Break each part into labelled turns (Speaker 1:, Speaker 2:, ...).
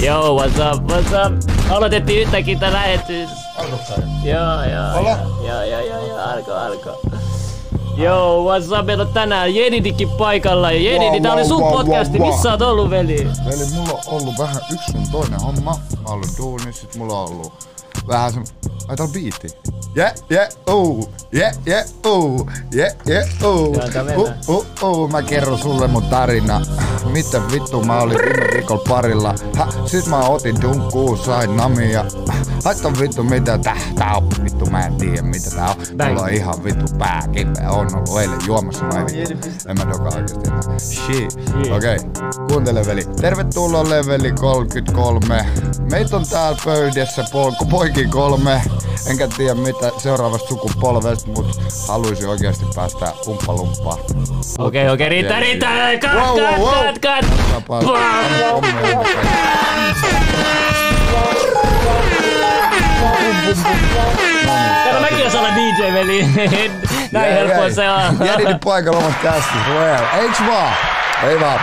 Speaker 1: Joo, what's up, what's up? Aloitettiin yhtäkkiä tää lähetys. Joo, joo,
Speaker 2: Ole.
Speaker 1: joo, joo, joo, joo, joo, alko, alko. Joo, what's up, meillä on tänään Jedidikin paikalla. Ja Jedidi,
Speaker 2: Wow,
Speaker 1: tää oli
Speaker 2: wow,
Speaker 1: sun
Speaker 2: wow,
Speaker 1: podcasti,
Speaker 2: wow, wow.
Speaker 1: missä sä oot ollut, veli?
Speaker 2: Eli mulla on ollut vähän yksi sun toinen homma. Mä oon ollut duunissa, sit mulla on ollut vähän se... Ai täällä on biitti. oh, Je, je, uu, je, je, uu, je, je, uu.
Speaker 1: Joo, tää
Speaker 2: Uh,
Speaker 1: mennään.
Speaker 2: uh, uh, mä kerron sulle mun tarina. Mitä vittu mä olin viime viikolla parilla. Hä, sit mä otin dunkkuu, sain namia. Haittaa vittu mitä tää, tää on. Vittu mä en tiedä mitä tää on.
Speaker 1: Bang.
Speaker 2: Mulla on ihan vittu pää kipeä. On ollut eilen juomassa noin vittu. En mä dokaa oikeesti enää. Shit. Okei. Okay. Kuuntele veli. Tervetuloa leveli 33. Meitä on täällä pöydässä pol- poikin kolme. Enkä tiedä mitä seuraavasta sukupolvesta, mut haluaisin oikeasti päästä umppalumppaan.
Speaker 1: Okei, okei, riittää,
Speaker 2: Jedi.
Speaker 1: riittää! Cut,
Speaker 2: Wow, wow, wow.
Speaker 1: cut, cut, cut!
Speaker 2: Tapaa-
Speaker 1: Bam!
Speaker 2: Pum, pum, pum. No niin.
Speaker 1: Kato, mäkin osaan olla DJ-veli. Näin
Speaker 2: Jäi,
Speaker 1: helppoa
Speaker 2: jäi.
Speaker 1: se on.
Speaker 2: Jäi nyt paikalla omassa kästi. Well, eiks vaan? Ei vaan.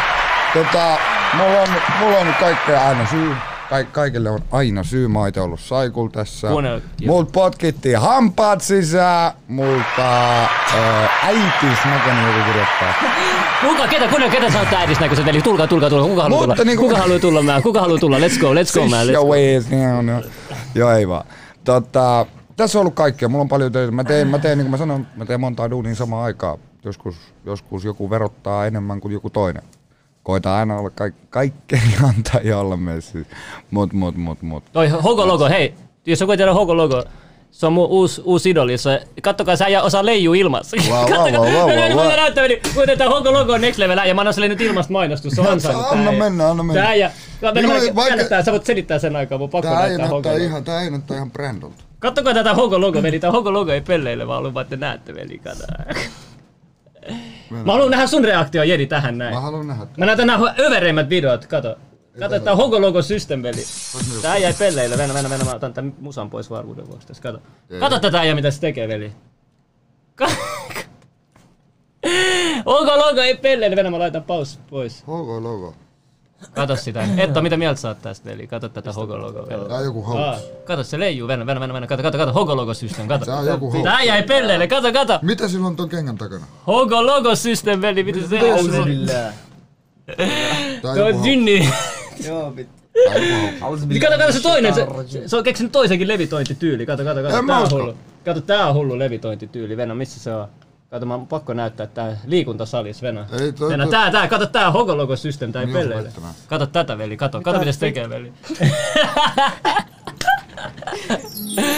Speaker 2: Tota, mulla on, mulla on kaikkea aina syy. Ka- kaikille on aina syy. Mä oon ite ollut Saikul tässä.
Speaker 1: Kuunnel- joo.
Speaker 2: Mult potkittiin hampaat sisään. Multa ää, äitiys näköinen joku kirjoittaa.
Speaker 1: Kuka, ketä, kuka, ketä sä oot äidistä näköisen veli? Tulkaa, tulkaa, tulkaa. niin Kuka haluaa
Speaker 2: Mutta
Speaker 1: tulla?
Speaker 2: niinku-
Speaker 1: Kuka haluaa tulla? Mä? Kuka haluaa tulla? Let's go, let's go, mä.
Speaker 2: Fish
Speaker 1: Let's...
Speaker 2: your ways. Joo, no. Joo, ei vaan. Tota, tässä on ollut kaikkea. Mulla on paljon töitä. Mä teen, mä teen niin kuin mä sanoin, mä teen montaa duunia samaan aikaan. Joskus, joskus joku verottaa enemmän kuin joku toinen. Koita aina olla kaik- kaikkeen antaa ja olla messissä. Mut, mut, mut, mut.
Speaker 1: Toi Hogo logo, hei. Jos joku ei tiedä Hogo logo, se on mun uusi, uusi idoli. Se, kattokaa, sä ja osaa leijuu ilmassa.
Speaker 2: Wow, wow, wow, wow, wow, wow.
Speaker 1: Mä näyttää, niin kun otetaan Hogo logo next level ja mä annan sille nyt ilmasta mainostus. Se on ansainnut.
Speaker 2: anna
Speaker 1: tää äijä.
Speaker 2: mennä, anna mennä.
Speaker 1: Tää äijä. Mä menen
Speaker 2: Niin,
Speaker 1: vaikka-
Speaker 2: vaikka-
Speaker 1: käännetään, sä voit selittää sen aikaa, mun on pakko
Speaker 2: Tää ei
Speaker 1: näyttää Hogo
Speaker 2: näyttää
Speaker 1: logo.
Speaker 2: ihan, tää ei näyttää ihan brändolta.
Speaker 1: Kattokaa tätä Hogo logo, veli. Tää Hogo logo ei pelleile, vaan haluan, vaan, että te näette, veli. Kato. Mä haluan nähdä sun reaktio, Jedi, tähän näin.
Speaker 2: Mä haluan nähdä.
Speaker 1: Mä näytän nämä övereimmät videot, kato. Kato, tää on Hogo Logo System, veli. Tää jäi pelleille, venä, venä, venä, mä otan tän musan pois varmuuden vuoksi tässä, kato. Kato tätä äijä, mitä se tekee, veli. Ka- Hogo Logo ei pelleille, venä, mä laitan paus pois.
Speaker 2: Hogo logo.
Speaker 1: Kato sitä. Etta, mitä mieltä sä oot tästä, veli? Kato tätä Hogo Logo, veli.
Speaker 2: Tää on joku
Speaker 1: Aa,
Speaker 2: hoax.
Speaker 1: Kato, se leijuu, venä, venä, venä, venä, kato, kato, kato, Hogo Logo System, kato.
Speaker 2: Tää on joku hoax.
Speaker 1: Tää jäi pelleille, kato, kato.
Speaker 2: Mitä sillä on ton kengän takana?
Speaker 1: Hogo Logo System, veli, mitä se on?
Speaker 2: Tää on
Speaker 1: Se
Speaker 2: joku
Speaker 1: on
Speaker 2: hoax.
Speaker 1: dynni.
Speaker 3: Joo, vittu.
Speaker 2: Tää on joku hoax.
Speaker 1: Niin kato, kato se toinen, se, se- se on keksinyt toisenkin levitointityyli, kato, kato, kato,
Speaker 2: En
Speaker 1: tää
Speaker 2: mä
Speaker 1: on
Speaker 2: usko.
Speaker 1: hullu. Kato, tää on hullu levitointityyli, Venä, missä se on? Kato, mä oon pakko näyttää tää liikuntasalis, Venä.
Speaker 2: Ei toi-
Speaker 1: Venä,
Speaker 2: toi-
Speaker 1: tää, tää, kato tää hogologo system, tää ei
Speaker 2: Niin on
Speaker 1: pelleile.
Speaker 2: laittanut.
Speaker 1: Kato tätä, veli, kato, kato mitä se tekee, veli.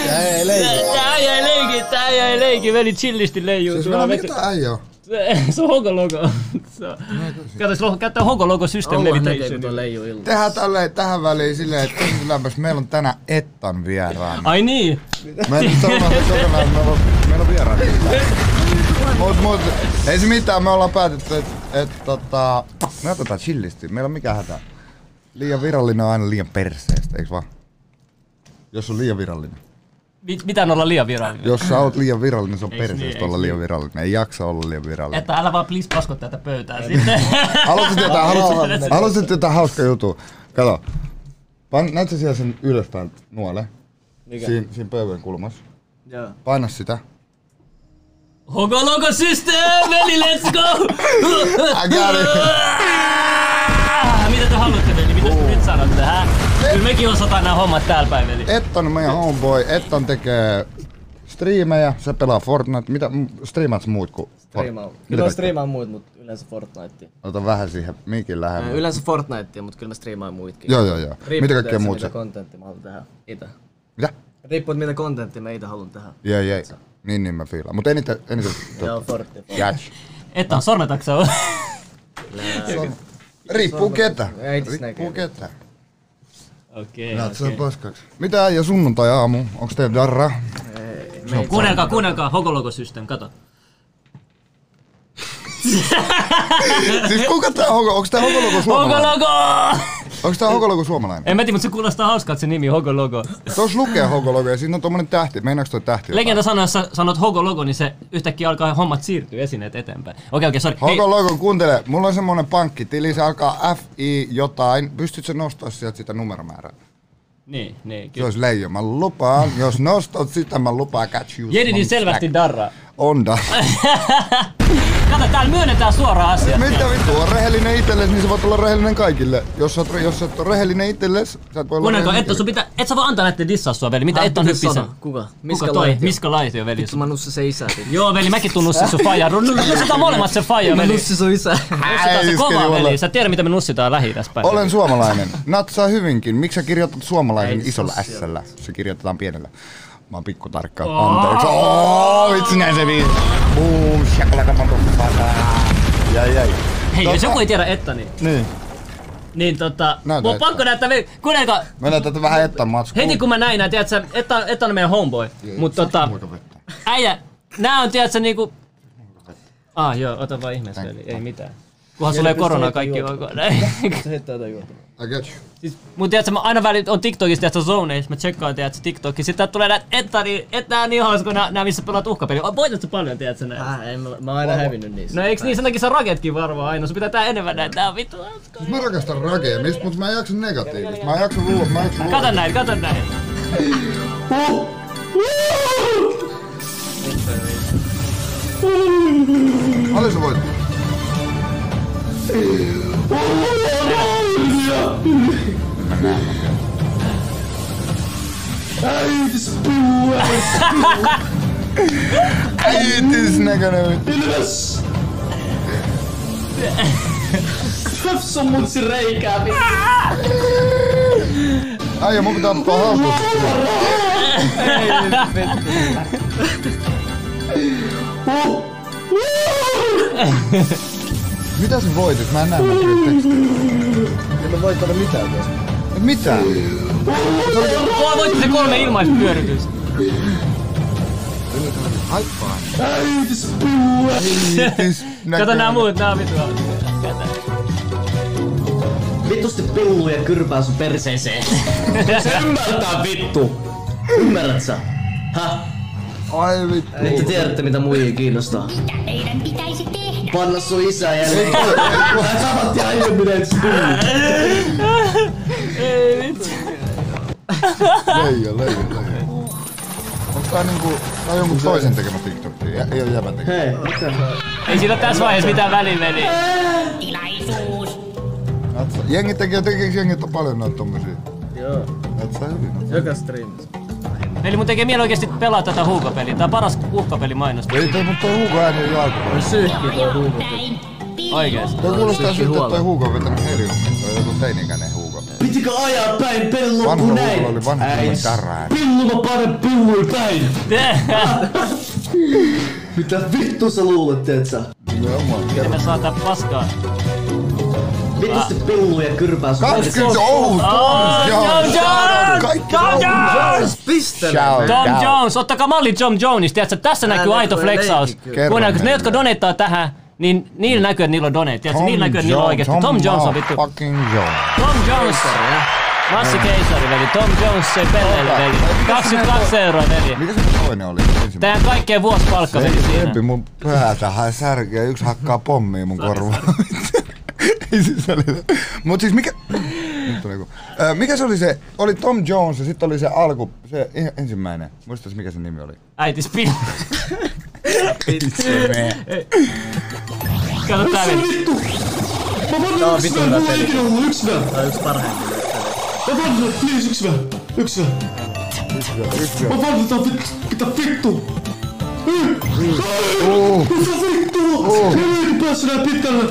Speaker 3: Tää ei leikki.
Speaker 1: Tää jäi leiki, tää jäi leiki, veli, chillisti leijuu.
Speaker 2: Siis
Speaker 1: tuolla
Speaker 2: meillä
Speaker 1: veti-
Speaker 2: mitä äijä on?
Speaker 1: Se- Se on hogologo. Se on- Kato, se lo- käyttää hogologo system
Speaker 3: Ollaan näkee, kun
Speaker 1: levitation.
Speaker 3: tuo leijuu ilma.
Speaker 2: Tehdään tälleen, tähän väliin silleen, että käsitelläänpäs, meillä on tänään Ettan vieraana.
Speaker 1: Ai niin,
Speaker 2: Mä en sanoa, että kokonaan, meillä on, meillä on vieraana. Mut, mut, ei se mitään, me ollaan päätetty, että et, tota, me otetaan chillisti, meillä on mikä hätä. Liian virallinen on aina liian perseestä, eiks vaan? Jos on liian virallinen.
Speaker 1: Mit- mitään olla liian virallinen.
Speaker 2: Jos sä oot liian virallinen, se on
Speaker 1: Eiks
Speaker 2: perseestä
Speaker 1: niin,
Speaker 2: olla
Speaker 1: eiks
Speaker 2: liian virallinen. Ei jaksa olla liian virallinen.
Speaker 1: Että älä vaan please pasko tätä pöytää sitten.
Speaker 2: Haluaisit jotain, haluaisit, haluaisit jotain hauskaa juttua. Kato. Pan, näet sä siellä sen ylöspäin nuole?
Speaker 3: Mikä?
Speaker 2: Siin, siinä pöydän kulmassa.
Speaker 3: Joo.
Speaker 2: Paina sitä.
Speaker 1: Hogologo system, veli, let's go!
Speaker 2: I got it.
Speaker 1: Mitä te haluatte, veli? Mitä te nyt sanotte, hä? Kyllä mekin osataan nämä hommat täällä päin, veli.
Speaker 2: Etton meidän homeboy. Etton tekee striimejä. Se pelaa Fortnite. Mitä mm, striimaat muut kuin
Speaker 3: Striimaa. Kyllä
Speaker 2: Mitä
Speaker 3: mä
Speaker 2: kaikkea?
Speaker 3: striimaan muut, mut yleensä Fortnitea.
Speaker 2: Ota vähän siihen mikin
Speaker 3: Mä
Speaker 2: lähemmäs.
Speaker 3: Yleensä Fortnitea, mut kyllä mä striimaan muitkin.
Speaker 2: Joo, joo, joo.
Speaker 3: Riippuu
Speaker 2: Mitä kaikkea
Speaker 3: tietysti,
Speaker 2: muut se?
Speaker 3: Mitä kontenttia mä haluan tehdä ite.
Speaker 2: Mitä?
Speaker 3: Riippuu, että mitä kontenttia mä ite haluan tehdä.
Speaker 2: Jei, jei. Niin, niin mä fiilaan. Mut eniten, eniten...
Speaker 3: Joo, Fortnite.
Speaker 2: Jätsi.
Speaker 1: Että on sormetaksa.
Speaker 2: Riippuu ketä.
Speaker 3: Ei itse
Speaker 2: Riippuu
Speaker 3: näkee.
Speaker 2: ketä.
Speaker 1: Okei,
Speaker 2: Näet sen
Speaker 1: okei.
Speaker 2: paskaksi. Mitä äijä sunnuntai aamu? Onks teillä darra?
Speaker 1: Kuunnelkaa, kuunnelkaa, Hogologo system, kato.
Speaker 2: siis kuka tää on? Onks tää Hokologo suomalainen?
Speaker 1: Hogologo!
Speaker 2: Onks tää Hokologo suomalainen?
Speaker 1: En mä tiedä, mutta se kuulostaa hauskalta se nimi, Hogo Logo.
Speaker 2: Tuossa lukee Hokologo ja siinä on tommonen tähti. Meinaaks toi tähti? jotain?
Speaker 1: Legenda sanoo, jos sä sanot Hogo Logo, niin se yhtäkkiä alkaa hommat siirtyä esineet eteenpäin. Okei, okei, sori. Hei,
Speaker 2: Hokologo, kuuntele. Mulla on semmonen pankkitili, se alkaa FI jotain. Pystytkö nostaa sieltä sitä numeromäärää?
Speaker 1: Niin, niin,
Speaker 2: Se
Speaker 1: kyllä.
Speaker 2: olisi leijo. Mä lupaan. Jos nostat sitä, mä lupaan catch you.
Speaker 1: Jedi niin
Speaker 2: on
Speaker 1: selvästi
Speaker 2: back.
Speaker 1: darra.
Speaker 2: Onda.
Speaker 1: Kato, täällä myönnetään suoraan asiat.
Speaker 2: Mitä vittu on rehellinen itsellesi, niin sä voit olla rehellinen kaikille. Jos sä oot, jos sä oot rehellinen itsellesi, sä et voi olla
Speaker 1: Kuunnelko,
Speaker 2: rehellinen
Speaker 1: et, oo sun pitää, et sä voi antaa näitten dissaa sua, veli. Mitä
Speaker 3: Hän
Speaker 1: et on
Speaker 3: piti
Speaker 1: hyppisen?
Speaker 3: sanoa. Kuka?
Speaker 1: Miska
Speaker 3: Miska
Speaker 1: Kuka toi?
Speaker 3: Laitio?
Speaker 1: Miska Laitio, veli.
Speaker 3: Vittu mä nussin se isä. vittu.
Speaker 1: Joo, veli, mäkin tunnussin sun faija. Nussitaan molemmat se faija,
Speaker 3: Mä
Speaker 1: veli.
Speaker 3: nussin sun isä.
Speaker 1: Nussitaan se
Speaker 2: Äiskeli
Speaker 1: kova,
Speaker 2: olla.
Speaker 1: veli. Sä tiedät, mitä me nussitaan lähi tässä päin.
Speaker 2: Olen suomalainen. Natsaa hyvinkin. Miksi sä kirjoitat suomalaisen
Speaker 1: Ei,
Speaker 2: isolla ässällä? Se kirjoitetaan pienellä. Mä oon pikku tarkka. Anteeksi. Oh, vitsi näin se viisi. Boom, shakalaka, motherfucker. Jäi, jäi.
Speaker 1: Hei, jos
Speaker 2: Tota,
Speaker 1: joku ei tiedä että, niin...
Speaker 2: Niin.
Speaker 1: Niin tota...
Speaker 2: Näytä
Speaker 1: Mun on
Speaker 2: Ettaa.
Speaker 1: pakko näyttää, veli. Kuunnelko,
Speaker 2: Mä näytän tätä vähän ettan matskua.
Speaker 1: heti kun mä näin nää, tiedätkö, että, että on meidän homeboy. Mut tota... Äijä, nää on tiedätkö niinku... Ah joo, ota vaan ihmeessä, veli. Ei mitään. Kunhan sulla ei korona kaikki on...
Speaker 3: Se heittää jotain juotua.
Speaker 2: I get you.
Speaker 1: Siis, mut tiedätkö, mä aina välillä on TikTokissa tiedätkö zoneissa, mä tsekkaan tiedätkö TikTokissa, sitten tulee näitä että niin, että on niin hauska nää, nää missä pelaat uhkapeliä. Oh, Voitatko paljon tiedätkö näitä?
Speaker 3: Äh, en mä, mä oon aina hävinnyt niissä.
Speaker 1: No eiks niin, sen takia sä raketkin varmaan aina, sun pitää tää enemmän näitä, tää on vittu hauskaa.
Speaker 2: Mä rakastan rakemista, mutta mä en jaksa negatiivista. Mä en jaksa luulla, mä en jaksa luulla.
Speaker 1: Kato näitä, kato näitä.
Speaker 2: Paljon sä voit? Äitis näköinen vittu.
Speaker 4: Ilves! Köpsä mutsi reikää, vittu!
Speaker 2: Äijä, mun pitää ottaa haastattelua. Mitä sä voitit? Mä en näe mun tekstiä.
Speaker 3: En mä voi tuoda mitään tästä.
Speaker 2: Mitä?
Speaker 1: Tuo voitti se kolme ilmaispyöritystä.
Speaker 2: Aivan.
Speaker 4: Äitis puu!
Speaker 2: Äitis
Speaker 1: Kato nää
Speaker 2: näköinen.
Speaker 1: muut, nää on vittu hauskaa.
Speaker 4: Vittusti pillu ja kyrpää sun perseeseen. Se ymmärtää vittu!
Speaker 3: Ymmärrät sä? Häh?
Speaker 2: Ai vittu.
Speaker 3: Nyt te tiedätte mitä muijia kiinnostaa.
Speaker 5: Mitä meidän pitäisi tehdä?
Speaker 3: Panna sun isä jälleen.
Speaker 4: Samat ja aiemmin et pillu.
Speaker 2: Leija, leija, leija. Onks tää niinku, tää on jonkun toisen tekemä TikTok? Ei- Ei oo jäbän tekemä.
Speaker 3: Hei.
Speaker 1: Ei siinä oo tässä vaiheessa mitään väliveliä.
Speaker 5: Tilaisuus.
Speaker 2: Natsa. Jengi tekee, tekeekö jengi to- paljon noita tommosia?
Speaker 3: Joo.
Speaker 2: Natsaa hyvin. natsaa.
Speaker 3: Joka streamissä.
Speaker 1: Veli, mun tekee mieli oikeesti pelaa tätä huukapeliä. Tää on paras uhkapeli mainos.
Speaker 2: Ei toi, mut toi Hugo ääni ei alkuperäinen.
Speaker 3: On syyhki toi huumo.
Speaker 5: Päin.
Speaker 1: Oikeesti.
Speaker 2: Toi kuulostaa
Speaker 3: Sekin
Speaker 2: siltä, että toi
Speaker 3: huono.
Speaker 2: Hugo on vetänyt eri hommia. Toi on joku teinikäinen Hugo.
Speaker 4: Pitikö ajaa päin pellon
Speaker 2: Vanha
Speaker 4: kun
Speaker 2: Hugo
Speaker 4: näin?
Speaker 2: oli vanha kuin
Speaker 4: Äits.
Speaker 2: tarraa.
Speaker 4: Pillu mä panen pillui päin!
Speaker 3: Mitä vittu sä luulet, teet sä?
Speaker 2: Nimenomaan. Kerro.
Speaker 1: Mä saan tää paskaa.
Speaker 3: Vittu pillu ja kyrpää sun.
Speaker 2: 20 Oulu! Tom Jones! Kaikki
Speaker 1: Tom
Speaker 2: Oulu!
Speaker 1: Jones!
Speaker 3: Pistele!
Speaker 2: Shout
Speaker 1: Tom
Speaker 2: out.
Speaker 1: Jones, ottakaa malli Tom Jones, tiedätkö, tässä
Speaker 3: Älä
Speaker 1: näkyy aito
Speaker 3: voi
Speaker 1: flexaus.
Speaker 3: leikki, kyllä.
Speaker 2: Kerro
Speaker 1: Kun näkyy-
Speaker 2: meille.
Speaker 1: ne, jotka donettaa tähän, niin niillä näkyy, että niillä on donate, tiedätkö, niillä niin näkyy, että niillä on oikeesti. Tom Jones on vittu.
Speaker 2: Fucking Jones.
Speaker 1: Tom Jones, Massi Keisari, veli. Tom Jones ei pelleile, veli. 22 euroa, veli.
Speaker 2: Mikä se toinen oli? Ensimmäinen.
Speaker 1: Tähän kaikkeen vuosipalkka
Speaker 2: Se
Speaker 1: meni siinä.
Speaker 2: Lempi mun päätä hae särkiä ja yksi hakkaa pommia mun korvaan. Ei siis oli... Mut siis mikä... Nyt tuli joku. Ö, mikä se oli se? Oli Tom Jones ja sitten oli se alku, se ihan ensimmäinen. Muistatko mikä sen nimi oli?
Speaker 1: Äitis pillu. Kato tää
Speaker 4: Se
Speaker 1: veli.
Speaker 4: vittu! Mä
Speaker 3: Tää
Speaker 4: panen
Speaker 3: on
Speaker 4: yks
Speaker 3: vitun
Speaker 4: vä, mulla
Speaker 3: hyvä
Speaker 4: ei ikinä ollut yks vä!
Speaker 3: Tää on yksi parhaimpia.
Speaker 4: Mä panen, please yks vä! Yks vä! Mä panen tää vittu! Mitä vittu! Mitä vittu! Ei liiku päässyt näin pitkälle!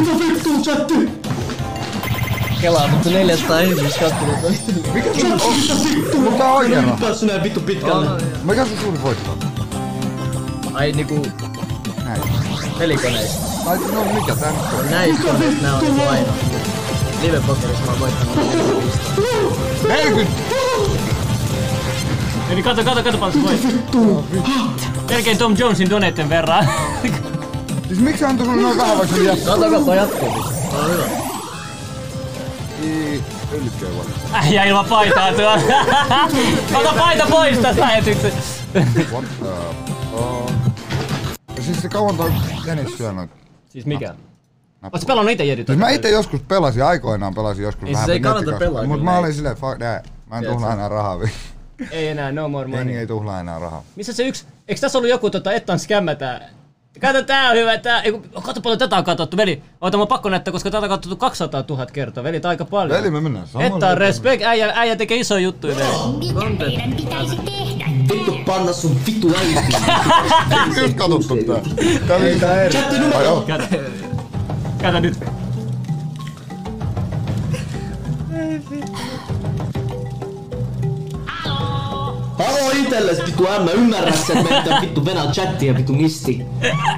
Speaker 4: Mitä vittu chatti!
Speaker 3: Kelaa, mutta 400 ihmistä tuota. kattonut toista.
Speaker 4: Chatti mitä vittu! Mä
Speaker 2: Mutta
Speaker 4: en
Speaker 2: oikeena.
Speaker 4: nyt päässyt näin vittu pitkälle!
Speaker 2: Mikä sun suuri voitto? on?
Speaker 3: Ai niinku
Speaker 2: Näin.
Speaker 3: pelikoneista.
Speaker 2: Tai no mikä tää nyt on?
Speaker 3: Näistä koneista nää on niinku aina. Live pokerissa mä oon voittanut.
Speaker 2: 40!
Speaker 1: Eli kato, kato, kato paljon se voi. Melkein Tom Jonesin donetten verran.
Speaker 2: Siis miksi antoi sulle noin vähän vaikka se oli jättä?
Speaker 3: Katsokaa, toi jatkuu. Tää on hyvä.
Speaker 2: Niin, ylkeä vaan.
Speaker 1: Äijä ilman paitaa tuolla. Ota paita pois tästä lähetyksestä.
Speaker 2: What the fuck? Siis se kauan toi Dennis syönyt.
Speaker 1: Siis mikä? Oot pelannut ite Jedi?
Speaker 2: Siis mä itse joskus pelasin, aikoinaan pelasin joskus
Speaker 3: Niin,
Speaker 2: vähän.
Speaker 3: siis ei kannata pelaa
Speaker 2: Mut
Speaker 3: kyllä,
Speaker 2: mä
Speaker 3: ei.
Speaker 2: olin silleen, fuck that. Mä en
Speaker 3: Tiedätkö?
Speaker 2: tuhlaa enää rahaa.
Speaker 1: Ei enää, no more
Speaker 2: Jengi
Speaker 1: money.
Speaker 2: ei niin. tuhlaa enää rahaa.
Speaker 1: Missä se yksi, eikö tässä ollut joku tota Ettan skämmä tää? Kato tää on hyvä, tää, ei, kun- kato paljon tätä on katsottu, veli. Oota mä pakko näyttää, koska tätä on katsottu 200 000 kertaa, veli, tää aika paljon.
Speaker 2: Veli, me mennään samaan.
Speaker 1: Etta on respect, äijä, äijä tekee isoja juttuja, veli.
Speaker 5: Mitä meidän pitäisi tehdä?
Speaker 3: Vittu panna sun vittu äitiin.
Speaker 2: Just katsottu tää. Tää oli tää eri.
Speaker 4: Chatti numero.
Speaker 2: Ai joo.
Speaker 1: Kato. Kato nyt.
Speaker 3: Halo itelles vittu ämmä, ymmärrä sen, että meitä vittu venää chattiin ja vittu misti.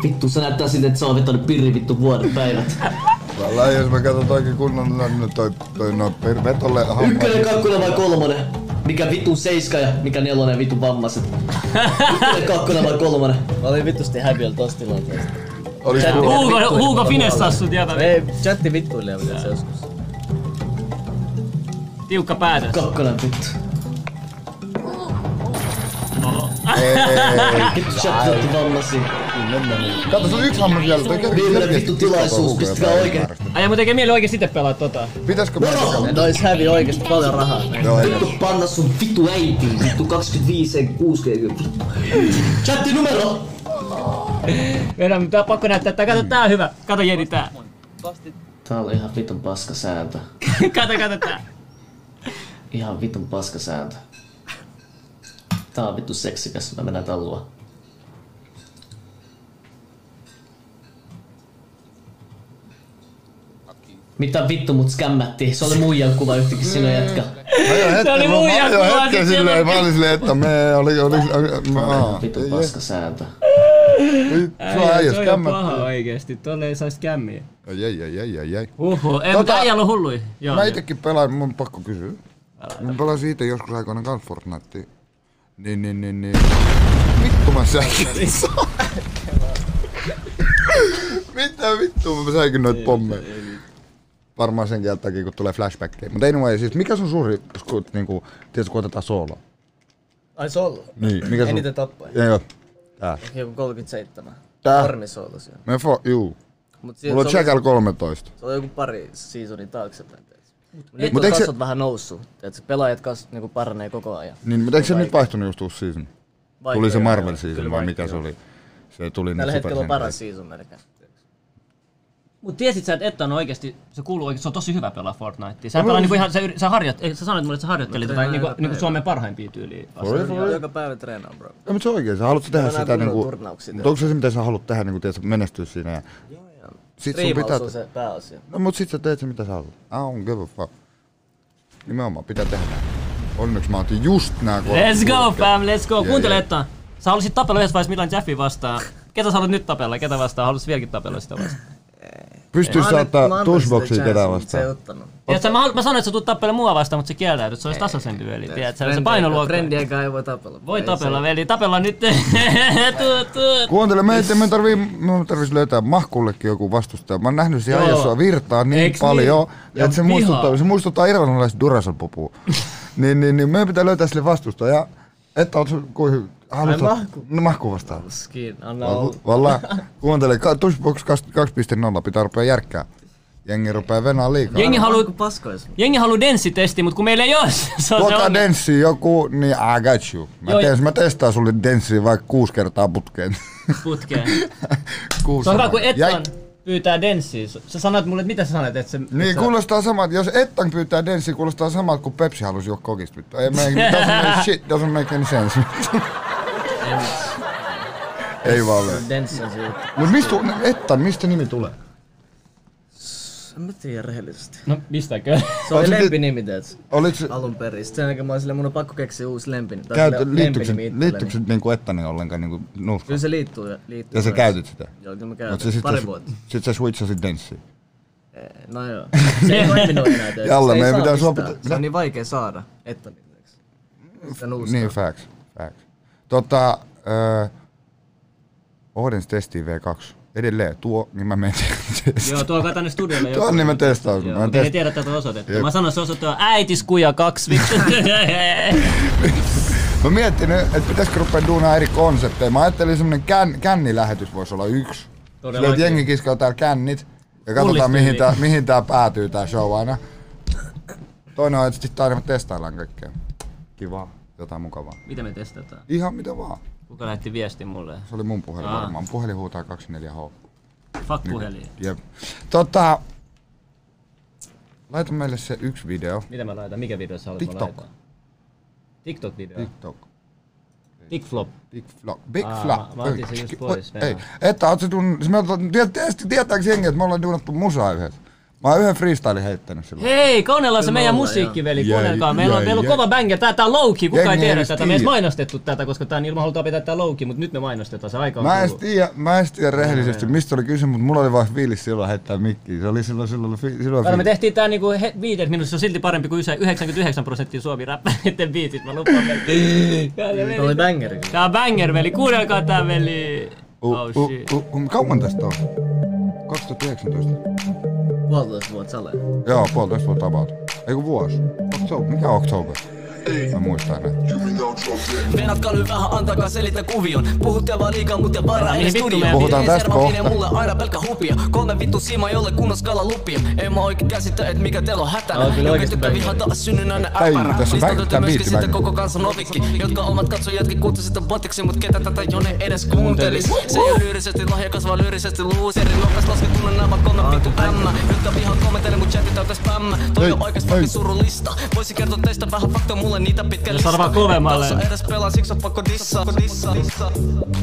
Speaker 3: Vittu se näyttää siltä, että se on vetänyt pirri vittu vuoden päivät.
Speaker 2: Tällä jos mä katson oikein kunnon, no, no toi, toi no per- vetolle hampaa.
Speaker 3: Ykkönen, kakkonen vai kolmonen? Mikä vittu seiska ja mikä nelonen vittu vammaiset? Ykkönen, kakkonen vai kolmonen?
Speaker 6: Mä olin vitusti häviöllä tossa tilanteessa.
Speaker 2: Oli
Speaker 6: Tää-
Speaker 2: kuulla.
Speaker 1: Hugo,
Speaker 6: Vittu,
Speaker 1: Hugo
Speaker 6: ei
Speaker 1: finessas sut jätä.
Speaker 6: Ei, chatti vittuilee mitä se joskus.
Speaker 1: Tiukka päätös.
Speaker 3: Kakkonen vittu.
Speaker 2: Ei, ei, ei.
Speaker 3: Vittu chatti otti vammaisia.
Speaker 2: Kato, se on yksi hammas vielä. Toi kerran
Speaker 3: Viimeinen
Speaker 2: selkeästi
Speaker 3: Niin, vittu tilaisuus,
Speaker 2: pistää huukoja
Speaker 3: pistikää
Speaker 2: päälle
Speaker 3: oikein.
Speaker 2: väärästä.
Speaker 1: Äijä mun tekee mieli oikeesti itse pelaa tota.
Speaker 2: Pitäiskö mä kokeilla?
Speaker 6: Nois hävi oikeesti paljon rahaa.
Speaker 2: Joo, ei.
Speaker 3: Vittu panna sun vittu äitiin. Vittu 25 ei 60. Chatti numero.
Speaker 1: Meidän tää on pakko näyttää, tää kato tää on hyvä. Kato Jedi tää.
Speaker 3: Tää oli ihan vitun paska sääntö.
Speaker 1: Kato, kato tää.
Speaker 3: Ihan vitun paska sääntö. Tää on vittu seksikäs, mä mennään tallua. Mitä vittu mut skämmättiin? Se oli muijan kuva yhtäkin sinä jätkä.
Speaker 2: Mä jo hetken-
Speaker 1: oli
Speaker 2: mä-
Speaker 1: mun
Speaker 2: mä jo
Speaker 1: jatkuvaa
Speaker 2: hetken
Speaker 1: sit
Speaker 2: silleen,
Speaker 1: siellä.
Speaker 2: Mä olin silleen, että me oli... oli, oli mä, aa,
Speaker 3: Vitu
Speaker 2: ei,
Speaker 3: paska sääntö.
Speaker 2: ei, Sua
Speaker 1: Äijä,
Speaker 2: äijä
Speaker 1: toi on
Speaker 2: skämmä.
Speaker 1: paha oikeesti. Tolle ei saisi kämmiä.
Speaker 2: Ai, ai, ai, ai, ai, ai.
Speaker 1: Uhu, ei,
Speaker 2: Tota-
Speaker 1: mutta äijällä on hulluja. Joo, niin.
Speaker 2: Mä
Speaker 1: joo.
Speaker 2: itekin pelaan, mun on pakko kysyä. Mä pelasin ite joskus aikoina kans Fortnitea. Niin, niin, niin, niin. Vittu mä säikin. Mitä vittu mä säikin noit pommeja? Varmaan sen takia, kun tulee flashbackkejä. Mutta anyway, siis mikä sun suuri, kun, niinku, tiedätkö, kun otetaan solo?
Speaker 6: Ai se ollut.
Speaker 2: Niin, mikä sun...
Speaker 6: Eniten tappoja.
Speaker 2: Joo, joo. Tää.
Speaker 6: Joku 37.
Speaker 2: Tää.
Speaker 6: Horni se ollut siellä.
Speaker 2: Me for you.
Speaker 6: Mut
Speaker 2: Mulla
Speaker 6: siellä
Speaker 2: on
Speaker 6: se, oli,
Speaker 2: Jackal 13.
Speaker 6: se oli joku pari seasonia taaksepäin. tiiäks. Nyt
Speaker 2: Mut
Speaker 6: on
Speaker 2: eikö se-
Speaker 6: kasvot vähän noussut. Tiedätkö, pelaajat kasvot niinku paranee koko ajan.
Speaker 2: Niin, mutta eikö se nyt vaihtunut just uusi season?
Speaker 6: Vaikea
Speaker 2: Tuli se
Speaker 6: joo,
Speaker 2: Marvel
Speaker 6: joo.
Speaker 2: season
Speaker 6: Kyllä
Speaker 2: vai
Speaker 6: vaikea,
Speaker 2: mikä se
Speaker 6: joo.
Speaker 2: oli? Se tuli
Speaker 6: Tällä
Speaker 2: ne
Speaker 6: hetkellä on
Speaker 2: Supersen-
Speaker 6: paras season melkein.
Speaker 1: Mut tiesit sä, että Etta on oikeesti, se kuuluu oikeesti, se on tosi hyvä pelaa Fortnitea. Sä pelaa niinku ihan, sä, yri- sä harjoit, ei, sä sanoit mulle, että sä harjoittelit jotain niinku, niinku Suomen parhaimpia tyyliä. vastaan.
Speaker 2: Oi, voi.
Speaker 6: Joka päivä treenaa, bro.
Speaker 2: No, mutta se on oikein, sä haluat tehdä
Speaker 6: Mä näen
Speaker 2: sitä
Speaker 6: kunnon
Speaker 2: niinku...
Speaker 6: turnauksia
Speaker 2: Mutta onko se se, mitä sä haluat tehdä, niinku tiedät, sä menestyä siinä ja... Sit sun
Speaker 6: Striimaus
Speaker 2: pitää...
Speaker 6: on se pääasia.
Speaker 2: No mut sit sä teet se mitä sä haluat. I don't give a fuck. Nimenomaan, pitää tehdä näin. Onneksi mä otin just nää kolme.
Speaker 1: Let's go fam, let's go.
Speaker 2: Jee,
Speaker 1: Kuuntele
Speaker 2: jee.
Speaker 1: Etta. Sä halusit tapella yhdessä vaiheessa Milan Jaffi vastaan. Ketä sä haluat nyt tapella? Ketä vastaan? Haluaisit vieläkin tapella sitä vastaan?
Speaker 2: Pystyis
Speaker 6: Mä annan- mä
Speaker 2: saattaa
Speaker 6: annan sitä
Speaker 2: tushboxia ketään
Speaker 6: chanssin, mut Se ei
Speaker 2: vastaan.
Speaker 6: ottanut.
Speaker 1: Tiedätkö, mä, halu- mä sanoin, että sä tulet tappelemaan mua vastaan, mutta se kieltäydyt. Se olisi tasaisempi veli. Tiedätkö, se
Speaker 6: Friendi-
Speaker 1: painoluokka.
Speaker 6: Friendien kanssa ei voi tapella.
Speaker 1: Voi
Speaker 6: Ei
Speaker 1: tapella
Speaker 6: se-
Speaker 1: veli, tapella nyt. tuu, tuu.
Speaker 2: Kuuntele, me, ei, me, tarvii, me tarvis löytää mahkullekin joku vastustaja. Mä oon nähnyt siinä
Speaker 1: Joo.
Speaker 2: ajassa virtaa niin
Speaker 1: Eiks
Speaker 2: paljon,
Speaker 1: niin? Ja
Speaker 2: että se
Speaker 1: vihaa.
Speaker 2: muistuttaa, se muistuttaa irlannilaista Duracell-popua. niin, niin, niin, meidän pitää löytää sille vastustaja. Että oot sun- kuin hy- haluat...
Speaker 6: Ai mahku.
Speaker 2: No, mahku vastaan.
Speaker 6: Skin, anna olla.
Speaker 2: Vallu- Valla, kuuntele, ka- Tushbox 2.0 pitää rupea järkkää. Jengi rupea venaa liikaa.
Speaker 1: Jengi haluaa
Speaker 6: Haluatko paskois?
Speaker 1: Jengi haluu denssitesti, mut kun meillä ei oo, se on se
Speaker 2: Tuokaa
Speaker 1: ongelma.
Speaker 2: denssi joku, niin I got you. Mä,
Speaker 1: Joo,
Speaker 2: teen, mä testaan sulle denssiä vaikka kuusi kertaa putkeen.
Speaker 1: putkeen.
Speaker 2: kuusi
Speaker 1: Se on hyvä, kun Ettan
Speaker 2: Jäi-
Speaker 1: pyytää denssiä. Sä sanoit mulle, että mitä sä sanoit, että se...
Speaker 2: Niin,
Speaker 1: sä-
Speaker 2: kuulostaa samat. Jos Ettan pyytää denssiä, kuulostaa samat kuin Pepsi halusi juo kokista. Vittu. Ei, make, doesn't make shit, doesn't make any sense. Ei vaan ole.
Speaker 6: Dance on se juttu.
Speaker 2: Mut mistä, Ettan, mistä nimi tulee?
Speaker 6: En mä tiedä rehellisesti.
Speaker 1: No, mistäkö?
Speaker 6: Se oli
Speaker 2: Oot sä-
Speaker 6: lempinimi, tiedätkö?
Speaker 2: Oliko se,
Speaker 6: Alun perin. Sitten sen jälkeen mä olin silleen, mun on pakko keksiä uusi lempinimi. Tai
Speaker 2: käyt,
Speaker 6: silleen
Speaker 2: liittyykö se,
Speaker 6: lempinimi itselleni.
Speaker 2: liittyykö se niinku Ettani ollenkaan niinku nuuskaan?
Speaker 6: Kyllä se liittyy. liittyy
Speaker 2: Ja sä
Speaker 6: myös.
Speaker 2: käytit sitä?
Speaker 6: Joo, kyllä mä
Speaker 2: Mut se
Speaker 6: käytin.
Speaker 2: sitten,
Speaker 6: Pari
Speaker 2: s-
Speaker 6: vuotta.
Speaker 2: sit sä switchasit denssiin.
Speaker 6: No joo. Se ei toiminut enää, tiedätkö?
Speaker 2: Jalle,
Speaker 6: Se ei
Speaker 2: meidän
Speaker 6: saa
Speaker 2: pitää sua
Speaker 6: mistään.
Speaker 2: pitää-
Speaker 6: Se on niin vaikea saada. Että niin, tiedätkö? Sitä nuuskaa.
Speaker 2: Niin, facts. facts. Tota, öö, Oodens testiin V2. edelleen tuo, niin mä menen testaan.
Speaker 1: Joo, tuokaa tänne studiolle joku.
Speaker 2: Tuo niin mä testaan. kun
Speaker 1: Joo,
Speaker 2: Mä
Speaker 1: okei, ei
Speaker 2: testaan.
Speaker 1: tiedä tätä osoitetta.
Speaker 2: Jep.
Speaker 1: Mä sanon, se osoite on äitiskuja 2 vittu.
Speaker 2: Mä mietin, että pitäisikö rupea duunaa eri konsepteja. Mä ajattelin semmonen kän, kännilähetys voisi olla yksi.
Speaker 1: Todellakin.
Speaker 2: Sillä, että jengi kiskaa täällä kännit. Ja katsotaan
Speaker 1: Pullistyyliin.
Speaker 2: mihin tää, mihin tää päätyy tää show aina. Toinen on, että sit aina me testaillaan kaikkea. Kivaa. Jotain mukavaa.
Speaker 1: Mitä me testataan?
Speaker 2: Ihan mitä vaan.
Speaker 1: Kuka lähetti viesti mulle?
Speaker 2: Se oli mun puhelin
Speaker 1: Aa.
Speaker 2: varmaan. Puhelin huutaa 24H.
Speaker 1: Fuck puhelin.
Speaker 2: Jep. Tota, laita meille se yksi video.
Speaker 1: Mitä mä laitan? Mikä video sä haluat
Speaker 2: TikTok.
Speaker 1: TikTok-video.
Speaker 2: TikTok.
Speaker 1: TikFlop.
Speaker 2: Big flop. Big
Speaker 1: Aa,
Speaker 2: flop.
Speaker 1: mä- mä otin sen just pois,
Speaker 2: Ei,
Speaker 1: Venäjä.
Speaker 2: että oot se tunn... se me ollaan- tie- tietysti tietääks jengi, että me ollaan duunattu musaa yhdessä. Mä oon yhden freestyle heittänyt silloin.
Speaker 1: Hei, kuunnellaan se
Speaker 6: Kyllä
Speaker 1: meidän
Speaker 6: ollaan,
Speaker 1: musiikkiveli,
Speaker 2: joo.
Speaker 1: kuunnelkaa. Meillä on,
Speaker 2: Jäi,
Speaker 1: meillä on
Speaker 2: jäi,
Speaker 1: kova banger. Tää, tää on Louki, kuka ei
Speaker 2: Jengi ei
Speaker 1: tiedä
Speaker 2: edes
Speaker 1: tätä. Me ei edes
Speaker 2: tiedä.
Speaker 1: mainostettu tätä, koska tää on ilman halutaan pitää tää Louki, mut nyt me mainostetaan. Se aika on
Speaker 2: Mä en
Speaker 1: tullut.
Speaker 2: tiedä, mä en tiedä rehellisesti, mistä oli kyse, mutta mulla oli vaan fiilis silloin heittää mikkiä. Se oli silloin, silloin, fi- silloin
Speaker 1: Kato, me
Speaker 2: fiilis.
Speaker 1: tehtiin tää niinku he- viides minuutissa, se on silti parempi kuin yse- 99 prosenttia suomi-räppäreiden biitit, mä lupaan.
Speaker 6: Tämä oli bangeri.
Speaker 1: Tää on banger, veli. Kuunnelkaa tää, veli.
Speaker 2: U-
Speaker 1: Oh
Speaker 2: u-
Speaker 1: shit.
Speaker 2: u- u- Kauan tästä on? 2019.
Speaker 6: Puolitoista vuotta saleen.
Speaker 2: Joo, puolitoista vuotta about. Eiku vuosi. Oktober. Mikä on Oktober? Mä muistan näin.
Speaker 7: Venakkaly vähän antakaa selitä kuvion Puhutte vaan liikaa, mut ja varaa
Speaker 1: Mihin
Speaker 7: edes
Speaker 1: vittu
Speaker 7: studio
Speaker 1: meidän
Speaker 2: Puhutaan
Speaker 7: Pieni
Speaker 2: tästä
Speaker 7: serva menee
Speaker 2: kohta.
Speaker 7: mulle aina pelkkä hupia Kolme vittu siima, jolle kunnon skala lupia En mä oikein käsitä, et mikä teillä on hätänä
Speaker 6: Oot kyllä oikeesti
Speaker 7: vettä viha
Speaker 6: bangeri.
Speaker 7: taas synnynnäinen
Speaker 2: Ei,
Speaker 7: äpärä
Speaker 2: tässä on bang-
Speaker 7: Listaudutte
Speaker 2: tää
Speaker 7: myöskin
Speaker 2: biitti
Speaker 7: sitten
Speaker 2: bangeri.
Speaker 7: koko kansan ovikki Jotka omat katsojatkin kutsusitte botiksi Mut ketä tätä jone edes kuuntelis Se ei oo lyyrisesti lahjakas, vaan lyyrisesti luuseri Nokas laskettuna nämä kolme vittu ämmä Jotka vihaa kommenteille, mut chatit täytä spämmä Toi
Speaker 2: Ei,
Speaker 7: on oikeesti
Speaker 2: ei.
Speaker 7: fucking surullista Voisi kertoa teistä vähän fakta mulle niitä pitkä
Speaker 1: Jos saadaan vaan kovemmalle.
Speaker 7: Taso edes pelaa, siksi on pakko dissaa, dissaa, dissaa.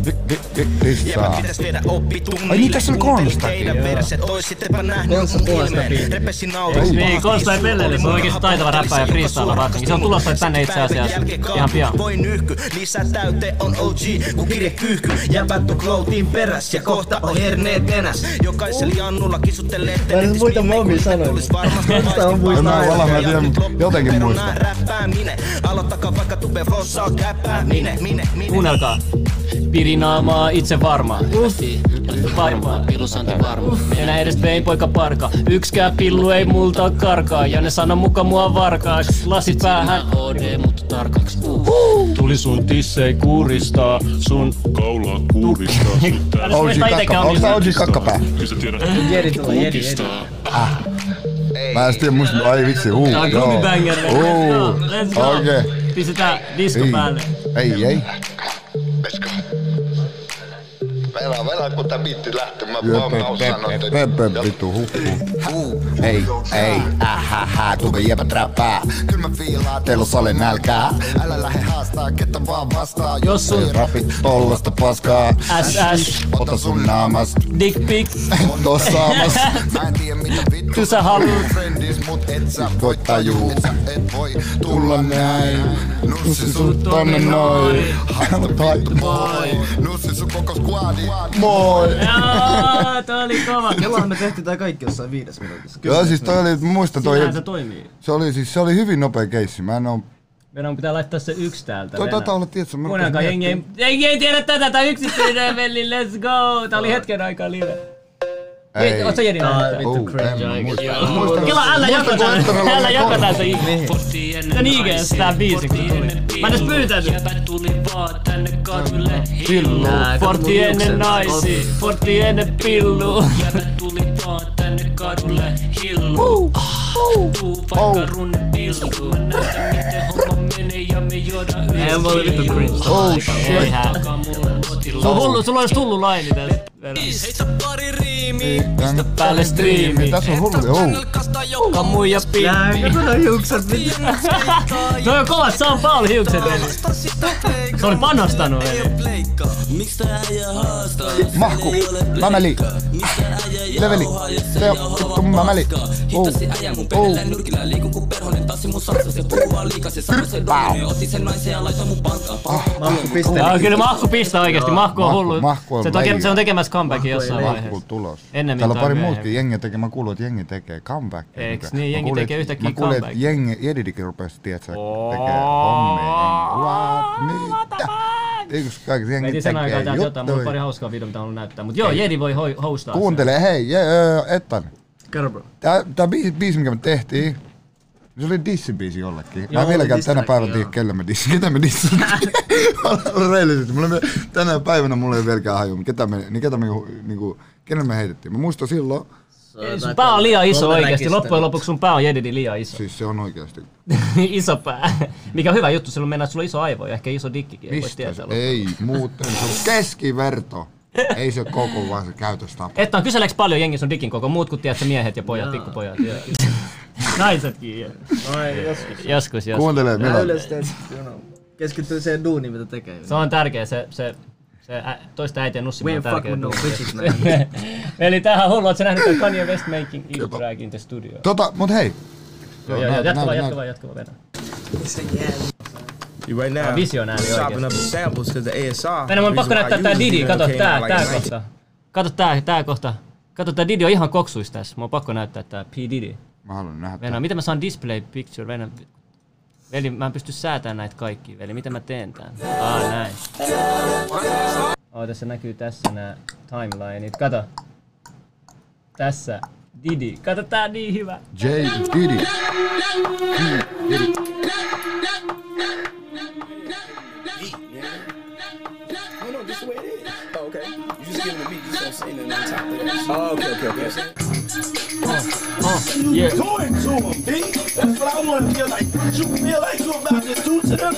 Speaker 2: Vi- vi- vi- listaa.
Speaker 7: viedä oppi tunnille.
Speaker 2: Ai niin, tässä on Konsta.
Speaker 7: Teidän vereset oisittepä nähnyt
Speaker 6: Konsta
Speaker 7: mun
Speaker 6: puolesta
Speaker 7: ilmeen.
Speaker 6: piitti.
Speaker 7: Repesin naurun
Speaker 1: Niin,
Speaker 7: pahasti.
Speaker 1: Konsta ei pellele, se on oikeesti taitava räppääjä ja freestyler varsinkin. Se on tulossa tänne itse asiassa ihan pian.
Speaker 7: Voi nyhky, lisää täyte on OG, kun kirje kyyhky. Jäbät on cloudin peräs ja kohta on herneet nenäs. Jokaisella jannulla kisuttelee, että
Speaker 6: Tää on
Speaker 7: nyt
Speaker 6: muita
Speaker 7: miten
Speaker 6: moomia
Speaker 7: kuitenkin
Speaker 6: sanoja.
Speaker 7: tulisi varmasti
Speaker 6: Konsta on muista
Speaker 7: vaisti-
Speaker 6: Mä en
Speaker 2: vallan mä tiedä, mutta
Speaker 7: Loppu-
Speaker 2: jotenkin muistan.
Speaker 7: perunaa räppääminen. Aloittakaa vaikka tube rossaa, käppää, mine, mine, mine.
Speaker 1: Kuunnelkaa. Pirinaamaa itse varmaa. Varmaa.
Speaker 8: Pirusanti varma.
Speaker 1: Enää edes vein poika parka. Yksikään pillu ei multa karkaa. Ja ne sano muka mua varkaaks. Lasit päähän.
Speaker 8: HD, mutta tarkaks. Uh.
Speaker 9: Tuli sun tissei kuristaa, sun kaula kuristaa. Sun tää
Speaker 1: Älä
Speaker 2: OG
Speaker 1: sitä
Speaker 2: kakka,
Speaker 1: itekään
Speaker 2: onko tää OG
Speaker 1: onnistaa.
Speaker 2: kakkapää?
Speaker 9: Kyllä sä tiedät,
Speaker 6: Jedi tulee, jedi, jedi.
Speaker 9: kutistaa.
Speaker 2: Mä en tiedä muista, ai vitsi, uu,
Speaker 1: Tää on
Speaker 2: joo.
Speaker 1: groovy banger. Let's
Speaker 2: Uu,
Speaker 1: go. Let's go.
Speaker 2: Okei.
Speaker 1: Pistetään disko
Speaker 2: Ei.
Speaker 1: päälle.
Speaker 2: Ei, ei.
Speaker 10: Velaa, velaa, kun tää biitti lähtee. Mä vaan mä osaan noita.
Speaker 2: Pepe, vittu, hukkuu. Ei, ei, ähähä, tuve jepät räpää. Kyllä mä fiilaan, teillä on sale nälkää. Älä lähe haastaa, kettä vaan vastaa.
Speaker 1: Jos sun-
Speaker 2: ei rapit tollasta paskaa.
Speaker 1: SS.
Speaker 2: Ota sun naamas,
Speaker 1: Dick pics.
Speaker 2: on tossa saamas. Mä en tiedä mitä vittu.
Speaker 1: Kyllä sä haluut.
Speaker 10: Friendis, mut et sä
Speaker 2: Voi tajuu.
Speaker 10: Et sä et voi
Speaker 2: Tulla näin, nussi sut tonne noin. Haittu
Speaker 10: Moi, nussi sun koko squadi.
Speaker 2: Moi!
Speaker 1: Jaa, toi oli kova.
Speaker 6: Milloin me tehtiin tää kaikki jossain viides minuutissa?
Speaker 2: Joo, siis toi oli, muista toi,
Speaker 1: Sillähän se toimii.
Speaker 2: se oli siis, se oli hyvin nopea keissi, mä en oo,
Speaker 1: Meidän pitää laittaa se yksi täältä.
Speaker 2: toi
Speaker 1: Venä.
Speaker 2: taitaa olla, tietsä, mä rupesin
Speaker 1: Kuunnelkaa, jengi ei,
Speaker 2: miettimään.
Speaker 1: jengi ei tiedä tätä, tää yksityinen veli, let's go! Tää oli hetken aikaa live. Ei.
Speaker 2: Ei.
Speaker 1: Oot sä Jedin
Speaker 6: Tää on
Speaker 1: äänestä?
Speaker 6: vittu
Speaker 2: Oh,
Speaker 6: cringe.
Speaker 2: en muista.
Speaker 1: Kela, älä
Speaker 2: Muistatko,
Speaker 1: joko tän,
Speaker 2: että me
Speaker 1: älä
Speaker 2: ollaan
Speaker 1: joko
Speaker 2: kolme?
Speaker 1: tän se
Speaker 6: Niin.
Speaker 1: Tän IGS tää biisi, kun tuli. Mä en edes pyytänyt. Pillu,
Speaker 6: Nää, kato mun
Speaker 1: fortti ennen
Speaker 6: hiukset.
Speaker 1: naisi, fortti ennen pillu.
Speaker 2: Oh,
Speaker 6: Ei, mä olin vittu cringe.
Speaker 2: Oh shit.
Speaker 1: Eihän. Se on hullu, sulla olisi tullu laini tästä.
Speaker 7: Heitä pari riimiä,
Speaker 2: Tän-
Speaker 1: Päälle striimi.
Speaker 2: Tässä on Oh. hullu, joo.
Speaker 7: nilkasta joka
Speaker 1: Joka muija
Speaker 6: Nää,
Speaker 1: pilli.
Speaker 6: kato noi hiukset, vittu.
Speaker 1: Toi on kovat San Paul hiukset, veli. Se oli panostanut, veli.
Speaker 2: Mahku, Mämäli, Leveli, Teo, Tuttu Mämäli, Oh, Oh, Pyrppää.
Speaker 6: Mahku piste.
Speaker 1: Joo, kyllä mahku pistää oikeesti, mahku on
Speaker 2: Mahku-
Speaker 1: hullu.
Speaker 2: mahku on
Speaker 1: se, teke,
Speaker 2: leija.
Speaker 1: se on tekemässä comebackin jossain
Speaker 2: Mahku
Speaker 1: vaiheessa.
Speaker 2: tulos.
Speaker 1: Ennemmin
Speaker 2: Täällä on
Speaker 1: tai
Speaker 2: pari
Speaker 1: myöhemmin.
Speaker 2: muutkin jengiä tekemään, mä kuulin, että jengi tekee comeback.
Speaker 1: Eiks niin, jengi tekee yhtäkkiä
Speaker 2: Mä kuulin, että
Speaker 1: comebackia.
Speaker 2: jengi, Jedidikin rupesi, tiedätkö, tekee hommia. jengi. What? Mitä? Yksi kaikki,
Speaker 1: Veitin
Speaker 2: jengi
Speaker 1: sen aikaa
Speaker 2: tekee
Speaker 1: täältä jotain, mulla on pari
Speaker 2: juttuja.
Speaker 1: hauskaa videota, mitä haluan näyttää. Mut joo, Jedi voi hoi- hostaa sen.
Speaker 2: Kuuntele, hei, je, ö, Ettan.
Speaker 6: Kerro bro.
Speaker 2: Tää, tää biisi, biisi, mikä me tehtiin, se oli dissibiisi jollekin. Mä en
Speaker 6: oli
Speaker 2: vieläkään tänä
Speaker 6: distrack,
Speaker 2: päivänä
Speaker 6: joo.
Speaker 2: tiedä, kelle me dissi, ketä me dissattiin. Mä olen reellisesti. Mulla ei vie- tänä päivänä mulla ei vieläkään haju, ketä me, niin ketä me, hu- niinku, kenelle me heitettiin. Mä muistan silloin,
Speaker 1: Sun pää on liian iso
Speaker 6: Kolme
Speaker 1: oikeesti.
Speaker 6: räkistä.
Speaker 1: Loppujen lopuksi sun pää on Jedidi liian iso.
Speaker 2: siis se on oikeasti.
Speaker 1: iso pää. Mikä on hyvä juttu, silloin mennään, sulla on iso aivo ja ehkä iso dikkikin. ei voi
Speaker 2: Mistä se?
Speaker 1: tietää. loppujen
Speaker 2: Ei, muuten se on keskiverto. Ei se koko, vaan se käytöstapa.
Speaker 1: Että on kyseleeks paljon jengi sun dikin koko, muut kuin tiedätkö miehet ja pojat, pikkupojat. Ja... Naisetkin. Ja.
Speaker 6: Ai, joskus.
Speaker 1: Joskus, joskus.
Speaker 2: Kuuntele,
Speaker 6: Mä
Speaker 2: Mila.
Speaker 6: yleensä teen, you know, keskittyy siihen duuniin, mitä tekee.
Speaker 1: Se on tärkeä, se, se, se ä, toista äitiä
Speaker 6: We
Speaker 1: nussiminen on
Speaker 6: ain't fuck
Speaker 1: tärkeä.
Speaker 6: with no
Speaker 1: juttu.
Speaker 6: bitches, man.
Speaker 1: Eli tämähän on hullu, oot sä nähnyt tän Kanye West making Eat Drag in the studio.
Speaker 2: Tota, mut hei.
Speaker 1: Joo, joo, joo,
Speaker 2: näytä,
Speaker 1: jatka vaan,
Speaker 2: näytä,
Speaker 1: jatka vaan, jatka vaan, vedä.
Speaker 11: You right now.
Speaker 1: Visionääri
Speaker 11: Chopping
Speaker 1: oikeesti.
Speaker 11: up the samples because the ASR.
Speaker 1: Mennä, mun on pakko
Speaker 11: reason
Speaker 1: näyttää
Speaker 11: why
Speaker 1: tää
Speaker 11: you
Speaker 1: Didi,
Speaker 11: was
Speaker 1: kato
Speaker 11: doing
Speaker 1: tää,
Speaker 11: came out
Speaker 1: tää
Speaker 11: like
Speaker 1: kohta. Kato tää, tää kohta. Kato tää Didi on ihan koksuis tässä, mun on pakko näyttää tää P. Didi.
Speaker 2: Mä haluan nähdä.
Speaker 1: Venä, miten mä saan display picture? Venä, veli, mä en pysty säätämään näitä kaikkia, veli. Mitä mä teen tän? Aa, näin. Oh, tässä näkyy tässä nää timelineit. Kato. Tässä. Didi. Kato, tää on niin hyvä.
Speaker 2: J. Diddy.
Speaker 11: No, no, just the way it is. Oh, okay. You just giving the beat, you just don't say nothing on top of that. Oh, okay, okay, okay.
Speaker 1: Yeah.
Speaker 12: doing to them, B? That's what I want to feel like. What you feel like you about to do to them?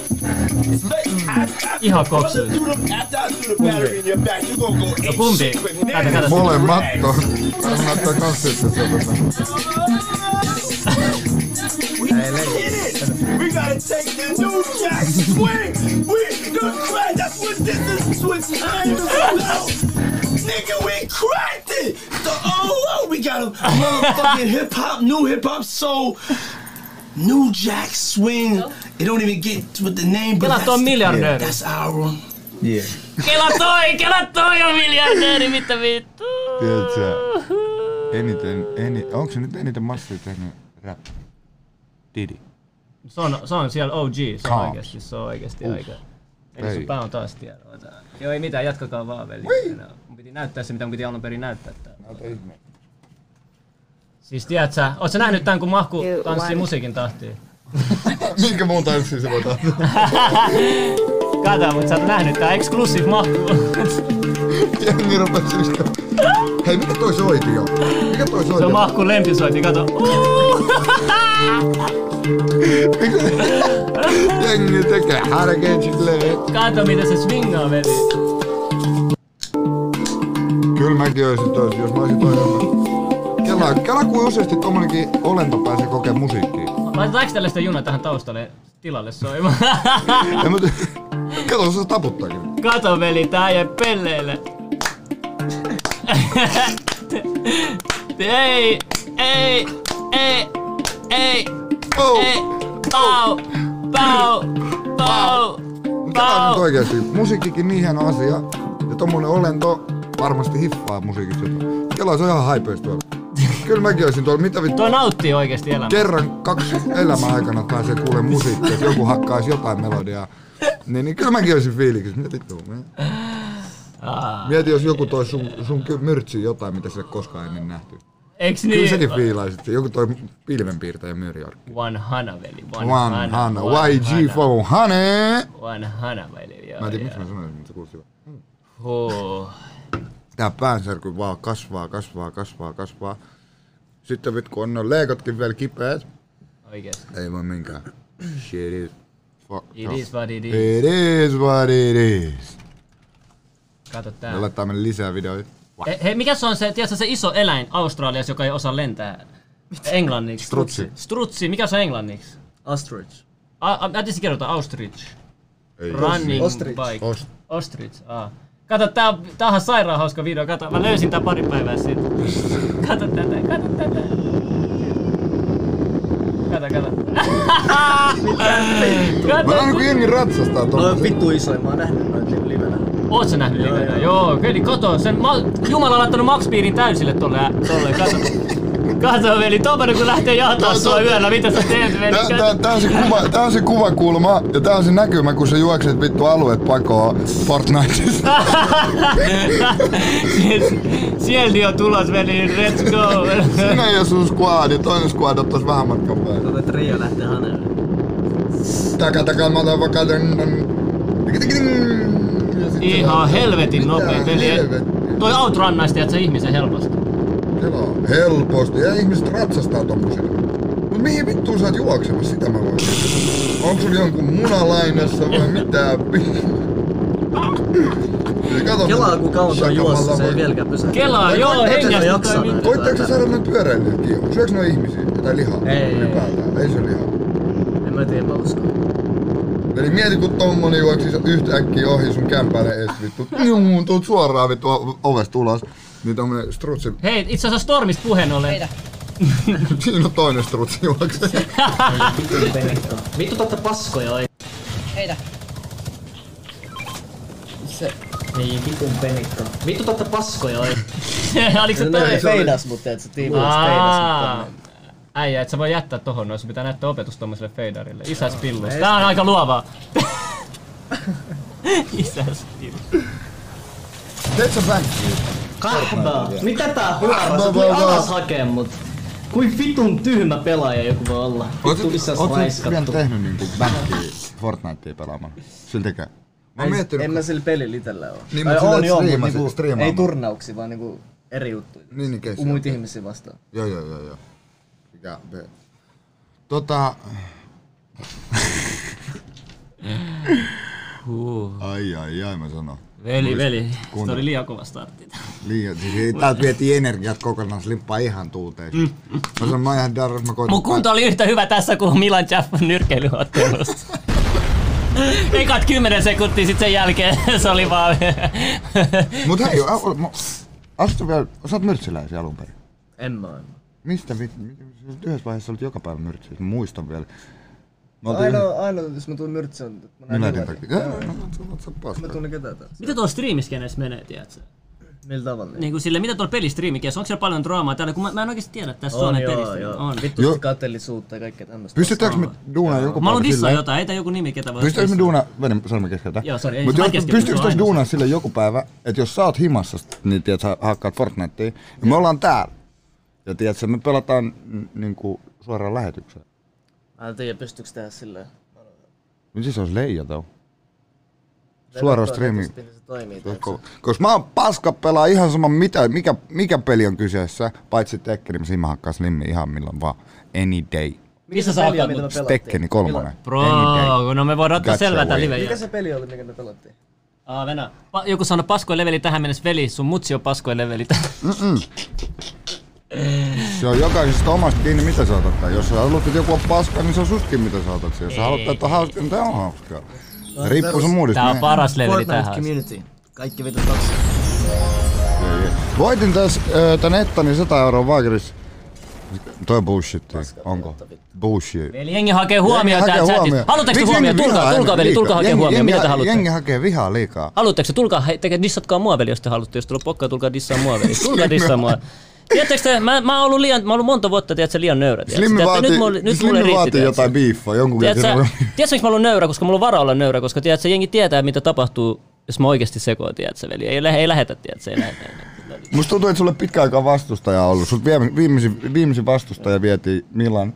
Speaker 12: But I, I,
Speaker 1: Ihan koksu.
Speaker 12: do them after I do the battery in your back, you gonna go
Speaker 1: No pumpi. Kato, kato.
Speaker 2: Molemmat on. Molemmat on konsertissa
Speaker 12: We gotta take the new jack swing. We the crack. That's what this is. This is what time is about. Nigga, we cracked it. The oh, oh, we got a motherfucking hip hop, new hip hop soul. New Jack Swing. It don't even get with the name, but
Speaker 1: Kela
Speaker 12: that's,
Speaker 1: toi miljardööri.
Speaker 12: that's our.
Speaker 11: Yeah.
Speaker 1: Kela toi, kela toi on miljardööri, mitä vittu.
Speaker 2: Tiedät sä, eniten, eni, onko se nyt eniten massia tehnyt rap? Didi.
Speaker 1: Se on, se on siellä OG, se on
Speaker 2: Calm.
Speaker 1: oikeesti, se on oikeesti
Speaker 2: Uff.
Speaker 1: aika. Eli sun
Speaker 2: Ei.
Speaker 1: pää on taas tiellä. Ota. Joo, ei mitään, jatkakaa vaan, veli. No, Mun piti näyttää se, mitä mun piti alun perin näyttää täällä. Siis tiedät sä, oot sä nähnyt tän kun Mahku tanssii musiikin tahtiin?
Speaker 2: Minkä muun tanssin se voi tanssia?
Speaker 1: Kato, mut sä oot nähnyt tää exclusive Mahku.
Speaker 2: Jengi rupes syystä. Hei, mikä toi soiti jo? Mikä toi soiti
Speaker 1: Se on
Speaker 2: on?
Speaker 1: Mahku lempisoitti, kato.
Speaker 2: Jengi tekee härkeet silleen.
Speaker 1: Kato miten se swingaa, veli.
Speaker 2: Kyllä mäkin oisin toisin, jos mä olisin toi homma. Kela, kela kuin useasti tommonenkin olento pääsee kokee musiikkiin.
Speaker 1: Laitetaanko tällaista juna tähän taustalle tilalle soimaan?
Speaker 2: En mä ty- Kato, se taputtaakin.
Speaker 1: Kato veli, tää jäi pelleille. ei, ei, ei, ei,
Speaker 2: Oh.
Speaker 1: ei, pau, pau, pau,
Speaker 2: Tämä on nyt
Speaker 1: pau.
Speaker 2: oikeasti. Musiikkikin niin hieno asia. Ja tommonen olento varmasti hiffaa musiikista jotain. Kela, se on ihan haipeis tuolla. Kyllä mäkin olisin tuolla. Mitä vittu?
Speaker 1: Tuo nauttii oikeesti elämää.
Speaker 2: Kerran kaksi elämän aikana pääsee kuulemaan musiikkia, että joku hakkaisi jotain melodiaa. Niin, niin kyllä mäkin olisin fiiliksissä. Mitä vittu? mä-
Speaker 1: Ah,
Speaker 2: Mieti, jos joku toi sun, sun ky- myrtsiin jotain, mitä sille koskaan ennen nähty.
Speaker 1: Eiks
Speaker 2: Kyllä
Speaker 1: niin?
Speaker 2: säkin fiilaisit. sen. Joku toi pilvenpiirtäjä myrjorki.
Speaker 1: One hana veli, one,
Speaker 2: One
Speaker 1: hana,
Speaker 2: Hana, YG Phone Hane!
Speaker 1: One hana veli, joo.
Speaker 2: Mä en
Speaker 1: joo.
Speaker 2: tiedä, miksi mä sanoin, mutta se kuulosti hyvä.
Speaker 1: Huh.
Speaker 2: tää päänsärky vaan kasvaa, kasvaa, kasvaa, kasvaa. Sitten vit, kun on ne leikatkin vielä kipeät,
Speaker 1: Oikeesti.
Speaker 2: ei voi minkään. Shit is fuck
Speaker 1: It is what it is.
Speaker 2: It is what it is.
Speaker 1: Kato tää.
Speaker 2: Me laittaa meille lisää videoita. Wow.
Speaker 1: E- Hei, mikä se on se, tiedätkö, se iso eläin Australiassa, joka ei osaa lentää englanniksi?
Speaker 2: Strutsi.
Speaker 1: Strutsi, mikä se on englanniksi?
Speaker 6: Ostrich.
Speaker 1: A- a- Mä tietysti kerrotaan ostrich.
Speaker 2: Ei.
Speaker 1: Running
Speaker 6: Ostrich.
Speaker 1: bike.
Speaker 2: Ost-
Speaker 1: Ostrich, aa. Kato, tää on, tää on sairaan hauska video, kato. Mä löysin tää pari päivää sitten. Kato tätä, kato tätä. Kato, kato.
Speaker 2: Mä
Speaker 1: kato.
Speaker 2: näen kun jengi ratsastaa
Speaker 6: No on
Speaker 2: tuolla.
Speaker 6: vittu isoja, mä oon nähnyt noita livenä.
Speaker 1: Oot sä nähnyt livenä? Joo, kyllä kato. Sen ma- Jumala on laittanut Max Piirin täysille tolle, tolle kato. Kato veli, tommonen kun lähtee jahtaa sua yöllä, mitä sä teet veli?
Speaker 2: Tää, tää, tää, on se kuva, tää on se kuvakulma ja tää on se näkymä, kun sä juokset vittu alueet pakoon Fortniteista.
Speaker 1: Siis Sieltä on tulos veli, let's go.
Speaker 2: Sinä ja sun squadi, toinen squad ottais vähän matkan päälle.
Speaker 6: Tuo Tuota trio lähtee hanelle.
Speaker 2: Taka, taka, mata, vaka,
Speaker 1: Ihan helvetin nopea veli. Toi outrunnaisti, että se ihmisen helposti.
Speaker 2: Joo, helposti. Ja ihmiset ratsastaa tommosilla. Mut mihin vittuun sä oot juoksemassa, sitä mä voin kysyä. Onko sulla jonkun munalainassa vai mitä? Kato,
Speaker 6: Kelaa kun kauan on juossa, se ei vieläkään pysähdy.
Speaker 1: Kelaa,
Speaker 6: Tai
Speaker 1: joo,
Speaker 6: koittaako se
Speaker 1: hengästä
Speaker 6: jaksaa
Speaker 1: tai
Speaker 6: näin?
Speaker 1: mitään.
Speaker 2: Koittaako sä saada noin pyöräilijät kiinni? Syöks noin ihmisiä? Tai lihaa?
Speaker 6: Ei.
Speaker 2: Ylipäätään. Ei se lihaa.
Speaker 6: En mä tiedä, mä uskon.
Speaker 2: Eli mieti kun tommonen juoksisi yhtäkkiä ohi sun kämpäinen ees vittu. Juu, tuut suoraan vittu o- ovesta ulos. Niin tommonen strutsi.
Speaker 1: Hei, itse asiassa Stormista puheen ollen.
Speaker 2: Siinä on toinen strutsi juokse.
Speaker 3: Vittu tätä paskoja oi.
Speaker 13: Heitä.
Speaker 6: Se...
Speaker 3: Ei vitun penikka. Vittu tätä paskoja oi.
Speaker 1: Oliko se
Speaker 6: No, ne
Speaker 1: toi?
Speaker 6: Feidas mut, tiedät sä, tiimilas feidas mut
Speaker 1: Aa.
Speaker 6: tänne.
Speaker 3: niin.
Speaker 1: Äijä, et sä voi jättää tohon noin, sun pitää näyttää opetus tommoselle feidarille. Isäs pillus.
Speaker 6: Ei
Speaker 1: Tää on
Speaker 6: sitä.
Speaker 1: aika luovaa. Isäs pillus.
Speaker 2: Teet sä
Speaker 3: Kahvaa. Mitä tää huomaa?
Speaker 1: Kahvaa,
Speaker 3: Sä voi
Speaker 1: kahvaa.
Speaker 3: alas hakee mut. Kuin vitun tyhmä pelaaja joku voi olla. Vittu lisäs
Speaker 2: vielä
Speaker 3: raiskattu.
Speaker 2: tehnyt niinku backia Fortnitea pelaamaan? Siltikään. Mä oon
Speaker 6: Ei,
Speaker 2: miettinyt,
Speaker 6: En mä sillä pelillä itellä oo.
Speaker 2: Niin, mut
Speaker 6: Tai
Speaker 2: sillä
Speaker 6: on
Speaker 2: et
Speaker 6: joo, mut
Speaker 2: striimasi-
Speaker 6: niinku,
Speaker 2: striimaamalla.
Speaker 6: ei turnauksi, vaan niinku eri juttuja.
Speaker 2: Niin, niin, keskiä.
Speaker 6: Muita ihmisiä vastaan.
Speaker 2: Joo, joo, joo, joo. Mikä B? Tota... ai, ai, ai, mä sanon.
Speaker 1: Veli,
Speaker 2: Muist-
Speaker 1: veli. Se
Speaker 2: Kuuntele.
Speaker 1: oli liian kova startti.
Speaker 2: Liian, siis ei, täältä vietiin energiat kokonaan, se limppaa ihan tuuteen. Mä sanon, mä oon ihan darras, mä koitan...
Speaker 1: Mun kunto oli yhtä hyvä tässä kuin Milan Jaffan nyrkkeilyottelussa. Ekat 10 sekuntia sit sen jälkeen se oli vaan...
Speaker 2: Mut hei, a- a- mä- astu vielä, sä oot myrtsiläisiä alun perin.
Speaker 6: En mä en.
Speaker 2: Mistä vit... mi- siis Yhdessä vaiheessa olit joka päivä myrtsiläisiä, mä muistan vielä. Mä oltiin
Speaker 6: Ainoa, ainoa, jos mä tuun myrtsi on, että mä näen
Speaker 2: Miladin
Speaker 6: Miladin.
Speaker 2: takia. Joo,
Speaker 6: Joo.
Speaker 2: no, mut sä- mut sä paskaa.
Speaker 6: Mä tunnen ketään taas.
Speaker 1: Mitä tuolla striimiskenessä menee, tiedätkö?
Speaker 6: Millä tavalla?
Speaker 1: Niin kuin sille, mitä tuolla pelistriimikielessä, onko siellä paljon draamaa täällä, kun mä, mä en oikeesti tiedä tästä
Speaker 6: On,
Speaker 1: Suomen
Speaker 6: joo,
Speaker 1: pelistä.
Speaker 6: joo.
Speaker 1: On.
Speaker 6: Vittu kateellisuutta ja kaikkea tämmöstä.
Speaker 2: Pystytäänkö me duunaa joku
Speaker 1: Mä haluan
Speaker 2: päivä
Speaker 1: dissaa
Speaker 2: silleen-
Speaker 1: jotain, ei tää joku nimi, ketä voi...
Speaker 2: Pystyykö me duuna, Vene, sormi keskeltä.
Speaker 1: Joo, sori, ei
Speaker 2: Mut
Speaker 1: se mä
Speaker 2: jos-
Speaker 1: keskeytän,
Speaker 2: pystyykö
Speaker 1: se on
Speaker 2: tässä
Speaker 1: aina
Speaker 2: duunaa sille joku päivä, että jos sä oot himassa, niin tiedät sä hakkaat Fortnitea, ja me ollaan täällä. Ja tiedät sä, me pelataan n- niinku suoraan lähetykseen.
Speaker 6: Mä en tiedä, pystyykö tehdä silleen.
Speaker 2: Niin siis olisi leijata.
Speaker 6: Vedä
Speaker 2: Suoraan
Speaker 6: toi
Speaker 2: streamiin.
Speaker 6: nettisivuille, niin se toimii,
Speaker 2: Ko- Koska mä oon paska pelaa ihan sama mitä, mikä, mikä peli on kyseessä, paitsi Tekkeni, mä siinä mä hakkaan slimmi ihan milloin vaan. Any day.
Speaker 1: Missä sä
Speaker 6: peliä,
Speaker 1: otat
Speaker 6: mitä me
Speaker 1: mut?
Speaker 6: pelattiin?
Speaker 2: Tekkeni kolmonen.
Speaker 1: Bro, no me voidaan ottaa
Speaker 2: Gotcha
Speaker 1: selvää tää
Speaker 2: way.
Speaker 1: live
Speaker 6: Mikä
Speaker 1: jälkeen.
Speaker 6: se peli oli, mikä me pelattiin?
Speaker 1: Aa, Venä. Pa- joku sanoi paskoin leveli tähän mennessä, veli, sun mutsi on paskoin leveli tähän.
Speaker 2: Mm-mm. Se on jokaisesta omasta kiinni, mitä sä otat. Jos sä haluat, että joku on paska, niin se on sustakin, mitä sä otat. Jos sä haluat, että on hauska, niin tää on hauskaa. Riippuu sun muodista. niin-
Speaker 1: Tää on
Speaker 2: Me-
Speaker 1: paras leveli
Speaker 6: Fortnite
Speaker 1: tähän.
Speaker 6: Community. Kaikki vitut kaksi.
Speaker 2: Voitin tässä äh, tän Ettani 100 euroa vaakerissa. Toi bullshit, onko? Bullshit.
Speaker 1: Veli, jengi hakee huomioon tää chatissa. Haluatteko te
Speaker 2: Miksi
Speaker 1: huomioon?
Speaker 2: jengi vihaa
Speaker 1: Tulkaa, tulkaa
Speaker 2: aina
Speaker 1: veli,
Speaker 2: liikaa?
Speaker 1: tulkaa hakee
Speaker 2: Jengi-
Speaker 1: huomioon,
Speaker 2: jengi-
Speaker 1: mitä te haluatte.
Speaker 2: Jengi hakee vihaa liikaa.
Speaker 1: Haluatteko te, tulkaa, hei, tekee dissatkaa mua veli, jos te haluatte, jos tullut pokkaa, tulkaa dissaa mua veli. Tulkaa dissaa mua. Tiedättekö te, mä, mä oon ollut liian, mä oon ollut monta vuotta, tiedätkö, liian nöyrä. tiedätkö?
Speaker 2: Slimmi
Speaker 1: Tiedätkö,
Speaker 2: vaatii,
Speaker 1: nyt mulle, nyt mulle
Speaker 2: Slimmi
Speaker 1: riitti,
Speaker 2: vaatii
Speaker 1: tiedätkö?
Speaker 2: jotain biiffaa jonkun
Speaker 1: Tiedätkö,
Speaker 2: kerran.
Speaker 1: tiedätkö, miksi mä olen nöyrä, koska mulla on varaa olla nöyrä, koska tiedätkö, jengi tietää, mitä tapahtuu, jos mä oikeasti sekoon, tiedätkö, veli. Ei, lähe, ei lähetä, tiedätkö, ei lähetä.
Speaker 2: Musta tuntuu, että sulle pitkä aikaa vastustaja on ollut. Sut vie- viimeisin, viimeisin vastustaja vietiin Milan.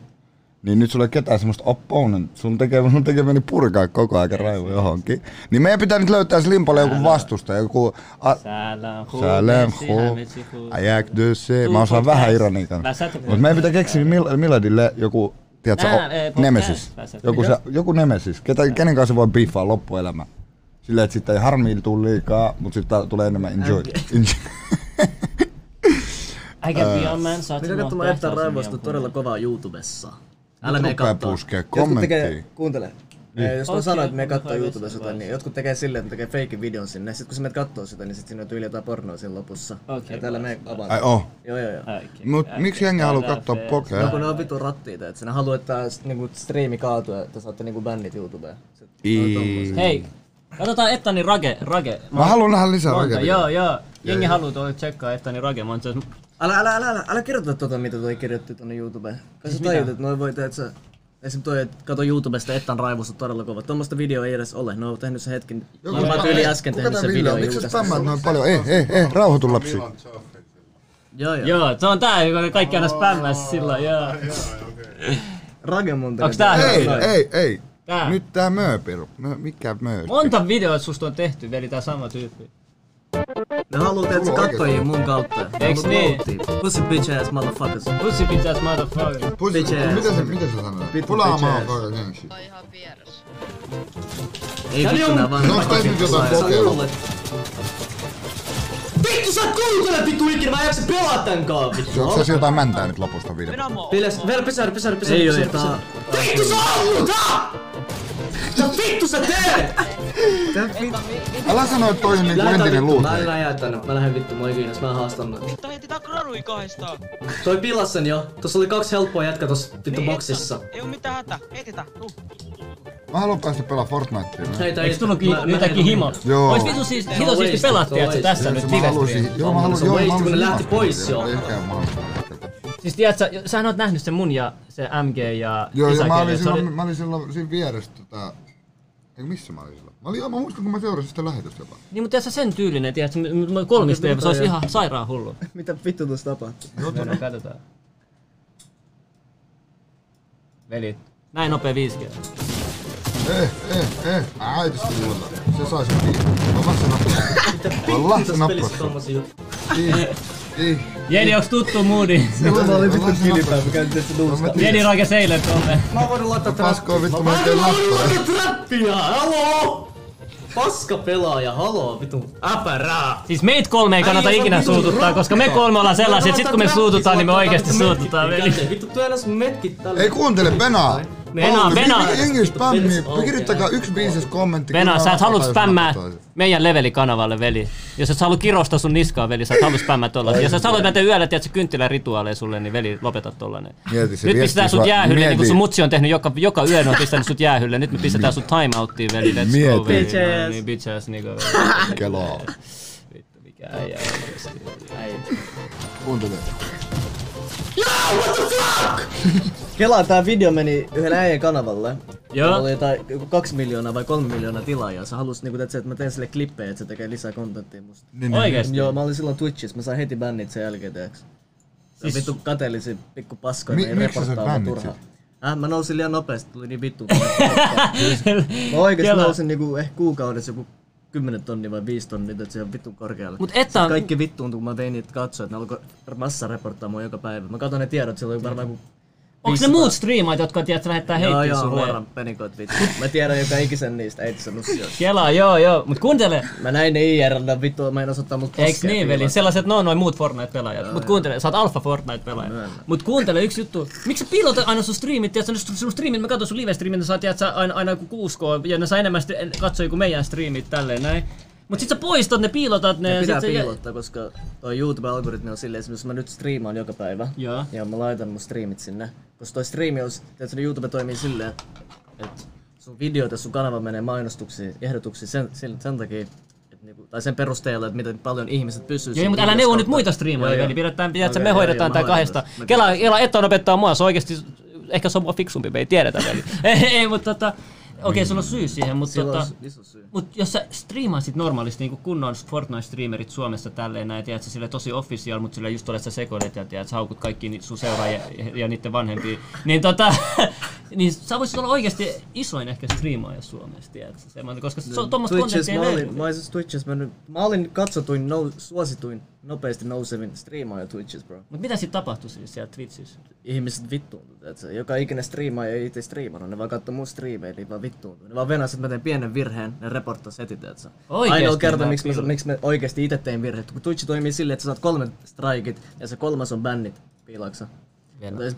Speaker 2: Niin nyt sulla ei ketään semmoista opponent. Sun tekee, sun tekee meni purkaa koko ajan raivo johonkin. Niin meidän pitää nyt löytää se limpalle joku vastustaja. Joku... A-
Speaker 1: Salam,
Speaker 2: Salem, Ajak de se. Mä osaan vähän ironiikan. Mutta meidän pitää keksiä Mil- Miladille joku, tiedätkö,
Speaker 1: Nää, eh,
Speaker 2: o- nemesis.
Speaker 1: podcast.
Speaker 2: Joku, se, joku nemesis. Ketä, kenen kanssa se voi biffaa loppuelämä. Silleen, että sitten ei harmiin tule liikaa, mutta sitten tulee enemmän enjoy. enjoy.
Speaker 1: I can be your man, saat
Speaker 6: Mitä
Speaker 1: sinua
Speaker 6: katsomaan Ettan
Speaker 1: tähtäisiä
Speaker 6: raivoista
Speaker 1: miehen
Speaker 6: todella kovaa YouTubessa. Älä mene
Speaker 2: Rupeaa
Speaker 6: kattoo.
Speaker 2: puskee
Speaker 6: Jotkut
Speaker 2: kommenttia.
Speaker 6: tekee- Kuuntele.
Speaker 2: Niin.
Speaker 6: Eh, Jos mä
Speaker 1: Okei,
Speaker 6: sanoin, että me
Speaker 1: mä
Speaker 6: kattoo
Speaker 1: voin
Speaker 6: YouTubessa
Speaker 1: vastata
Speaker 6: jotain, niin jotkut tekee silleen, että ne tekee fake videon sinne. Sitten kun sä menet kattoo sitä, niin sit siinä on tyyli jotain pornoa siinä lopussa.
Speaker 1: Okei,
Speaker 6: Ja täällä me avataan.
Speaker 2: Ai oo.
Speaker 6: Joo, joo, joo.
Speaker 2: Mut miksi jengi haluaa katsoa pokea?
Speaker 6: No kun ne on vitu rattiita, että sinä haluat, että s- niinku striimi kaatuu, ja että saatte niinku bännit YouTubeen. Sit-
Speaker 1: Hei, katsotaan Ettani Rage. rage.
Speaker 2: Mä haluan nähdä lisää
Speaker 1: Monta,
Speaker 2: Rage-videoita.
Speaker 1: Joo, joo. Jengi
Speaker 2: joo.
Speaker 1: haluaa tuolla tsekkaa Ettani Rage. Mä oon itse asiassa-
Speaker 6: Älä, älä, älä, älä, älä kirjoita tota, mitä toi kirjoitti tonne YouTubeen. Kai sä
Speaker 1: Siis mitä?
Speaker 6: tajut, että noi voi tehdä, sä... Esim. toi, että kato YouTubesta Ettan raivossa todella kova. Tuommoista video ei edes ole. Ne on tehnyt sen hetken. Mä oon vaan tyyli äsken
Speaker 2: Kuka
Speaker 6: tehnyt
Speaker 2: tää
Speaker 6: sen
Speaker 2: Ville on?
Speaker 6: videon
Speaker 2: Miksi sä
Speaker 6: julkaista.
Speaker 2: spämmät noin paljon? Ei, ei, ei, rauhoitu lapsi.
Speaker 6: Joo, joo.
Speaker 1: Joo, se on tää, joka kaikki aina spämmäs silloin, joo.
Speaker 6: Rage mun
Speaker 1: Onks tää
Speaker 2: Ei,
Speaker 1: hyvä?
Speaker 2: ei, ei.
Speaker 1: Tää.
Speaker 2: Nyt tää mööpiru. Mö, mikä mööpiru?
Speaker 1: Monta videoa susta on tehty, veli, tää sama tyyppi.
Speaker 6: Ne haluu tehdä se katsojia mun kautta.
Speaker 1: Eiks niin?
Speaker 6: Pussy bitch ass motherfuckers.
Speaker 1: Pussy bitch ass motherfucker.
Speaker 2: Pussy-
Speaker 6: bitch ass.
Speaker 2: Mitä se, mitä se sanoo?
Speaker 6: Vittu
Speaker 2: Pulaamaa
Speaker 6: bitch ass.
Speaker 2: koko gengsi.
Speaker 6: Ei
Speaker 2: Tää
Speaker 6: vittu
Speaker 2: on-
Speaker 6: nää vanhat.
Speaker 2: Se on kai nyt jotain kokeilua.
Speaker 3: Vittu sä kuuntele vittu ikinä, mä en jaksa pelaa tän kaa vittu.
Speaker 2: Onko se jotain mäntää nyt lopusta videosta?
Speaker 3: Piles, vielä pysähdy, pysähdy, pysähdy,
Speaker 6: Ei oo,
Speaker 3: pysähdy,
Speaker 6: tää on-
Speaker 3: pysähdy. Vittu sä ammuta! Mitä vittu sä teet?
Speaker 2: Älä sano, että toi on niinku
Speaker 3: Lähetään
Speaker 2: entinen
Speaker 3: vittu.
Speaker 2: luut.
Speaker 3: Mä en mä jää tänne, mä lähden vittu, moi kiinnostaa, mä haastan nää.
Speaker 13: Mutta heti tää kranui kahdestaan.
Speaker 3: Toi pilas sen jo, tossa oli kaksi helppoa jätkä tossa vittu boksissa.
Speaker 13: Ei oo mitään hätää. Heitetä. Tuu.
Speaker 2: Mä haluan päästä pelaa Fortnitea. mä-
Speaker 3: Hei, tää
Speaker 1: Eiks tullutkin
Speaker 3: mä- mä
Speaker 1: jotakin
Speaker 3: heidän-
Speaker 1: himo?
Speaker 2: Joo.
Speaker 1: Ois vitu siis,
Speaker 3: Tää on
Speaker 1: hitu siisti
Speaker 3: waste,
Speaker 1: pelaat,
Speaker 3: tää on
Speaker 1: tiedätkö,
Speaker 3: waste.
Speaker 1: tässä
Speaker 2: Se
Speaker 1: nyt
Speaker 2: mä
Speaker 1: livestream.
Speaker 2: halusin, joo mä haluan,
Speaker 3: Se
Speaker 2: joo mä
Speaker 3: waste,
Speaker 2: halusin
Speaker 3: kun ne lähti
Speaker 2: ilmaista
Speaker 3: pois
Speaker 2: videota.
Speaker 3: jo.
Speaker 2: Ehkä mä haluan.
Speaker 1: Siis tiedätkö, sähän oot nähnyt sen mun ja se MG ja
Speaker 2: Joo, ja
Speaker 1: Isaki,
Speaker 2: mä olin
Speaker 1: se oli-
Speaker 2: silloin, mä olin silloin siinä vieressä tota... Eikö missä mä olin silloin? Mä olin, joo, mä muistan kun mä seurasin sitä lähetystä jopa.
Speaker 1: Niin mutta tiedätkö sen tyylinen, tiedätkö, kolmista
Speaker 6: Mitä- mitä
Speaker 1: se olisi
Speaker 6: toi-
Speaker 1: ihan sairaan hullu.
Speaker 6: Mitä vittu tuossa tapahtuu?
Speaker 1: No, katsotaan. Veli, näin nopea 5G.
Speaker 2: Eh, eh, eh. Äiti se mulla. Se saisi kiinni. Mä vasta nappasin. Mä
Speaker 3: Tässä
Speaker 2: vasta
Speaker 3: pelissä
Speaker 2: nappasin.
Speaker 3: tommosia juttuja.
Speaker 2: Ei.
Speaker 1: Jedi, onks tuttu moodi?
Speaker 6: Silloin mä olin vittu kilpää, mä käyn tietysti nuuskaan.
Speaker 1: Jedi rake seilen tuonne.
Speaker 6: Mä voin laittaa
Speaker 2: Paskoa vittu, mä
Speaker 3: Mä
Speaker 2: en tee
Speaker 3: en halua
Speaker 2: lappuja.
Speaker 3: tätä trappia, haloo! Paska pelaaja, haloo vittu. Äpärää!
Speaker 1: Siis meitä kolme ei kannata
Speaker 3: Ai, se on
Speaker 2: niin
Speaker 1: ikinä
Speaker 3: vitun
Speaker 1: suututtaa, koska me kolme ollaan sellaisia, että sit kun me suututaan, niin me oikeesti suututaan, veli.
Speaker 3: Vittu työnnäs metkit tälle.
Speaker 2: Ei kuuntele Benaa.
Speaker 1: Venaa, Venaa.
Speaker 2: Jengi spämmiä.
Speaker 3: Venaa.
Speaker 2: Kirjoittakaa yksi biises kommentti.
Speaker 1: Venä,
Speaker 2: kun
Speaker 1: sä et
Speaker 2: mä
Speaker 1: halua
Speaker 2: nappasin
Speaker 1: spämmää
Speaker 2: toisen.
Speaker 1: meidän levelikanavalle, veli. Jos et sä halua kirostaa sun niskaa, veli, sä et halua spämmää tollasia. Jos sä haluat näitä yöllä, tiedät sä kynttilän rituaaleja sulle, niin veli, lopeta tollanen.
Speaker 2: Mieti se
Speaker 1: Nyt
Speaker 2: viesti
Speaker 1: pistetään sut
Speaker 2: sua-
Speaker 1: jäähylle, niin
Speaker 2: mieti-
Speaker 1: kun sun mutsi on tehnyt joka, joka yön, on pistänyt sut jäähylle. Nyt me pistetään sut timeouttiin, veli. Let's
Speaker 2: Mieti.
Speaker 1: go, veli.
Speaker 2: Bitch
Speaker 1: No niin, bitch ass nigga, veli.
Speaker 2: Kelaa.
Speaker 1: Vittu, mikä äijä oikeesti.
Speaker 2: Kuuntele.
Speaker 6: Kelaa tää video meni yhden äijän kanavalle.
Speaker 1: Joo.
Speaker 6: Oli jotain joku kaksi miljoonaa vai kolme miljoonaa tilaajaa. Se halusi niinku tietysti, että mä teen sille klippejä, että se tekee lisää kontenttia musta.
Speaker 2: Niin, niin.
Speaker 1: Oikeesti.
Speaker 6: Joo, mä olin silloin Twitchissä, mä sain heti bännit sen jälkeen teeks. Siis...
Speaker 1: Siis-
Speaker 6: Vittu kateellisin pikku paskoja,
Speaker 2: Mi-
Speaker 6: Mi- ei
Speaker 2: miksi sä
Speaker 6: reportaa
Speaker 2: sait
Speaker 6: vaan
Speaker 2: bännit
Speaker 6: turhaa.
Speaker 2: sit?
Speaker 6: Äh, mä nousin liian nopeasti, tuli niin vittu. mä oikeesti
Speaker 1: Kela.
Speaker 6: nousin niinku eh, kuukaudessa joku 10 tonnia vai 5 tonnia, että se on vittu korkealle.
Speaker 1: Mut et on-
Speaker 6: Kaikki vittuun, kun mä vein niitä katsoa, että ne alkoi massa reporttaa mua joka päivä. Mä katson ne tiedot, siellä oli varmaan joku
Speaker 1: Onks ne
Speaker 6: 500.
Speaker 1: muut striimaat, jotka tiedät, sä lähettää
Speaker 6: Joo,
Speaker 1: heittiä
Speaker 6: joo,
Speaker 1: sulle?
Speaker 6: huoran penikot vittu. Mä tiedän joka ikisen niistä, ei se nussioista.
Speaker 1: Kelaa, joo, joo. Mut kuuntele,
Speaker 6: Mä näin ne IRL, vittu, mä en osoittaa mut
Speaker 1: Eiks
Speaker 6: poskea.
Speaker 1: niin veli?
Speaker 6: piiloon.
Speaker 1: Sellaiset, no noin muut Fortnite-pelaajat. Mut kuuntele, sä oot alfa Fortnite-pelaaja. Mut kuuntele yksi juttu. Miksi sä piilotat aina sun striimit? Tiedätkö, sun, sun striimit, mä katson sun niin live-striimit, ne saa tiedätkö, aina, aina joku 6K, ja ne saa enemmän stri- katsoja kuin meidän striimit tälleen näin. Mut sit sä poistat ne, piilotat ne.
Speaker 6: Ne
Speaker 1: ja
Speaker 6: pitää
Speaker 1: sit sä-
Speaker 6: piilottaa, koska toi YouTube-algoritmi on silleen, esimerkiksi mä nyt striimaan joka päivä.
Speaker 1: Joo.
Speaker 6: Ja mä laitan mun striimit sinne. Koska toi striimi on, tiedätkö, ne YouTube toimii silleen, että et sun videoita, sun kanava menee mainostuksiin, ehdotuksiin sen, sen, sen takia, et niinku, tai sen perusteella, että miten paljon ihmiset pysyy
Speaker 1: Joo,
Speaker 6: siinä
Speaker 1: mutta älä
Speaker 6: videossa
Speaker 1: neuvo nyt
Speaker 6: kautta.
Speaker 1: muita
Speaker 6: Joo,
Speaker 1: striimoja,
Speaker 6: niin, joo.
Speaker 1: eli pidetään, pidetään,
Speaker 6: Okei,
Speaker 1: me
Speaker 6: joo,
Speaker 1: hoidetaan
Speaker 6: joo,
Speaker 1: tää
Speaker 6: mä hoidan
Speaker 1: kahdesta.
Speaker 6: tästä. Mä
Speaker 1: Kela, Kela Etton opettaa mua, se oikeesti, ehkä se on mua fiksumpi, me ei tiedetä veli. ei, ei, mutta tota, okei, sulla on syy siihen, mutta
Speaker 6: Sillä Niin. on
Speaker 1: tota,
Speaker 6: s- niin. iso syy.
Speaker 1: mut jos sä striimaisit normaalisti niinku kunnon Fortnite-streamerit Suomessa tälleen näin, tiedät sä sille tosi official, mutta sille just olet sä sekoilet ja tiedät sä haukut kaikki ni- sun seuraajia ja, ja niiden vanhempia, niin tota, niin sä voisit olla oikeesti isoin ehkä striimaaja Suomessa, tiedät sä, semmoinen, koska se
Speaker 6: Niin.
Speaker 1: on tommoista
Speaker 6: Twitchissä
Speaker 1: kontenttia
Speaker 6: mä
Speaker 1: ei löydy.
Speaker 6: olin, mä olin siis Twitchissä mennyt, mä olin katsotuin, nou, suosituin, nopeasti nousevin striimaaja Twitchissä, bro.
Speaker 1: Mut mitä sit tapahtui siis siellä Twitchissä?
Speaker 6: ihmiset vittuuntuu, tiiätsä. Joka ikinen striimaaja ei itse striimannut, ne vaan kattoi mun striimejä, niin vaan vittuuntuu. Ne vaan venas, että mä teen pienen virheen, ne reporttas heti, tiiätsä.
Speaker 1: Oikeesti,
Speaker 6: Ainoa kerta,
Speaker 1: mä
Speaker 6: miksi mä,
Speaker 1: pil-
Speaker 6: miksi mä oikeesti itse tein virheet, kun Twitch toimii silleen, että sä saat kolme strikit ja se kolmas on bännit piilaksa.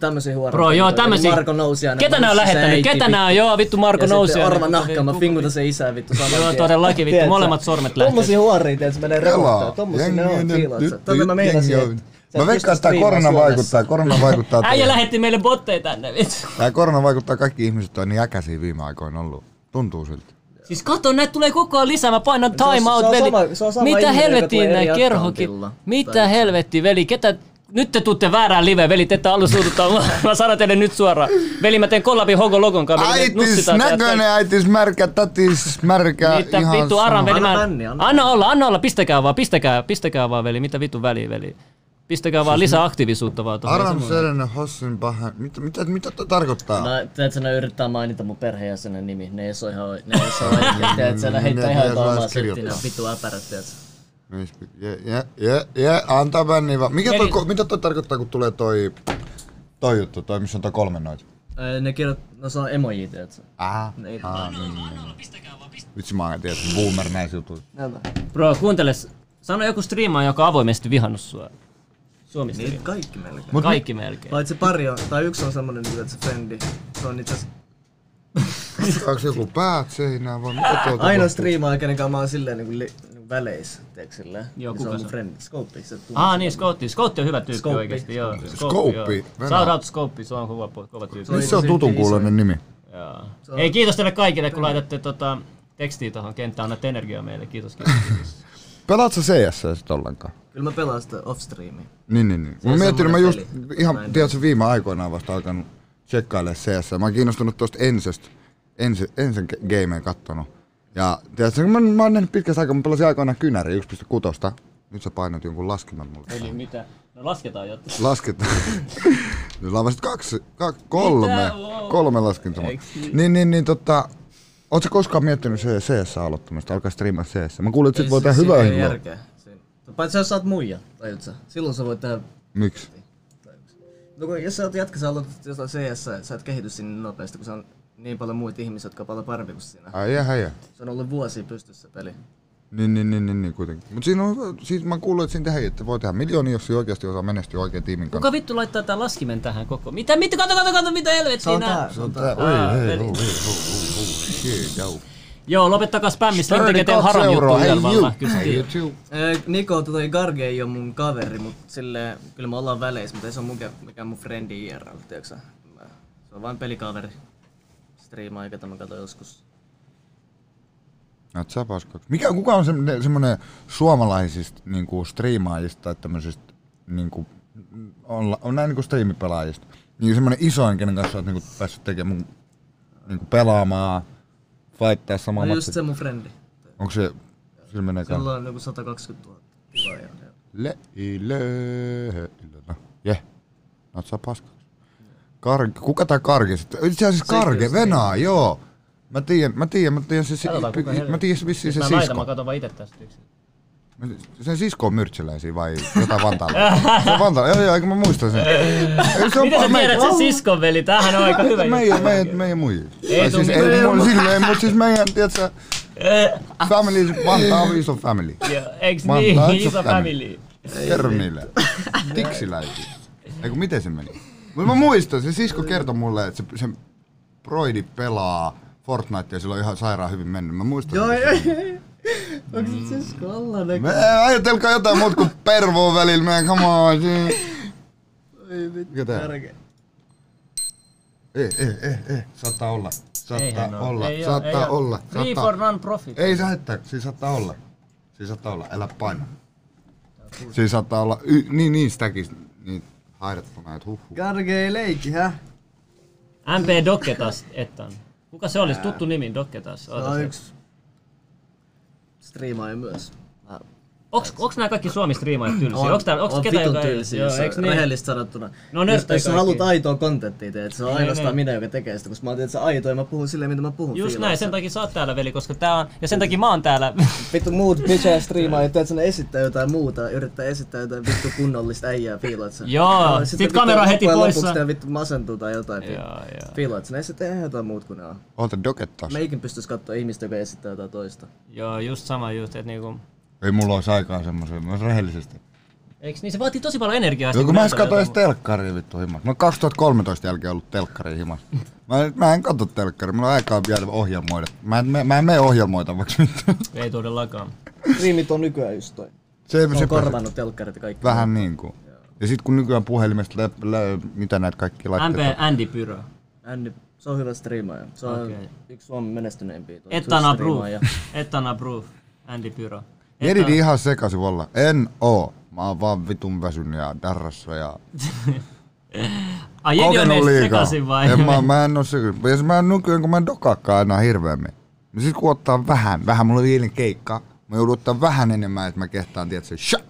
Speaker 6: Tämmöisiä huonoja.
Speaker 1: Bro, joo, tämmösiä.
Speaker 6: Marko nousi aina.
Speaker 1: Ketä nää on lähettänyt? Ketä nää on? Joo, vittu Marko nousi
Speaker 6: Ja
Speaker 1: aina.
Speaker 6: Orma nahka, mä pingutan sen isää vittu saman
Speaker 1: Joo,
Speaker 6: tien.
Speaker 1: todellakin vittu.
Speaker 6: Tiedätkö?
Speaker 1: Molemmat sormet lähtee.
Speaker 6: Tommosia huoria, tiiätsä, menee reporttaa.
Speaker 2: Pelaa.
Speaker 6: Tommosia ne on, piilaksa. Tätä mä meinasin, että
Speaker 2: Mä
Speaker 6: sä et pysty
Speaker 2: veikkaan, että tää
Speaker 6: striimaan
Speaker 2: korona
Speaker 6: Suomessa.
Speaker 2: vaikuttaa, korona vaikuttaa.
Speaker 1: Äijä
Speaker 2: tähän.
Speaker 1: lähetti meille botteja tänne, vittu.
Speaker 2: Tää korona vaikuttaa kaikki ihmiset, on niin äkäisiä viime aikoina ollut. Tuntuu siltä.
Speaker 1: Siis kato, näitä tulee koko ajan lisää. Mä painan
Speaker 6: se on-
Speaker 1: time
Speaker 6: se
Speaker 1: out,
Speaker 6: on
Speaker 1: veli.
Speaker 6: sama- se on sama
Speaker 1: Mitä
Speaker 6: ihminen, joka
Speaker 1: helvettiin
Speaker 6: tulee
Speaker 1: nää
Speaker 6: eri
Speaker 1: kerhokin?
Speaker 6: accountilla.
Speaker 1: Mitä
Speaker 6: Tai-
Speaker 1: helvettiin, veli? Ketä Nyt te tuutte väärään liveen, veli, te ette halua suututtaa mua. Mä sanon teille nyt suoraan. Veli, mä teen kollabin Hogo Logon kanssa. veli, me
Speaker 2: Äitis
Speaker 1: nussitaan teidät
Speaker 2: näköinen, äitis märkä, tätis märkä.
Speaker 6: Niin,
Speaker 1: Mitä
Speaker 2: ihan
Speaker 1: vittu
Speaker 2: sama.
Speaker 1: Aran veli, mä... anna olla, anna olla, pistäkää vaan, pistäkää, pistäkää vaan veli, mitä vittu väliä veli. Pistäkää
Speaker 2: Siis
Speaker 1: vaan lisää aktiivisuutta vaan tuohon.
Speaker 2: Aram Serena Hossin pahan. Mitä, mitä, mitä toi tarkoittaa?
Speaker 6: Mä, teet sä, ne yrittää mainita mun perheenjäsenen nimi. Ne ei saa ihan, ne ei saa oikein. Teet sä, ne heittää
Speaker 2: Ne
Speaker 6: ihan
Speaker 2: ei
Speaker 6: jotain
Speaker 2: saa
Speaker 6: omaa
Speaker 2: edes
Speaker 6: settiä.
Speaker 2: kirjoittaa.
Speaker 6: Vittu äpärät, teet sä.
Speaker 2: Je, je, je, je, antaa bänni vaan. Mikä toi, ko- mitä toi tarkoittaa, kun tulee toi, toi juttu, toi missä on toi kolme noita?
Speaker 6: Ei, Ne kirjoittaa, no se on emoji, teet sä.
Speaker 2: Ah,
Speaker 6: Ne ei-
Speaker 2: ah niin, niin, niin. Vitsi mä oon tiedät, boomer näissä jutuissa.
Speaker 1: Bro, kuuntele, sano joku striimaa, joka on avoimesti vihannut sua. Suomi
Speaker 6: Niin,
Speaker 1: striimaa.
Speaker 6: kaikki melkein.
Speaker 1: Mut Kaikki mi- melkein.
Speaker 6: Paitsi pari on, tai yksi on semmonen, niin että se frendi. Se on itse asiassa
Speaker 2: Onks joku päät seinään vai mitä tuota tuolta?
Speaker 6: ainoa
Speaker 2: tapahtuu?
Speaker 6: striimaa, kenen kanssa mä oon silleen niinku li- niinku väleissä, teekö sillä?
Speaker 1: Joo,
Speaker 6: Niin
Speaker 1: kuka
Speaker 6: se on
Speaker 1: se
Speaker 6: mun
Speaker 1: on?
Speaker 6: frendi. Scope, se tuntuu.
Speaker 1: Ah niin, Scoutti. Scoutti on hyvä tyyppi
Speaker 6: Scoutti.
Speaker 1: oikeesti, joo.
Speaker 2: Scoutti,
Speaker 1: joo.
Speaker 2: Venäjä.
Speaker 1: Shout out Scoutti, se on kova, po- kova tyyppi.
Speaker 2: Missä on tutun kuuloinen nimi?
Speaker 1: Joo. Hei, kiitos teille kaikille, kun laitatte tota, tekstiä tuohon kenttään. Annatte energiaa meille. Kiitos, kiitos. kiitos.
Speaker 2: Pelaat sä CS sit ollenkaan?
Speaker 6: Kyllä mä pelaan sitä off-streamia.
Speaker 2: Niin, niin, niin.
Speaker 6: Se
Speaker 2: Mä
Speaker 6: on
Speaker 2: mietin, mä
Speaker 6: semmonen
Speaker 2: just
Speaker 6: peli. Mä
Speaker 2: ihan,
Speaker 6: en-
Speaker 2: tiedätkö, viime aikoina on vasta alkanut tsekkailemaan CS. Mä oon kiinnostunut tosta Ensestä, Ense, Ensen ge- gameen kattonut. Ja tiedätkö, mä, mä oon nähnyt pitkästä aikaa, mä pelasin aikoinaan kynäri 1.6. Nyt sä painat jonkun laskimen mulle.
Speaker 1: Eli mitä? No lasketaan jotain.
Speaker 2: Lasketaan. Nyt on vasta kaksi, kaksi kolme,
Speaker 1: Mitä? Wow.
Speaker 2: kolme laskintaa.
Speaker 1: Eiks niin?
Speaker 2: Niin, niin, niin, tota, Oletko koskaan miettinyt se CS aloittamista, alkaa striimaa CS? Mä kuulin, että sit
Speaker 6: Ei,
Speaker 2: voi
Speaker 6: si-
Speaker 2: tehdä
Speaker 6: siinä
Speaker 2: hyvää
Speaker 6: ei
Speaker 2: hyvää.
Speaker 6: järkeä. Siinä- Paitsi jos sä oot muija, tajut sä. Silloin sä voit tehdä...
Speaker 2: Miksi?
Speaker 6: No kun jos sä oot jatka, sä aloitat jostain CS, sä et kehity sinne niin nopeasti, kun sä on niin paljon muita ihmisiä, jotka on paljon parempi kuin sinä.
Speaker 2: Ai jää, jää.
Speaker 6: Se on ollut vuosia pystyssä peli.
Speaker 2: Niin, niin, niin, niin, niin kuitenkin. Mut siinä on, hyvä- siis mä kuulin, että siinä tehdään, että voi tehdä miljoonia, jos se oikeasti osaa menestyä oikein tiimin kanssa.
Speaker 1: Kuka vittu laittaa tää laskimen tähän koko? Mitä? Mitä? Kato, kato, kato, mitä helvettiä nää?
Speaker 2: Se on tää.
Speaker 1: Aa,
Speaker 2: Oi, hei,
Speaker 1: veli.
Speaker 2: hoi, hei, hoi, hoi,
Speaker 1: Joo, lopettakaa spämmi, Slim tekee teidän
Speaker 2: 32
Speaker 1: haram juttu
Speaker 2: euroa, hei,
Speaker 1: yhdellä
Speaker 2: you.
Speaker 1: vaan. Kyllä se
Speaker 2: Hei,
Speaker 1: tiedät.
Speaker 6: Ö, Niko, tota, Garge ei oo mun kaveri, mut sille kyllä me ollaan väleissä, mutta ei se on mikään, mikään mun friendi IRL, tiiäks sä? Mä- Se on vain pelikaveri. Striimaa, jota mä katsoin joskus.
Speaker 2: Näet sä paskaksi. Mikä, kuka on semmonen, semmonen suomalaisista niinku striimaajista tai tämmöisistä niinku, on, on näin niinku striimipelaajista, niin semmonen isoin, kenen kanssa oot niinku päässyt tekemään niinku pelaamaan, fighttaa samaa
Speaker 6: No
Speaker 2: no
Speaker 6: just se mun friendi.
Speaker 2: Onko se, sillä menee kans-
Speaker 6: Sillä on joku 120 000 tilaajaa.
Speaker 2: Le, le, le, Jeh. Oot sä paskaksi. Karki, kuka tää karki sitten? Itse asiassa
Speaker 1: Se
Speaker 2: karke,
Speaker 1: just
Speaker 2: Venaa, joo. Mä tiedän, mä tiedän, mä tiedän se, se,
Speaker 1: Katsotaan, kuka Siis
Speaker 2: mä tiedän se vissiin Siis se
Speaker 1: Mä laitan,
Speaker 2: sisko.
Speaker 1: mä katon vaan ite tästä yksin.
Speaker 2: Sen sisko on myrtsiläisiä vai jotain Vantaalla? se on Vantaalla, joo joo, eikö mä muista sen. Ei,
Speaker 1: Mitä sä tiedät sen siskon, veli? Tämähän on aika hyvä.
Speaker 2: Meidän, meidän, meidän muijia.
Speaker 1: Ei
Speaker 2: Tai
Speaker 1: tuu
Speaker 2: siis,
Speaker 1: mitään.
Speaker 2: ei, mu- silleen, mutta siis meidän, tiedätkö,
Speaker 1: Eh.
Speaker 2: family, Vantaa on iso family.
Speaker 1: Joo, Eiks
Speaker 2: Vantaa on
Speaker 1: niin? Iso family.
Speaker 2: Kerro niille. Tiksiläisiä. Eiku, miten se meni? Mut mä muistan, se sisko kertoi mulle, että se, se Broidi pelaa Fortnitea ja sillä on ihan sairaan hyvin mennyt. Mä muistan.
Speaker 6: Joo,
Speaker 2: sen.
Speaker 6: ei, ei, ei. Onks siis se Sisko Allanen?
Speaker 2: Me, ajatelkaa jotain muuta kuin pervoa välillä, man, come on.
Speaker 6: Ei vittu,
Speaker 2: Mikä tää on? Eh,
Speaker 6: Garge.
Speaker 2: Ei, ei, ei, ei, saattaa olla.
Speaker 1: Eihän
Speaker 2: Saattaa
Speaker 1: oo.
Speaker 2: olla,
Speaker 1: No, Ei oo,
Speaker 2: saattaa
Speaker 1: ei oo.
Speaker 2: olla.
Speaker 1: Free
Speaker 2: saattaa-
Speaker 1: for non-profit.
Speaker 2: Ei se haittaa, siis saattaa olla. Siis saattaa olla, älä paina. Siis saattaa olla, y, niin, niin sitäkin, niin haidattuna, että huh.
Speaker 6: Garge ei leikki, hä?
Speaker 1: MP Dokke taas ettan. Kuka se olisi? Tuttu nimi, Dokke taas.
Speaker 6: Se on yksi striimaaja myös. Mä-
Speaker 1: Onks, onks nää kaikki Suomi striimaajat tylsiä?
Speaker 6: On-
Speaker 1: Onks, tää, onks
Speaker 6: on
Speaker 1: ketään,
Speaker 6: vitun
Speaker 1: joka ei-
Speaker 6: tylsiä,
Speaker 1: Joo,
Speaker 6: se on
Speaker 1: eiks niin?
Speaker 6: rehellisesti sanottuna.
Speaker 1: No
Speaker 6: jos,
Speaker 1: nörttää
Speaker 6: jos sä haluat
Speaker 1: kaikki.
Speaker 6: aitoa kontenttia, teet, se on
Speaker 1: Niin,
Speaker 6: ainoastaan
Speaker 1: niin.
Speaker 6: minä, joka tekee sitä, koska mä oon se aitoa ja mä puhun silleen, mitä mä puhun
Speaker 1: Just
Speaker 6: fiilillä.
Speaker 1: näin, sen takia sä oot täällä veli, koska tää on... Ja sen takia mä oon täällä.
Speaker 6: Vittu muut bitchejä striimaa, että ne esittää jotain muuta, yrittää esittää jotain vittu kunnollista äijää, fiilaat sä.
Speaker 1: Joo, sit
Speaker 6: vittu
Speaker 1: kamera heti
Speaker 6: loppujen
Speaker 1: poissa.
Speaker 6: Lopuksi tää vittu masentuu tai jotain, fi- fiilaat sä, ne esittää ihan jotain muuta kuin ne on.
Speaker 2: Oota doket taas.
Speaker 6: Meikin pystyis kattoo ihmistä, joka esittää jotain toista.
Speaker 1: Joo, just sama just, et niinku...
Speaker 2: Ei mulla olisi aikaa semmoiseen, myös rehellisesti.
Speaker 1: Eiks niin? Se vaatii tosi paljon energiaa.
Speaker 2: Joo,
Speaker 1: sit,
Speaker 2: kun mä en
Speaker 1: näytellä
Speaker 2: katso edes
Speaker 1: jotain
Speaker 2: telkkaria vittu himassa. Mä oon 2013 jälkeen ollut telkkari himassa. Mä, en- mä en katso telkkaria, mulla on aikaa vielä ohjelmoida. Mä en, mä, mä en mene ohjelmoitavaksi vittu.
Speaker 1: muuta. Ei todellakaan.
Speaker 6: Striimit on nykyään just toi.
Speaker 2: Se-
Speaker 6: Se,
Speaker 2: se-
Speaker 6: on korvannut telkkarit ja kaikki.
Speaker 2: Vähän niin kuin. Ja sit kun nykyään puhelimesta, lä- lä- mitä näitä kaikki laitteita
Speaker 1: MP Andy Pyro.
Speaker 6: Andy, se on hyvä striimaaja. Se on
Speaker 1: Okei.
Speaker 6: yksi Suomen menestyneimpiä. tuo
Speaker 1: Ettan approve.
Speaker 6: striimaaja.
Speaker 1: Ettan approve. Andy Pyro.
Speaker 2: Jedit ihan sekaisin olla. En oo. Mä oon vaan vitun väsynyt ja darrassa ja...
Speaker 1: Ai, Jenni on
Speaker 2: Kokenut
Speaker 1: edes
Speaker 2: liikaa.
Speaker 1: sekasin vai?
Speaker 2: En mä, mä en oo sekasin. Ja siis mä en nykyään, kun mä en dokaakaan enää hirveämmin. Niin sit kun ottaa vähän, vähän, mulla oli eilen keikka. Mä joudun ottaa vähän enemmän, että mä kehtaan, tiedätkö, shut!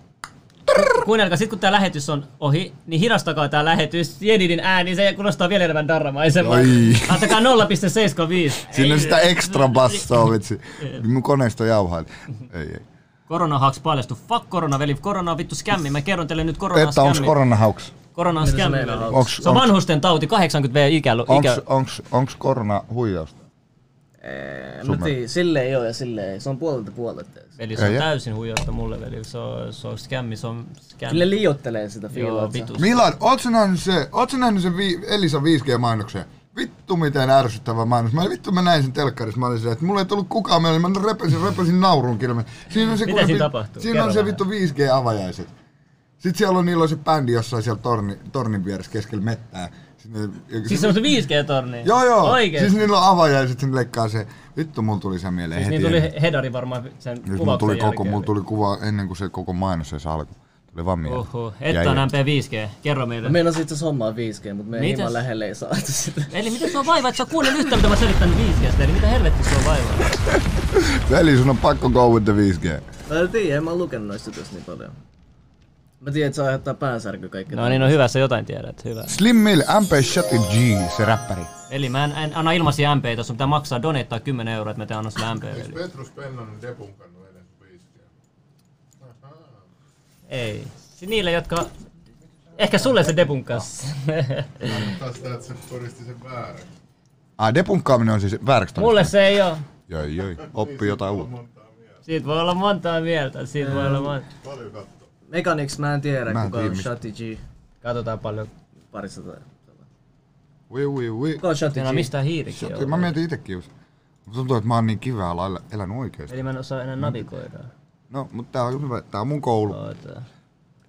Speaker 1: Kuunnelkaa, sit kun tää lähetys on ohi, niin hidastakaa tää lähetys. Jenidin ääni, se kuulostaa vielä enemmän darramaisemmalta.
Speaker 2: Oi.
Speaker 1: Antakaa 0,75.
Speaker 2: Siinä on
Speaker 1: Ei,
Speaker 2: sitä ekstra bassoa, vitsi. Mun koneisto jauhaa. Ei, ei.
Speaker 1: Korona haks paljastu. Fuck korona, veli. Korona on vittu skämmi. Mä kerron teille nyt korona
Speaker 2: Että onks
Speaker 1: skämmi.
Speaker 2: koronahauks?
Speaker 1: Korona on
Speaker 6: Mitä se
Speaker 1: skämmi.
Speaker 6: meinaa,
Speaker 1: veli.
Speaker 2: Hawks? Onks-
Speaker 1: se on
Speaker 2: onks-
Speaker 1: vanhusten tauti, 80 V ikä.
Speaker 2: Onks, onks, onks korona huijausta?
Speaker 6: Mä
Speaker 2: Sun
Speaker 6: tiedän, silleen ei oo ja silleen ei. Se on puolelta puolelta.
Speaker 1: Veli, se on
Speaker 2: Ei, jä-
Speaker 1: täysin huijausta mulle, veli. Se on, se on skämmi, se on skämmi.
Speaker 6: Kyllä liiottelee sitä
Speaker 1: Joo,
Speaker 6: fiilaa.
Speaker 1: vitu.
Speaker 2: Milan, ootko sä nähnyt se, ootko sä nähnyt sen vi- Elisa 5G-mainoksen? Vittu miten ärsyttävä mainos. Mä vittu mä näin sen telkkarissa, mä olin silleen, että mulla ei tullut kukaan mieleen, mä repesin, repesin naurun kilmen. Siinä on se,
Speaker 1: Mitä
Speaker 2: kun ne
Speaker 1: siinä
Speaker 2: vi-
Speaker 1: tapahtuu?
Speaker 2: Siinä
Speaker 1: Kerro
Speaker 2: on se
Speaker 1: vähän.
Speaker 2: vittu 5G-avajaiset. Sitten siellä on, niillä on se bändi jossain siellä torni, tornin vieressä keskellä mettää. Sitten ne-
Speaker 1: Siis se on se 5G-torni.
Speaker 2: Joo, joo.
Speaker 1: Oikein.
Speaker 2: Siis niillä on avajaiset, sitten leikkaa se. Vittu, mulla tuli se mieleen
Speaker 1: Siis niin
Speaker 2: heti.
Speaker 1: tuli
Speaker 2: ennen.
Speaker 1: hedari varmaan sen
Speaker 2: Siis mulla
Speaker 1: kuvauksen
Speaker 2: tuli, koko,
Speaker 1: jälkeen.
Speaker 2: mulla tuli kuva ennen kuin se koko mainos se alkoi. Tuli vaan mieleen.
Speaker 1: Oho,
Speaker 2: Jäi-
Speaker 1: et on MP5G, kerro meille.
Speaker 6: Mä meinasin itse asiassa hommaa 5G, mutta me ei
Speaker 1: Mitäs?
Speaker 6: hieman lähelle ei saatu sitä.
Speaker 1: Eli miten sua vaivaa, et sä kuunnellut yhtään mitä mä selittänyt 5Gstä, eli mitä helvetti sua vaivaa?
Speaker 2: Veli, sun on pakko go with the 5G.
Speaker 6: Mä en tiedä, en mä oo lukenut noista jutuista niin paljon. Mä tiedän, että se aiheuttaa päänsärky kaikkea.
Speaker 1: No niin, no hyvä, sä jotain tiedät, hyvä.
Speaker 2: Slim Mill, MP Shuttle G, se räppäri.
Speaker 1: Eli mä en, en anna ilmaisia MPitä, sun pitää maksaa donettaa 10 euroa, että mä teen anna sulle MP.
Speaker 14: Eikö
Speaker 1: Eli.
Speaker 14: Petrus Pennanen debunkannut eilen biisiä?
Speaker 1: Ei. Siis niille, jotka... Ehkä sulle se debunkas.
Speaker 14: Tarkoittaa sitä, että se todisti sen väärin.
Speaker 2: Ah, depunkkaaminen on siis vääräksi
Speaker 1: Mulle se ei oo.
Speaker 2: Joi, joi. Oppi jotain uutta.
Speaker 1: Siitä voi olla montaa mieltä, siitä voi olla monta.
Speaker 14: Paljon kattoo.
Speaker 6: Mechanics mä en tiedä,
Speaker 2: Mä en
Speaker 6: kuka
Speaker 2: tiedä
Speaker 6: on
Speaker 2: mistä.
Speaker 6: Shotty G.
Speaker 1: Katsotaan paljon.
Speaker 6: Parissa tai...
Speaker 2: Ui, ui, ui.
Speaker 6: Kuka on Shotty
Speaker 1: En oo
Speaker 6: G?
Speaker 1: mistään hiirikin
Speaker 2: Shuttle, mä mietin itekin just. Mut Tuntuu, että mä oon niin kivää lailla elänyt oikeesti.
Speaker 1: Eli mä en osaa enää navigoida.
Speaker 2: No, mutta tää on hyvä. Tää on mun koulu.
Speaker 1: Oota.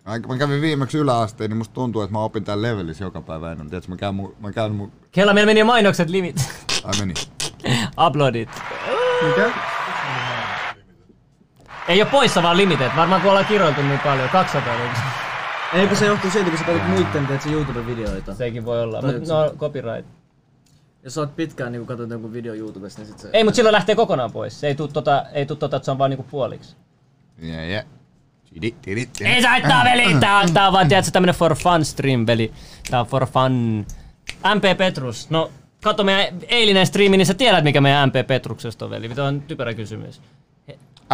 Speaker 2: Mä, mä kävin viimeksi yläasteen, niin musta tuntuu, että mä opin tän levelis joka päivä ennen. Tiedätkö, mä käyn mun... Mä käyn mun...
Speaker 1: Kella, meillä meni jo mainokset limit.
Speaker 2: Ai meni.
Speaker 1: Uploadit.
Speaker 2: Mikä?
Speaker 1: Ei oo poissa vaan limited, varmaan kun ollaan kiroiltu niin paljon, 200 nyt.
Speaker 6: Eikö se johtuu siitä, kun sä katsot muitten teet se YouTube-videoita?
Speaker 1: Sekin voi olla,
Speaker 6: Toi
Speaker 1: mut
Speaker 6: yksi.
Speaker 1: no copyright.
Speaker 6: Jos sä oot pitkään niinku katsot jonkun video YouTubesta, niin sit se...
Speaker 1: Ei, mut silloin lähtee kokonaan pois. Se ei tuu tota, ei tuu tota, että se on vaan niinku puoliksi.
Speaker 2: Jee, jee. Tidi, tidi, tidi.
Speaker 1: Ei saa haittaa, veli! Tää on, tää on vaan, tiedätkö, tämmönen for fun stream, veli. Tää on for fun. MP Petrus, no kato meidän eilinen striimi, niin sä tiedät mikä meidän MP Petruksesta on, veli. Tuo on typerä kysymys.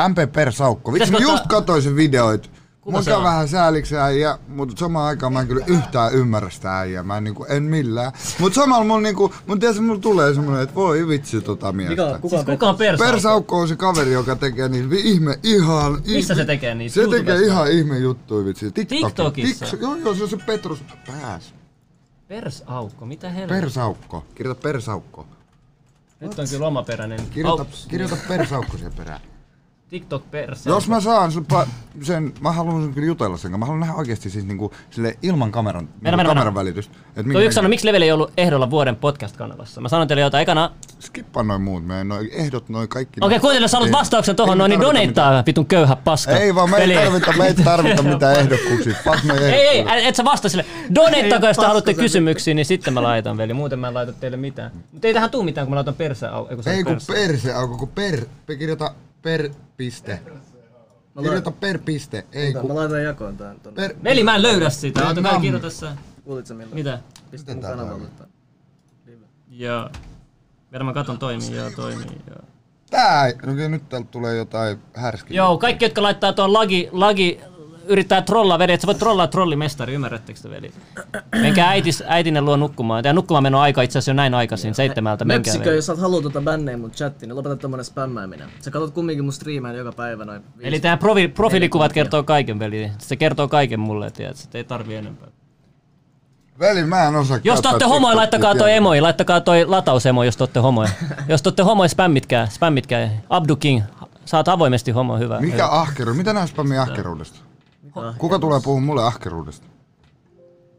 Speaker 2: MP per saukko. Vitsi, mä
Speaker 1: Pitäisikö
Speaker 2: just katsoin sen videoit.
Speaker 1: Kuka
Speaker 2: Mun
Speaker 1: se
Speaker 2: käy
Speaker 1: on?
Speaker 2: vähän sääliksi se äijä, mutta samaan aikaan mä en kyllä yhtään ymmärrä sitä äijää. Mä en, niinku, en millään. Mutta samalla mun, niinku, mun tiedätkö, mulla tulee semmonen, että voi vitsi tota miestä.
Speaker 1: Siis kuka on persa?
Speaker 2: Persaukko on se kaveri, joka tekee niin vi- ihme, ihan...
Speaker 1: Missä
Speaker 2: ihme-
Speaker 1: se tekee niitä?
Speaker 2: Se
Speaker 1: YouTubessa?
Speaker 2: tekee ihan ihme juttuja vitsi. TikTokissa.
Speaker 1: TikTokissa?
Speaker 2: Tik- joo, joo, se on se Petrus. Pääs.
Speaker 1: Persaukko, mitä helvettiä?
Speaker 2: Persaukko. Kirjoita persaukko.
Speaker 1: Nyt on kyllä omaperäinen.
Speaker 2: Kirjoita,
Speaker 1: Au,
Speaker 2: kirjoita persaukko siihen perään.
Speaker 1: TikTok persa.
Speaker 2: Jos mä saan sun pa- sen, mä haluan sen kyllä jutella sen kanssa. Mä haluan nähdä oikeesti siis niinku sille ilman kameran, niinku
Speaker 1: mennä,
Speaker 2: kameran
Speaker 1: mennä.
Speaker 2: välitystä. Et niinku
Speaker 1: Tuo yksi sanoi, miksi Level ei ollut ehdolla vuoden podcast-kanavassa? Mä sanon teille jotain ekana.
Speaker 2: Skippa noin muut, me noi ehdot, noin kaikki.
Speaker 1: Okei,
Speaker 2: noi-
Speaker 1: kuuntele, jos haluat
Speaker 2: Ei-
Speaker 1: vastauksen
Speaker 2: ei
Speaker 1: tohon,
Speaker 2: me
Speaker 1: noin, niin
Speaker 2: tarvita
Speaker 1: doneittaa vitun köyhä paska.
Speaker 2: mitään. Ei vaan, me ei
Speaker 1: Veli.
Speaker 2: tarvita, me ei tarvita mitään ehdokkuuksia. Fuck noi
Speaker 1: Ei, ei,
Speaker 2: ehdokkuudet.
Speaker 1: et sä vastaa sille. Donettakaa, jos te
Speaker 6: paska
Speaker 1: haluatte
Speaker 6: se
Speaker 1: kysymyksiä, niin sitten mä laitan, veli. Muuten mä en laita teille mitään. Mutta ei tähän tuu mitään, kun mä laitan persä au. Ei, kun
Speaker 2: Ei kun
Speaker 1: persä.
Speaker 2: perse, auko, kun per, pe- kirjoita per piste. Kirjoita per piste, ei
Speaker 6: Mä
Speaker 2: kun
Speaker 6: laitan jakoon tän tonne.
Speaker 2: per...
Speaker 1: Veli, mä en löydä sitä.
Speaker 2: Ei,
Speaker 1: Ootakaa
Speaker 2: nam.
Speaker 1: kirjoita sä.
Speaker 6: Kuulit sä milloin?
Speaker 1: Mitä?
Speaker 6: Pistä mun
Speaker 2: tää
Speaker 6: kanavalle
Speaker 2: toimii?
Speaker 6: tän.
Speaker 1: Joo. Vielä mä katon toimii, joo, toimii, joo.
Speaker 2: Tää, no okei, nyt täältä tulee jotain härskiä.
Speaker 1: Joo, kaikki, jotka laittaa tuon lagi, lagi yrittää trollaa veli, että sä voit trollaa trollimestari, ymmärrättekö te veli? Menkää äitis, äitinne luo nukkumaan. Tää nukkumaan meno aika itse asiassa jo näin aikaisin, seitsemältä menkää niin.
Speaker 6: Mepsikö,
Speaker 1: veli.
Speaker 6: jos sä oot haluu tota bännejä mun chattiin, niin lopeta tommonen spämmääminen. Sä katot kumminkin mun striimejä joka päivä noin viisi-
Speaker 1: Eli tää profi, profiilikuvat kertoo kaiken veli. Se kertoo kaiken mulle, tiedät, että ei tarvi enempää.
Speaker 2: Veli, mä en osaa
Speaker 1: Jos te
Speaker 2: käyttää
Speaker 1: ootte homoja,
Speaker 2: TikTokia,
Speaker 1: laittakaa toi
Speaker 2: tiedä.
Speaker 1: emoi, laittakaa toi latausemo, jos te ootte homoja. jos te ootte homoja, spämmitkää, spämmitkää. Abdu King, sä oot avoimesti homo, hyvä.
Speaker 2: Mikä
Speaker 1: Hyvä.
Speaker 2: ahkeruus? Mitä nää spammii ahkeruudesta? Kuka tulee puhua mulle ahkeruudesta?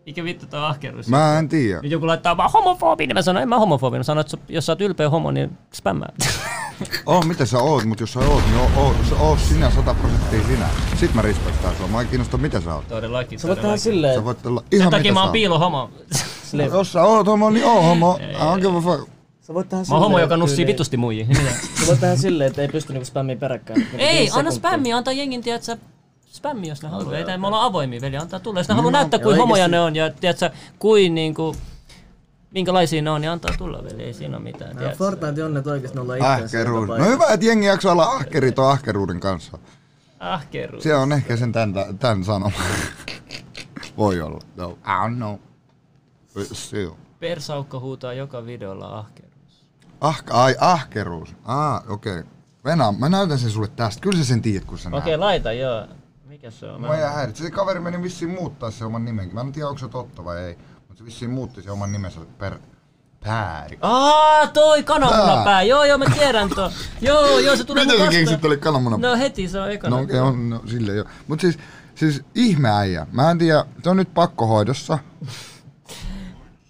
Speaker 1: Mikä vittu toi ahkeruus?
Speaker 2: Mä en tiedä.
Speaker 1: Nyt joku laittaa vaan homofobinen, mä sanon, en mä homofobinen. Mä sanon, että su- jos sä oot ylpeä homo, niin spämmää.
Speaker 2: Oo, Oh, mitä sä oot, mut jos sä oot, niin oo, oo, sä oot sinä 100 prosenttia sinä. Sit mä respektaan sua, mä en kiinnosta mitä sä oot.
Speaker 1: Todellakin,
Speaker 6: Sä voit tehdä silleen,
Speaker 2: Sä voit olla ihan
Speaker 1: Sen takia
Speaker 2: mitä
Speaker 1: mä
Speaker 2: sä
Speaker 1: oon
Speaker 2: oot.
Speaker 1: piilohomo.
Speaker 2: No, Jos sä oot homo, niin oo homo. I don't give a fuck.
Speaker 6: Sä voit tehdä
Speaker 1: Mä oon homo,
Speaker 6: silleen
Speaker 1: joka nussii
Speaker 6: tyyliin-
Speaker 1: vitusti muihin.
Speaker 6: Sä voit tehdä silleen, että ei pysty niinku spämmiä peräkkäin. Niinku
Speaker 1: Ei,
Speaker 6: viisi
Speaker 1: anna
Speaker 6: sekuntia.
Speaker 1: spämmiä, antaa jengin, tiedät sä, spämmiä, jos ne haluaa. Ei, tää- me ollaan avoimia, veli, antaa tulla. Jos ne
Speaker 6: Mm,
Speaker 1: haluaa näyttää,
Speaker 6: joo,
Speaker 1: kuin
Speaker 6: oikeesti.
Speaker 1: homoja ne on ja tiedät sä, kuin niinku, minkälaisia ne on, niin antaa tulla, veli, ei siinä oo mitään,
Speaker 6: Nää
Speaker 1: tiedät sä.
Speaker 6: Fortnite on, että oikeesti ne ollaan itseänsä joka
Speaker 2: Ahkeruus. No
Speaker 6: paikassa.
Speaker 2: hyvä, että jengi jaksaa olla ahkeri tuon ahkeruuden kanssa.
Speaker 1: Ahkeruus.
Speaker 2: Se on ehkä sen tän, tän sanoma. Voi olla. No, I don't know. But still.
Speaker 1: Persaukko huutaa joka videolla ahkeruus.
Speaker 2: Ah, ai, ahkeruus. Ah, okei. Okay. Venä, mä näytän sen sulle tästä. Kyllä sä sen tiedät, kun sä
Speaker 1: Okei,
Speaker 2: näet.
Speaker 1: laita, joo. Mikä se on?
Speaker 2: Mua ei häiritse. Se kaveri meni vissiin muuttaa se oman nimenkin. Mä en tiedä, onko se totta vai ei. Mutta se vissiin muutti se oman nimensä per... Pääri.
Speaker 1: Aa, toi kananmunapää.
Speaker 2: Tää.
Speaker 1: Joo, joo, mä tiedän ton. Joo, joo, se tulee mun
Speaker 2: Miten sä
Speaker 1: vastaan.
Speaker 2: keksit tolle kananmunan?
Speaker 1: No heti se on ekana.
Speaker 2: No okei, on, no, sille jo. Mut siis, siis ihmeäijä. Mä en tiedä, se on nyt pakkohoidossa.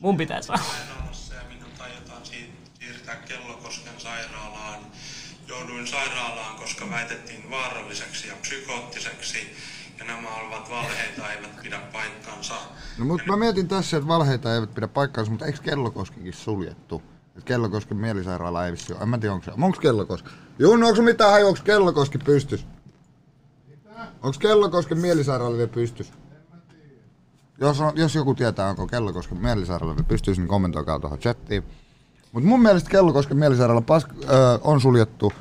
Speaker 1: Mun pitää saada.
Speaker 15: Jouduin sairaalaan, koska väitettiin vaaralliseksi ja psykoottiseksi, ja nämä olivat valheita, eivät pidä paikkansa.
Speaker 2: No mut mä mietin tässä, että valheita eivät pidä paikkaansa, mutta eikö Kellokoskikin suljettu? Et Kellokosken mielisairaala ei vissi ole. En mä tiedä, onko se. Onko Kellokoski? Junnu, onko mitään haju, onko Kellokoski pystys? Onko Kellokosken mielisairaala vielä pystys? Jos, on, jos joku tietää, onko Kellokosken mielisairaala vielä pystys, niin kommentoikaa tuohon chattiin. Mut mun mielestä Kellokosken mielisairaala pask, öö, on suljettu.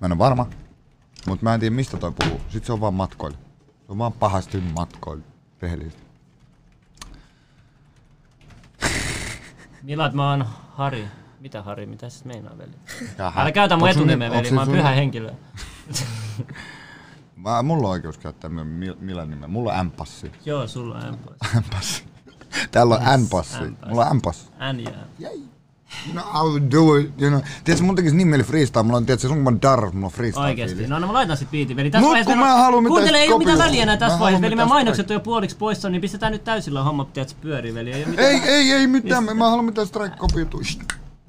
Speaker 2: Mä en ole varma. Mut mä en tiedä, mistä toi puhuu. Sit se on vaan matkoilla. Se on vaan pahasti matkoilla. Rehellisesti.
Speaker 1: Milad, mä oon Hari. Mitä Hari? Mitä sä meinaa, veli?
Speaker 2: Jaha.
Speaker 1: Älä käytä mun
Speaker 2: Onks sun
Speaker 1: etunimeä,
Speaker 2: ni-
Speaker 1: veli.
Speaker 2: onks
Speaker 1: Mä oon
Speaker 2: sun-
Speaker 1: pyhä henkilö.
Speaker 2: Mä, mulla on oikeus käyttää mi- mi- millä nimeä. Mulla on M-passi.
Speaker 1: Joo, sulla on M-passi.
Speaker 2: M-passi. Täällä on M-passi. Mulla on M-passi.
Speaker 1: N ja
Speaker 2: Jäi. No, I would do it, you know. Tiedätkö, mun tekis niin mieli freestyle. Mulla on, tiedätkö, sun kun mä oon darras, mulla on freestyle.
Speaker 1: Oikeesti.
Speaker 2: fiilis.
Speaker 1: No, no mä laitan sit biitin, veli.
Speaker 2: Mut
Speaker 1: vaiheessa
Speaker 2: kun
Speaker 1: meillä on-
Speaker 2: mä haluun mitään
Speaker 1: Kuuntele, ei oo mitään
Speaker 2: kopioida.
Speaker 1: väliä enää tässä
Speaker 2: Mä
Speaker 1: vaiheessa,
Speaker 2: haluun
Speaker 1: veli. Meidän
Speaker 2: mitään
Speaker 1: mainokset on jo puoliksi poissa, niin pistetään nyt täysillä homma, tiedät pyörii, veli. Ei oo mitään.
Speaker 2: Ei, ei, ei mitään. Mä en halua mitään strike kopiutua. Shh.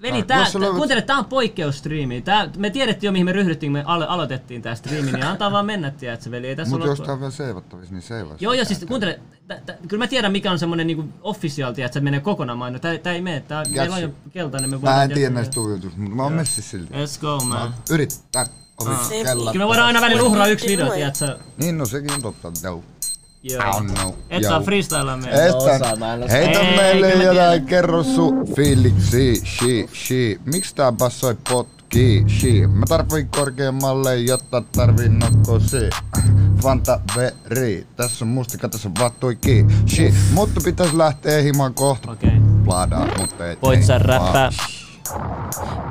Speaker 1: Veli,
Speaker 2: Jos
Speaker 1: tää,
Speaker 2: sä
Speaker 1: tää,
Speaker 2: löydät-
Speaker 1: kuuntele, tää on poikkeusstriimi. Tää, me tiedettiin jo mihin me ryhdyttiin, kun me alo- aloitettiin tää striimi, niin antaa vaan mennä, tiedätkö, veli. Ei tässä
Speaker 2: Mut
Speaker 1: ole...
Speaker 2: jos tää on vielä seivattavissa, niin seivas.
Speaker 1: Joo, joo, siis kuuntele, tä, tä, kyllä mä tiedän mikä on semmonen niinku official, tiedät, että se menee kokonaan maino. Tää, tää ei mene, tää, meillä on jo keltainen, me
Speaker 2: Mä
Speaker 1: voidaan
Speaker 2: en tiedä
Speaker 1: tehdä-
Speaker 2: näistä tuijotusta, mutta mä oon messissä silti.
Speaker 1: Let's go,
Speaker 2: Mä
Speaker 1: man.
Speaker 2: Yritän.
Speaker 1: Aa.
Speaker 2: Opiskella.
Speaker 1: Ah. Kyllä me voidaan aina välillä uhraa yksi video, tiedätkö?
Speaker 2: Niin, no sekin on totta. Joo.
Speaker 1: Joo.
Speaker 2: I don't know.
Speaker 1: Et
Speaker 2: Joo.
Speaker 1: saa freestylaa meille.
Speaker 2: Et
Speaker 1: No
Speaker 2: saa.
Speaker 1: osaa, mä en osaa.
Speaker 2: Heitä
Speaker 1: Ei,
Speaker 2: meille
Speaker 1: kyllä mä
Speaker 2: jotain, kerro sun fiiliksi, shi, shi. Miks tää bassoi potkii, shi? Mä tarviin korkeammalle, jotta tarvii nokkosi. Fanta veri, tässä on mustika, tässä on vattuiki, shi. Mutta pitäis lähteä himaan kohta.
Speaker 1: Okei.
Speaker 2: Bladaa, mutta et
Speaker 1: Voit sä
Speaker 2: niin vaan.
Speaker 1: räppää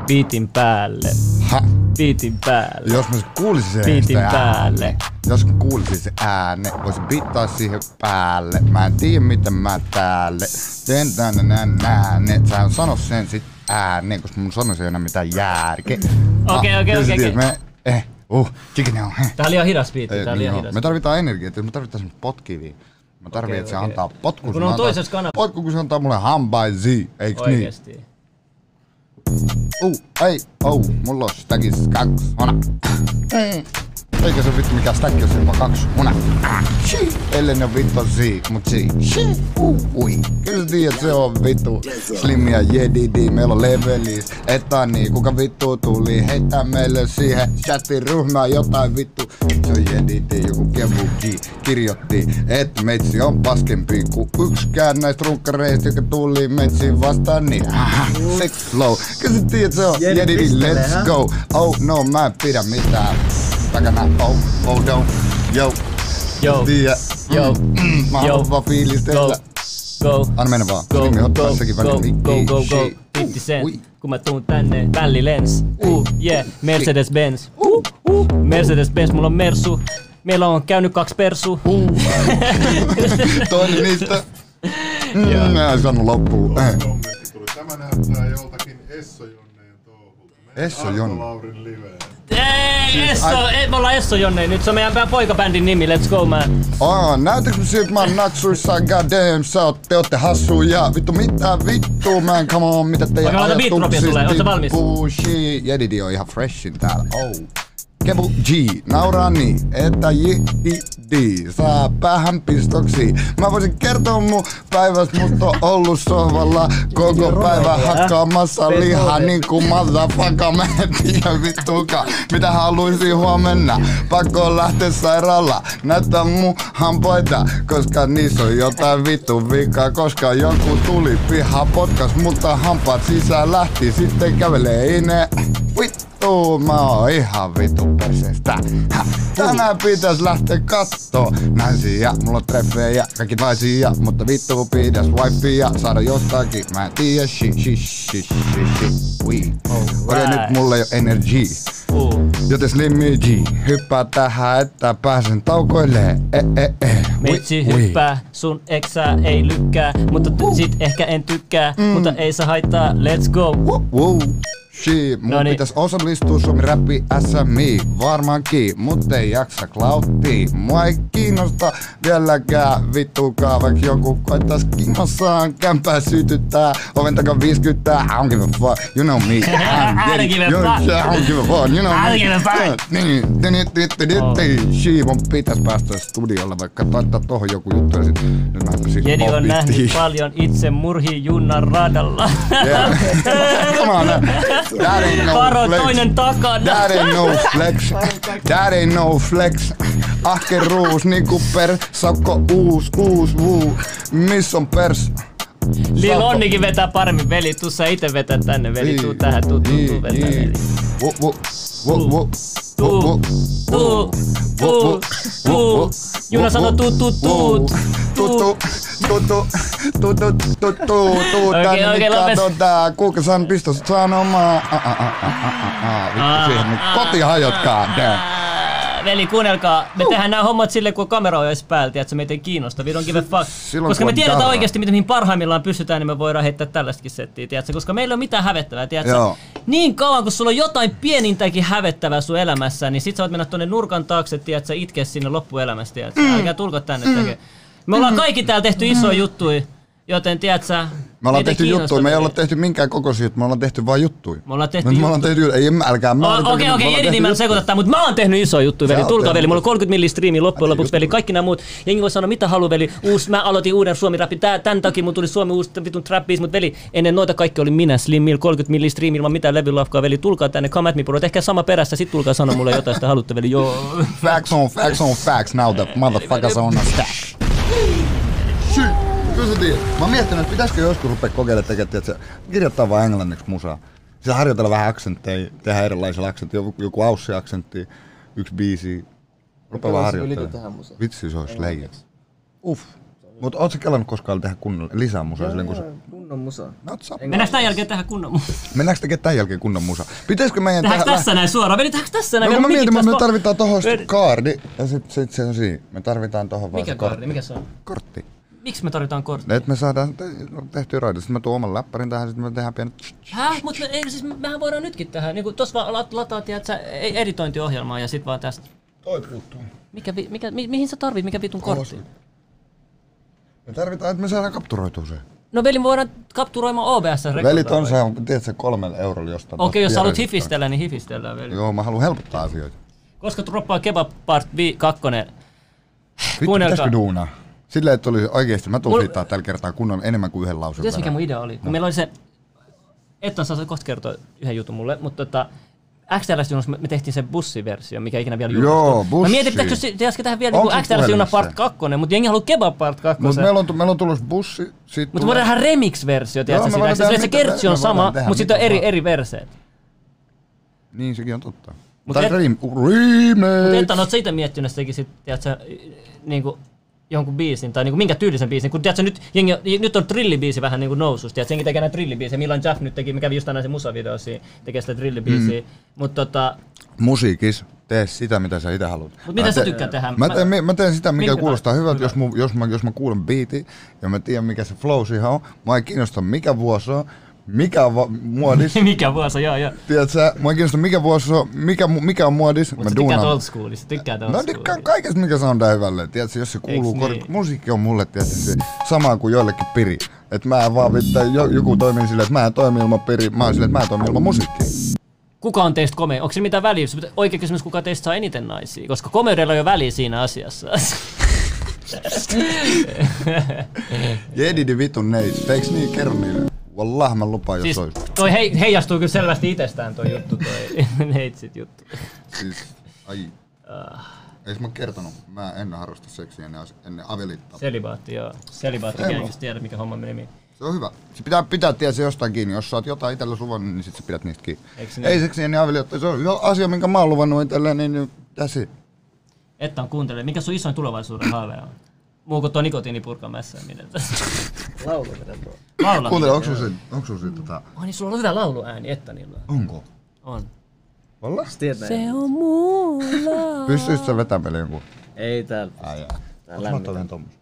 Speaker 1: biitin päälle.
Speaker 2: Häh?
Speaker 1: Biitin päälle.
Speaker 2: Jos mä siis kuulisin sen
Speaker 1: Biitin
Speaker 2: sitä ääntä,
Speaker 1: päälle.
Speaker 2: Jos mä kuulisin se ääne, voisin pitää siihen päälle. Mä en tiedä miten mä täälle. Teen tänne nän ääne. Sä en sano sen sit ääneen, koska mun sanoisi ei enää mitään järkeä. Ah,
Speaker 1: okei,
Speaker 2: kyllä sä
Speaker 1: okei,
Speaker 2: tiedät,
Speaker 1: okei.
Speaker 2: Me, eh, uh, chicken on. heh.
Speaker 1: Tää on liian hidas biitti,
Speaker 2: Ei, niin
Speaker 1: tää on liian
Speaker 2: joo.
Speaker 1: hidas.
Speaker 2: Me tarvitaan energiaa, että me tarvitaan semmoista potkivia. Mä tarvitsen,
Speaker 1: Okei,
Speaker 2: että se
Speaker 1: okei.
Speaker 2: antaa potku.
Speaker 1: No kun
Speaker 2: se
Speaker 1: on
Speaker 2: antaa-
Speaker 1: toisessa kanavassa.
Speaker 2: Potku, kun se antaa mulle hampaisi, eiks niin?
Speaker 1: Oikeesti.
Speaker 2: Uh, ei, oh, mulla on stagis kaksi hona. Mm. Eikä se vittu mikään stag, jos ei ole kaksi hona. Ah, shi. Ellei ne ole vittu si, mut si. Shi, uh, ui. Kyllä sä tiedät, se on vittu. Slim ja JDD, meillä on levelis. Eta niin, kuka vittu tuli? Heittää meille siihen chatin ryhmään jotain vittu. Se on JDD, joku kevuki kirjoitti, että meitsi on paskempi kuin yksikään näistä runkkareista, jotka tuli meitsiin vastaan, niin ah, sex flow. Kyllä sä tiedät, se on
Speaker 6: Jedi
Speaker 2: Jedi,
Speaker 6: pistelee,
Speaker 2: let's
Speaker 6: hä?
Speaker 2: go. Oh no, mä en pidä mitään takana. Oh, oh no, yo.
Speaker 1: Yo.
Speaker 2: Tiedä.
Speaker 1: Yo.
Speaker 2: Mm, mä haluan
Speaker 1: Yo.
Speaker 2: vaan fiilistellä.
Speaker 1: Go.
Speaker 2: Anna mennä vaan.
Speaker 1: Go,
Speaker 2: Ringi
Speaker 1: go,
Speaker 2: ottaa sekin
Speaker 1: go,
Speaker 2: välillä. Niin,
Speaker 1: go,
Speaker 2: niin,
Speaker 1: go, go.
Speaker 2: shit.
Speaker 1: 50 cent. Kun mä tuun tänne, välli lens. Uh, yeah. Mercedes-Benz. Uh, uh. Mercedes-Benz, mulla on Mersu. Meillä on käynyt kaksi Persu.
Speaker 2: Uh. Toinen niistä. Mm, mä en saanut loppuun. Eh.
Speaker 14: Kommentti tuli. Tämä näyttää joltakin Esso Jonneen touhulta. Mennään
Speaker 2: Esso
Speaker 14: Arto
Speaker 2: Jonne.
Speaker 14: Laurin liveen.
Speaker 1: Hei, Esso, ei, me ollaan Esso Jonne, nyt se on meidän pää- poikabändin nimi, let's go man.
Speaker 2: Aa, näytäks mä siltä mä oon natsuissaan, goddamn, sä oot, te ootte hassuja. Vittu mitä vittu, man, come on, mitä teidän siis
Speaker 1: Okei, mä laitan beat dropia
Speaker 2: ajatuksista
Speaker 1: sulle, ootko valmis?
Speaker 2: tippuu, shit. Jedidi on ihan freshin täällä, oh. Kebu G, nauraa niin, että JD saa päähän pistoksi. Mä voisin kertoa mun päiväs, mutta on ollut sohvalla koko päivä hakkaamassa lihaa niin kuin motherfucker. Mä en tiedä vittuukaan, mitä haluaisin huomenna. Pakko on lähteä sairaala, näyttää mun hampaita, koska niissä on jotain vittu vikaa. Koska joku tuli piha potkas, mutta hampaat sisään lähti, sitten kävelee ine. Vittu. Vittu, mä oon ihan vitu pesestä. Häh. Tänään pitäis lähteä kattoo naisia, mulla on treffejä, kaikki naisia, mutta vittu pitäis wifea, saada jotakin, mä en tiedä, shi, shi, shi, shi, shi, ui. Okei, nyt mulla ei oo energy.
Speaker 1: Uh,
Speaker 2: Joten Slimmy G, hyppää tähän, että pääsen taukoille. E, e, e.
Speaker 1: Vitsi hyppää, sun eksää ei lykkää, mutta
Speaker 2: Uh.
Speaker 1: t- sit ehkä en tykkää,
Speaker 2: Mm.
Speaker 1: mutta ei se haittaa, let's go.
Speaker 2: Wow. Shii, mun
Speaker 1: Noniin.
Speaker 2: pitäis osallistua Suomi Rappi SMI, varmaankin, mut ei jaksa klauttii. Mua ei kiinnosta vieläkään vittukaa, vaikka joku koittais kimassaan kämpää sytyttää. Oven takaa 50, I don't give a fuck, you know me. I'm
Speaker 12: I don't give a
Speaker 2: you-
Speaker 12: fuck.
Speaker 2: yeah, I don't give a fuck, you know
Speaker 12: I
Speaker 2: me.
Speaker 12: don't give a fuck. Oh.
Speaker 2: Niin, niin, niin, niin, niin, niin. Shii, mun pitäis päästä studiolle, vaikka taittaa tohon joku juttu ja sit nyt mä hyppäsin
Speaker 1: Jedi on
Speaker 2: popittiin.
Speaker 1: nähnyt paljon itse murhi junnan radalla.
Speaker 2: Yeah. Come on now. That ain't no
Speaker 1: Paro
Speaker 2: flex.
Speaker 1: toinen takana.
Speaker 2: That ain't no flex. That ain't no flex. Ahkeruus niinku per sakko uus uus wuu. Miss on pers?
Speaker 1: Lil Onnikin vetää paremmin, veli, tuu sä ite vetä tänne, veli,
Speaker 2: Niin,
Speaker 1: tuu tähän, tuu, tuu, tuu, vetä, veli.
Speaker 2: Wo, wo, wo, wo, wo, wo,
Speaker 1: Tuu, tuu, tuu. Juna sanoo tuut, tuut, tuut.
Speaker 2: Tutu, tutu, tutu, tutu, tuu
Speaker 1: Okei,
Speaker 2: tänne,
Speaker 1: okei,
Speaker 2: nyt
Speaker 1: lopet.
Speaker 2: katsotaan. Kuka san pistä sut sanomaan? Ah, ah, ah, ah, ah, ah, ah. Vittu siihen nyt koti hajotkaa. damn.
Speaker 1: Ah, Veli, kuunnelkaa, me tehdään nämä hommat sille, kun kamera on edes päällä, tiedätkö, meitä ei kiinnosta, we don't give a fuck.
Speaker 2: silloin,
Speaker 1: koska
Speaker 2: kun
Speaker 1: me
Speaker 2: on
Speaker 1: tiedetään
Speaker 2: darra.
Speaker 1: oikeasti, miten mihin parhaimmillaan pystytään, niin me voidaan heittää tällaistakin settiä, tiedätkö, koska meillä ei ole mitään hävettävää, tiedätkö.
Speaker 2: Joo.
Speaker 1: Niin kauan, kun sulla on jotain pienintäkin hävettävää sun elämässä, niin sit sä voit mennä tonne nurkan taakse, tiedätkö, itkeä sinne loppuelämässä, tiedätkö.
Speaker 2: Mm.
Speaker 1: Älkää tulko tänne,
Speaker 2: Mm.
Speaker 1: mm. Me ollaan kaikki täällä tehty isoja juttuja, joten tiedätkö,
Speaker 2: Me
Speaker 1: meitä ei
Speaker 2: ollaan tehty
Speaker 1: kiinnosta
Speaker 2: juttuja, me ei olla tehty minkään kokoisia, juttuja, me ollaan tehty vain juttuja.
Speaker 1: Me ollaan tehty
Speaker 2: Me ollaan tehty juttuja, ei älkää mä
Speaker 1: O- Okei, okei, Editi, mä en sekoita tää, mutta mä oon tehnyt isoja juttuja,
Speaker 2: Sä
Speaker 1: veli.
Speaker 2: oot
Speaker 1: Tulkaa,
Speaker 2: tehnyt
Speaker 1: veli. Mulla on 30 milli striimi loppujen lopuksi, veli. Kaikki nämä muut. Jengi voi sanoa, mitä haluaa, veli. Uus, mä aloitin uuden suomi rapin. Tää, tän takia mun tuli suomi uusi vitun trap mutta veli, ennen noita kaikki oli minä, Slim Mill, 30 milli striimi ilman mitään levylafkaa, veli. Tulkaa tänne, come at me, bro. Tehkää sama perässä, sit tulkaa sanoa mulle jotain, sitä haluatte, veli. Joo.
Speaker 2: Facts on facts on facts, now the motherfuckers on a stack. Shit, kyllä sä tiedät. Mä oon miettinyt, että pitäisikö joskus rupea kokeilemaan tekemään, tiedätkö, kirjoittaa vaan englanniksi musaa. Sillä harjoitella vähän aksentteja, tehdä erilaisilla aksenteja, joku, joku aussi-aksentti, yksi biisi. Rupea vaan harjoittelemaan. Vitsi, se olisi leijä. Uff. Mutta ootko kelannut koskaan tehdä kunnolla lisää musaa silleen, kun sä...
Speaker 6: Kunnon musa.
Speaker 1: Mennäänkö tämän jälkeen tähän kunnon?
Speaker 2: Mennäänkö tekemään tämän jälkeen kunnon musa? Pitäisikö meidän
Speaker 1: Tehdäänkö
Speaker 2: tehdä-
Speaker 1: tässä näin suoraan? Veli, tehdäänkö tässä näin?
Speaker 2: No kun
Speaker 1: Meillä
Speaker 2: mä
Speaker 1: on mikit
Speaker 2: mietin,
Speaker 1: tässä
Speaker 2: me
Speaker 1: pa-
Speaker 2: tarvitaan tohon
Speaker 1: Veli,
Speaker 2: sit kaardi ja sit, sit se on siinä. Me tarvitaan tohon vaan
Speaker 1: Mikä
Speaker 2: se kortti.
Speaker 1: kaardi? Mikä se on?
Speaker 2: Kortti.
Speaker 1: Miksi me tarvitaan kortti?
Speaker 2: Et me saadaan te- tehtyä radio. Sitten mä tuon oman läppärin tähän, sitten me tehdään pienet...
Speaker 1: Häh? Mutta me, ei, siis mehän voidaan nytkin tähän. Niinku tossa vaan lat- lataa, tiedät sä, e- editointiohjelmaa ja sit vaan tästä.
Speaker 2: Toi puuttuu.
Speaker 1: Mikä, vi- mikä, mi, mihin sä tarvit, mikä vitun kortti?
Speaker 2: Me tarvitaan, että me saadaan kapturoitua se.
Speaker 1: No veli, me voidaan kapturoimaan obs
Speaker 2: Velit on se, tiedätkö, kolmelle eurolle jostain.
Speaker 1: Okei, jos
Speaker 2: tosta
Speaker 1: haluat
Speaker 2: vierestä.
Speaker 1: hifistellä, niin hifistellään veli.
Speaker 2: Joo, mä haluan helpottaa asioita.
Speaker 1: Koska droppaa kebab part 2.
Speaker 2: Vittu, pitäisikö duunaa? Sillä ei tuli oikeesti, mä
Speaker 1: Mul-
Speaker 2: tuun siitä tällä kertaa kunnon enemmän kuin yhden lauseen.
Speaker 1: Ties mikä
Speaker 2: verran.
Speaker 1: mun idea
Speaker 2: No.
Speaker 1: oli? Kun meillä oli se, et on saa kohta kertoa yhden jutun mulle, mutta tota, XTLS-junassa me me tehtiin se bussiversio, mikä ei ikinä vielä julkaistu.
Speaker 2: Joo,
Speaker 1: Mä
Speaker 2: bussi.
Speaker 1: mietin, pitäisikö si- pitäisikö tehdä vielä niinku
Speaker 2: Onko
Speaker 1: joku
Speaker 2: se
Speaker 1: XTLS-juna part
Speaker 2: puhelimessa?
Speaker 1: 2, mutta jengi haluaa kebab part 2.
Speaker 2: Mut meillä on, tu- meillä on tullut bussi, sit
Speaker 1: Mutta
Speaker 2: tulee-
Speaker 1: voidaan tehdä remix-versio,
Speaker 2: Joo,
Speaker 1: tiedätkö
Speaker 2: me
Speaker 1: sitä?
Speaker 2: voidaan
Speaker 1: Se, se,
Speaker 2: tehdä
Speaker 1: se
Speaker 2: mitä-
Speaker 1: kertsi on
Speaker 2: me voidaan
Speaker 1: sama, mutta
Speaker 2: tehdä mitä
Speaker 1: sitten on eri,
Speaker 2: vaan.
Speaker 1: eri verseet.
Speaker 2: Niin, sekin on totta.
Speaker 1: Mut
Speaker 2: tai
Speaker 1: et-
Speaker 2: dream,
Speaker 1: Mutta
Speaker 2: remake!
Speaker 1: Ethan, no oot sä ite miettinyt sitäkin sit, tiedätkö, niinku, jonkun biisin tai niinku, minkä tyylisen biisin, kun tiedätkö, nyt, jengi, on- nyt on trillibiisi vähän niinku nousus, tiedätkö, jengi tekee näitä trillibiisejä, Milan Jaff nyt teki, mä kävin just tänään sen musavideosi, tekee sitä trillibiisiä, mm. mutta tota,
Speaker 2: musiikis, tee sitä, mitä sä itse haluat.
Speaker 1: Mut mitä
Speaker 2: Mä
Speaker 1: sä
Speaker 2: teen-
Speaker 1: tykkäät tehdä?
Speaker 2: Mä
Speaker 1: Mä-
Speaker 2: teen, mi- mä teen sitä, mikä
Speaker 1: Minkä
Speaker 2: kuulostaa hyvältä. Jos, mu, jos, mä, jos mä kuulen biitin ja mä tiedän, mikä se flow siihen on, mä ei kiinnosta, mikä vuosi on. Mikä on va- muodis?
Speaker 1: mikä vuosi on, joo joo.
Speaker 2: Tiedätkö, mua kiinnostaa mikä vuosi on, mikä, mu- mikä on muodis.
Speaker 1: Mut sä tykkäät old schoolista, tykkäät old
Speaker 2: Mä tykkään kaikesta, mikä soundaa hyvälle. Tiedätkö, jos se kuuluu
Speaker 1: Eiks
Speaker 2: kor-
Speaker 1: niin?
Speaker 2: Musiikki on mulle tiedätkö, se sama kuin joillekin piri. Et mä en vaan vittaa, jo, joku toimii silleen, että mä en toimi ilman piri, mä oon silleen, että mä en toimi ilman musiikkia.
Speaker 1: Kuka on teistä komea? Onko se mitään väliä? Se pitää- Oikea kysymys, kuka teistä saa eniten naisia? Koska komeudella on jo väliä siinä asiassa.
Speaker 2: Jedi de vitun neis. Eiks niin? Kerro niille. Wallah mä lupaan, jos
Speaker 1: siis
Speaker 2: siis... olisi.
Speaker 1: toi hei, heijastuu kyllä selvästi itsestään toi juttu, toi neitsit juttu.
Speaker 2: Siis, ai. Eiks mä kertonut? Mä en harrasta seksiä ennen, as- ennen avioliittoa.
Speaker 1: Selibaatti, joo. Selibaatti,
Speaker 2: Ei
Speaker 1: ei
Speaker 2: mulla.
Speaker 1: tiedä mikä homma meni.
Speaker 2: Se on hyvä. Se pitää pitää tietää jostain kiinni. Jos sä oot jotain itsellesi luvannut, niin sit sä pidät niistä kiinni.
Speaker 1: Eiks niin?
Speaker 2: Ei seksi ennen avioliittoa. Se on hyvä asia, minkä mä oon luvannut itselleni, niin tässä.
Speaker 1: Että on kuuntele. Mikä sun isoin tulevaisuuden haave on? Muu kuin tuo nikotiinipurkan mässäminen tässä.
Speaker 6: Laulaminen tuo.
Speaker 1: Laulaminen,
Speaker 2: Kuuntele, onko sun
Speaker 1: joo.
Speaker 2: se, onko sun se tota...
Speaker 1: Ai niin, sulla on hyvä lauluääni, että niillä on.
Speaker 2: Onko?
Speaker 1: On.
Speaker 2: Olla?
Speaker 1: Se on mulla.
Speaker 2: Pystyisit sä vetämään jonkun?
Speaker 6: Ei täällä. Ai
Speaker 2: jaa.
Speaker 6: Täällä lämmin.
Speaker 2: tommosen?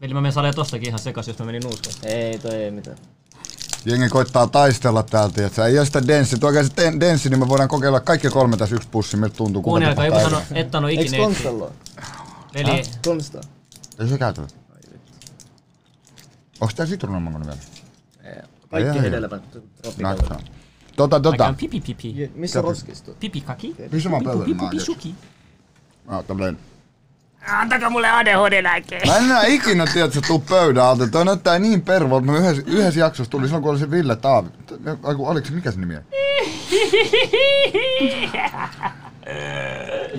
Speaker 1: Veli, mä menen saleen tostakin ihan sekas, jos mä menin nuuskaan.
Speaker 6: Ei, toi ei mitään.
Speaker 2: Jengi koittaa taistella täältä, että ei ole sitä denssi. Tuokaa se ten- denssi, niin me voidaan kokeilla kaikki kolme tässä yksi pussi, miltä tuntuu. kuka
Speaker 1: Kuunnelkaa, joku
Speaker 2: tipahtaa
Speaker 1: sano,
Speaker 2: irti.
Speaker 1: et sano
Speaker 6: Eiks
Speaker 1: ikinä.
Speaker 6: Konstalla ole?
Speaker 1: Veli,
Speaker 2: Tota.
Speaker 6: Häh? Konsta.
Speaker 2: Ei se käytävä. Onks tää sitruunamangoni vielä?
Speaker 6: Kaikki
Speaker 2: Ai, ai,
Speaker 6: edelläpä.
Speaker 2: Naksa. Tota, tota.
Speaker 1: pipi pipi.
Speaker 6: Missä
Speaker 2: Kato.
Speaker 6: roskistuu?
Speaker 1: Pipi kaki.
Speaker 2: Missä mä oon pöydän? Mä oon
Speaker 1: Pisuki.
Speaker 2: Ah, tämmönen.
Speaker 5: Antakaa mulle ADHD-lääkkeen.
Speaker 2: Mä en enää ikinä tiedä, että se tuu pöydän alta. Toi näyttää niin pervolta. Mä yhdessä, yhdessä jaksossa tuli silloin, kun oli se Ville Taavi. Aiku, oliko se, mikä se nimi on?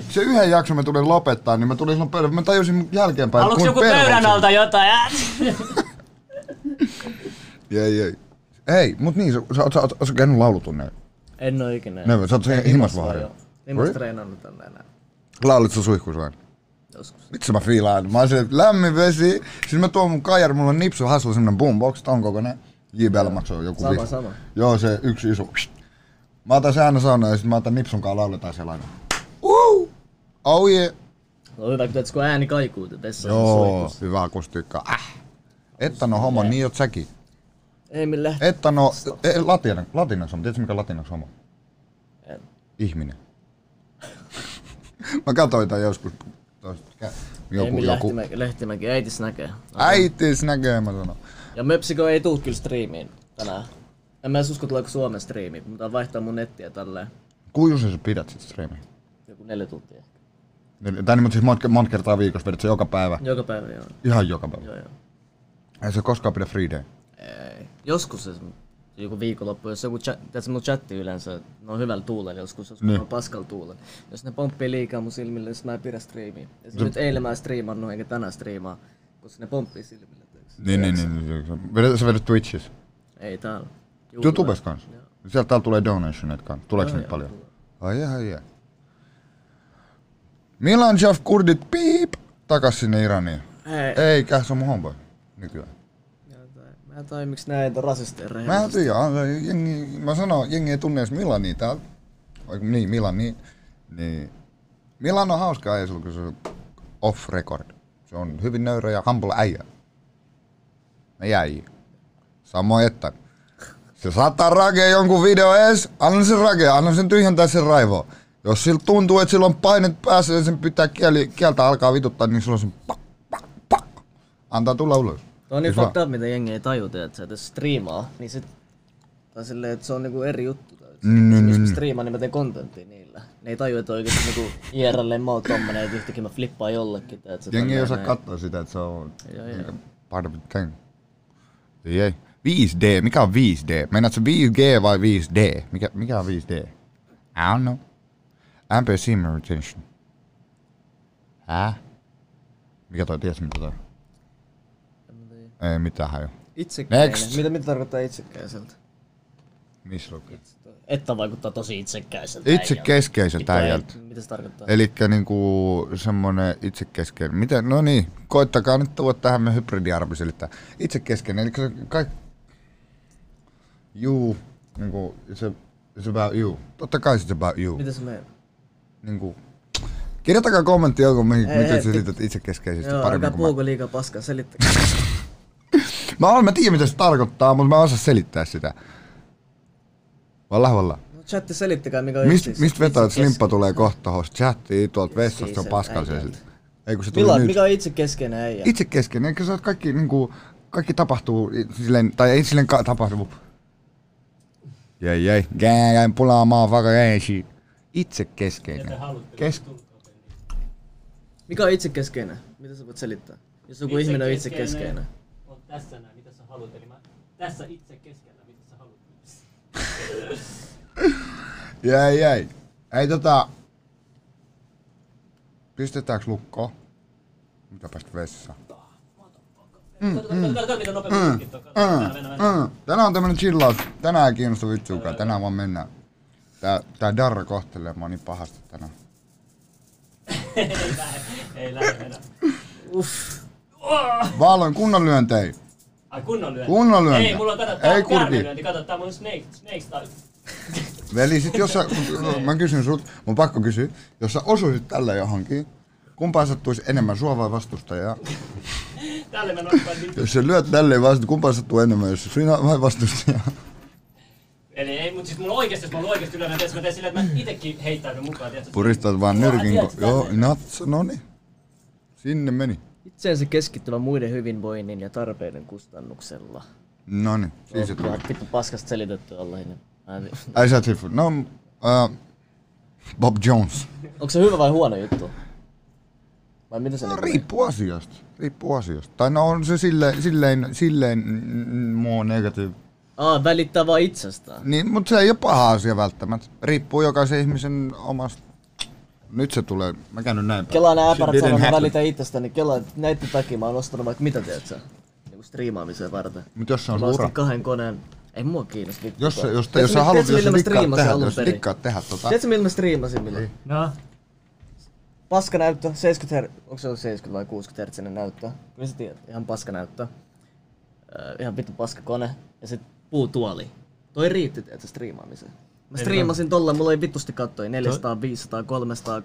Speaker 2: Se yhden jakson mä tulin lopettaa, niin mä tulin silloin pöydän. Mä tajusin jälkeenpäin,
Speaker 1: Haluatko joku
Speaker 2: kuinka pervolta
Speaker 1: pöydän
Speaker 2: se
Speaker 1: alta jotain?
Speaker 2: Ei, ei. Ei, mut niin, sä, sä, sä, sä, sä käynyt laulutunne.
Speaker 6: En oo ikinä.
Speaker 2: Ne, sä oot se
Speaker 6: Ei,
Speaker 2: himasvaari.
Speaker 6: joo. Himas treenannut tänne enää.
Speaker 2: Laulit sä suihkussa aina?
Speaker 6: Joskus.
Speaker 2: Vitsi mä fiilaan. Mä oon silleen, lämmin vesi. Siis mä tuon mun kajar, mulla on nipsu haslu semmonen boombox, ton kokoinen. JBL maksoi joku
Speaker 6: Sama,
Speaker 2: viisi.
Speaker 6: sama.
Speaker 2: Joo, se yksi iso. Mä otan sen aina saunaan ja sit mä otan nipsun kanssa lauletaan siellä aina. Woo! Oh yeah.
Speaker 6: No Otetaan kyllä, kun ääni kaikuu tässä on
Speaker 2: Joo,
Speaker 6: soitus.
Speaker 2: hyvä akustiikka. Äh. Että no homo, niin oot säkin.
Speaker 6: Ei millä.
Speaker 2: Että no, e, latina, latinaksi homo. Tiedätkö mikä on latinaksi homo?
Speaker 6: En.
Speaker 2: Ihminen. mä katsoin tän joskus. toista- Joku,
Speaker 6: Emmi
Speaker 2: joku.
Speaker 6: Lehtimäki, Lehtimäki, äitis näkee.
Speaker 2: Äitis näkee, mä sanon.
Speaker 6: Ja Möpsikö ei tuu kyllä striimiin tänään. En mä edes usko tuleeko Suomen striimi, mutta vaihtaa mun nettiä tälleen.
Speaker 2: Kuinka usein sä pidät sit striimiä?
Speaker 6: Joku neljä tuntia.
Speaker 2: Niin, Tai niin, mutta siis monta, monta kertaa viikossa vedät se joka päivä.
Speaker 6: Joka päivä joo.
Speaker 2: Ihan joka päivä.
Speaker 6: Joo, joo.
Speaker 2: Ei se koskaan pidä free day.
Speaker 6: Ei. Joskus se joku viikonloppu, jos joku chat, tiedätkö, mun chatti yleensä, ne on hyvällä tuulella joskus, joskus
Speaker 2: Niin.
Speaker 6: ne on paskalla tuulella. Jos ne pomppii liikaa mun silmille, jos mä en pidä striimiä. Ja se
Speaker 2: Se-
Speaker 6: nyt eilen mä en striimannut enkä tänään striimaa, koska ne pomppii silmille. tiedätkö.
Speaker 2: Niin, niin, niin. niin, niin. Vedät, sä vedät Twitchissä.
Speaker 6: Ei täällä.
Speaker 2: YouTubes kanssa. Sieltä täällä tulee donationeet kanssa. Tuleeko
Speaker 6: Joo,
Speaker 2: niitä
Speaker 6: joo,
Speaker 2: paljon? Ai jaa, ai jaa. Milan Jaff kurdit piip takas sinne Iraniin.
Speaker 6: Ei.
Speaker 2: Eikä, se on mun homeboy nykyään.
Speaker 6: Mä en tajua miksi näitä rasisteja
Speaker 2: Mä
Speaker 6: rehellisesti.
Speaker 2: en tiedä, on se jengi, mä sanon, jengi ei tunne edes Milania täällä. Vai kun niin, Milan, niin. niin. Milan on hauska äijä silloin, kun se on off record. Se on hyvin nöyrä ja humble äijä. Me jäi. Samoin että. Se saattaa rakea jonkun video ees, anna sen rakea, anna sen tyhjentää sen raivoa. Jos sillä tuntuu, että sillä on painet päässä ja sen pitää kieli, kieltä alkaa vituttaa, niin silloin sen pak, pak, pak. Antaa tulla ulos.
Speaker 6: Tuo on niin
Speaker 2: Siis vaan-
Speaker 6: fucked up, mitä jengi ei tajuta, että sä et jos striimaa, niin sit... Tai silleen, että se on niinku eri juttu. tai
Speaker 2: Mm, mm,
Speaker 6: Jos
Speaker 2: mm.
Speaker 6: mä striimaan, niin mä teen kontenttia niillä. Ne ei tajua, että oikeesti niinku IRL mä oon tommonen, että yhtäkkiä mä flippaan jollekin. Tai, että
Speaker 2: Jengi ei osaa katsoa sitä, että se on
Speaker 6: Joo, joo.
Speaker 2: niinku part of the thing. Ei, ei. 5D, mikä on 5D? Meinaatko 5G vai 5D? Mikä, mikä on 5D? I don't know. Ampere semen retention. Häh? Mikä toi, tiedätkö mitä toi? Ei mitään haju.
Speaker 6: Itsekkäinen.
Speaker 2: Next.
Speaker 6: Mitä, mitä tarkoittaa itsekkäiseltä?
Speaker 2: Missä lukee?
Speaker 6: Että vaikuttaa tosi itsekkäiseltä.
Speaker 2: Itse
Speaker 6: äijältä.
Speaker 2: keskeiseltä
Speaker 6: Vittu, ei-
Speaker 2: äijältä.
Speaker 6: Mitä se tarkoittaa?
Speaker 2: Eli niinku semmonen itsekeskeinen. Miten? No niin, koittakaa nyt tuoda tähän me hybridiarvi selittää. Itsekeskeinen, eli se kaik... Juu, niinku se it's about you. Totta kai se about you.
Speaker 6: Mitä se menee?
Speaker 2: Niinku, kirjoittakaa kommentti joku, mi-
Speaker 6: Ei,
Speaker 2: miten
Speaker 6: ei,
Speaker 2: sä
Speaker 6: pit-
Speaker 2: selität itsekeskeisesti
Speaker 6: Joo, älkää
Speaker 2: paremmin kuin mä.
Speaker 6: puhuko liikaa paskaa, selittäkää.
Speaker 2: Mä, olen, mä tiedän mitä se tarkoittaa, mutta mä en osaa selittää sitä. Vallah, vallah.
Speaker 6: No chatti selittäkää mikä on
Speaker 2: Mist,
Speaker 6: itsis-
Speaker 2: mistä vetää, että
Speaker 6: itsikeskeinen.
Speaker 2: Slimppa tulee kohta host chattiin tuolta vessasta on
Speaker 6: Siis-
Speaker 2: paskalla
Speaker 6: äijä.
Speaker 2: sieltä. Ei kun se tuli
Speaker 6: Milla,
Speaker 2: nyt.
Speaker 6: mikä on itse keskeinen äijä?
Speaker 2: Itse kesken, eikö se ole kaikki niinku, kaikki tapahtuu i- silleen, tai ei silleen ka- tapahdu. Jäi, jäi. Gää, jäin pulaamaan vaikka jäi Itse keskeinen. Kes-
Speaker 6: Mikä on itse keskeinen? Mitä sä voit selittää? Jos joku ihminen on itse keskeinen.
Speaker 1: On tässä näin, mitä sä haluat. Eli mä tässä itse keskellä, mitä sä haluat.
Speaker 2: jäi, jäi. Ei tota... Pistetäänkö lukko? Mitäpä sit vessa?
Speaker 1: Mm, mm, Katsotaan, mitä nopeammin
Speaker 2: Mm,
Speaker 1: mm,
Speaker 2: mm, mm. Tänään on tämmönen chillaus. Tänään ei kiinnosta vitsuukaan. Tänään vaan mennään. Tää, tää Darra kohtelee mua niin pahasti tänään. Mm.
Speaker 1: Ei lähde enää.
Speaker 6: Uff.
Speaker 2: Vaaloin kunnon lyöntei.
Speaker 1: Ai kunnon lyönti.
Speaker 2: Kunnon lyönti.
Speaker 1: Ei, mulla on kato, tää
Speaker 2: Ei
Speaker 1: on
Speaker 2: kurki.
Speaker 1: käärmelyönti. Kato, tää on mun snake, snake style.
Speaker 2: Veli, sit jos sä, mä kysyn sut, mun pakko kysyä, jos sä osuisit tällä johonkin, kumpaan sattuisi enemmän, sua vai vastustajaa?
Speaker 1: Tälle mä nostan nyt.
Speaker 2: Jos sä lyöt tälleen vasta, kumpaan sattuu enemmän, jos sinä vai vastustajaa?
Speaker 1: Eli ei, mut siis mulla oikeesti, jos mä oon oikeesti ylönen, tietysti mä teen silleen, että mä itekin heittäydyn mukaan, tietysti.
Speaker 2: Puristat vaan nyrkin,
Speaker 1: Ai,
Speaker 2: ko- joo, nats, no niin. Sinne meni.
Speaker 6: Itseensä keskittyvä muiden hyvinvoinnin ja tarpeiden kustannuksella.
Speaker 2: No niin, siis se
Speaker 6: No,
Speaker 2: tuli.
Speaker 6: mä oon Vittu paskasta selitetty olla ennen.
Speaker 2: Ai sä oot sifu. No, uh, Bob Jones.
Speaker 6: Onko se hyvä vai huono juttu? Vai mitä se
Speaker 2: No
Speaker 6: niinku-
Speaker 2: riippuu asiasta, riippuu asiasta. Tai no on se silleen, silleen, silleen, mm, muu negatiivinen.
Speaker 6: Aa, välittää vaan itsestään.
Speaker 2: Niin, mutta se ei ole paha asia välttämättä. Riippuu jokaisen ihmisen omasta. Nyt se tulee. Mä käyn nyt näin päin.
Speaker 6: Kelaa nää äpärät
Speaker 2: Shit
Speaker 6: sanoo,
Speaker 2: didn't
Speaker 6: mä
Speaker 2: happen.
Speaker 6: välitän itsestäni. Kelaa, näitten takia mä oon ostanut vaikka mitä teet sä? Niinku striimaamiseen varten.
Speaker 2: Mut jos se on
Speaker 6: mä
Speaker 2: sun
Speaker 6: ostin
Speaker 2: ura.
Speaker 6: kahden koneen. Ei mua kiinnosta vittu.
Speaker 2: Jos, se- jos, te,
Speaker 6: Tiedätkö,
Speaker 2: jos sä
Speaker 6: mi-
Speaker 2: haluat,
Speaker 6: tiedätkö,
Speaker 2: jos sä
Speaker 6: millä mä
Speaker 2: dikkaat
Speaker 6: striimasin
Speaker 2: tehdä,
Speaker 6: alun
Speaker 2: jos
Speaker 6: perin?
Speaker 2: dikkaat tehdä tota.
Speaker 6: Tiedätkö millä mä striimasin milloin?
Speaker 1: No.
Speaker 6: Paska näyttö, 70 Hz, onko se ollut 70 vai 60 Hz näyttö? Kyllä sä tiedät, ihan paska näyttö. Öö, ihan vittu paska kone. Ja sit puutuoli. Toi riitti tiedätkö striimaamiseen. Mä
Speaker 1: Ei
Speaker 6: striimasin tolla, mulla ei vittusti kattoi 400, 500, 300.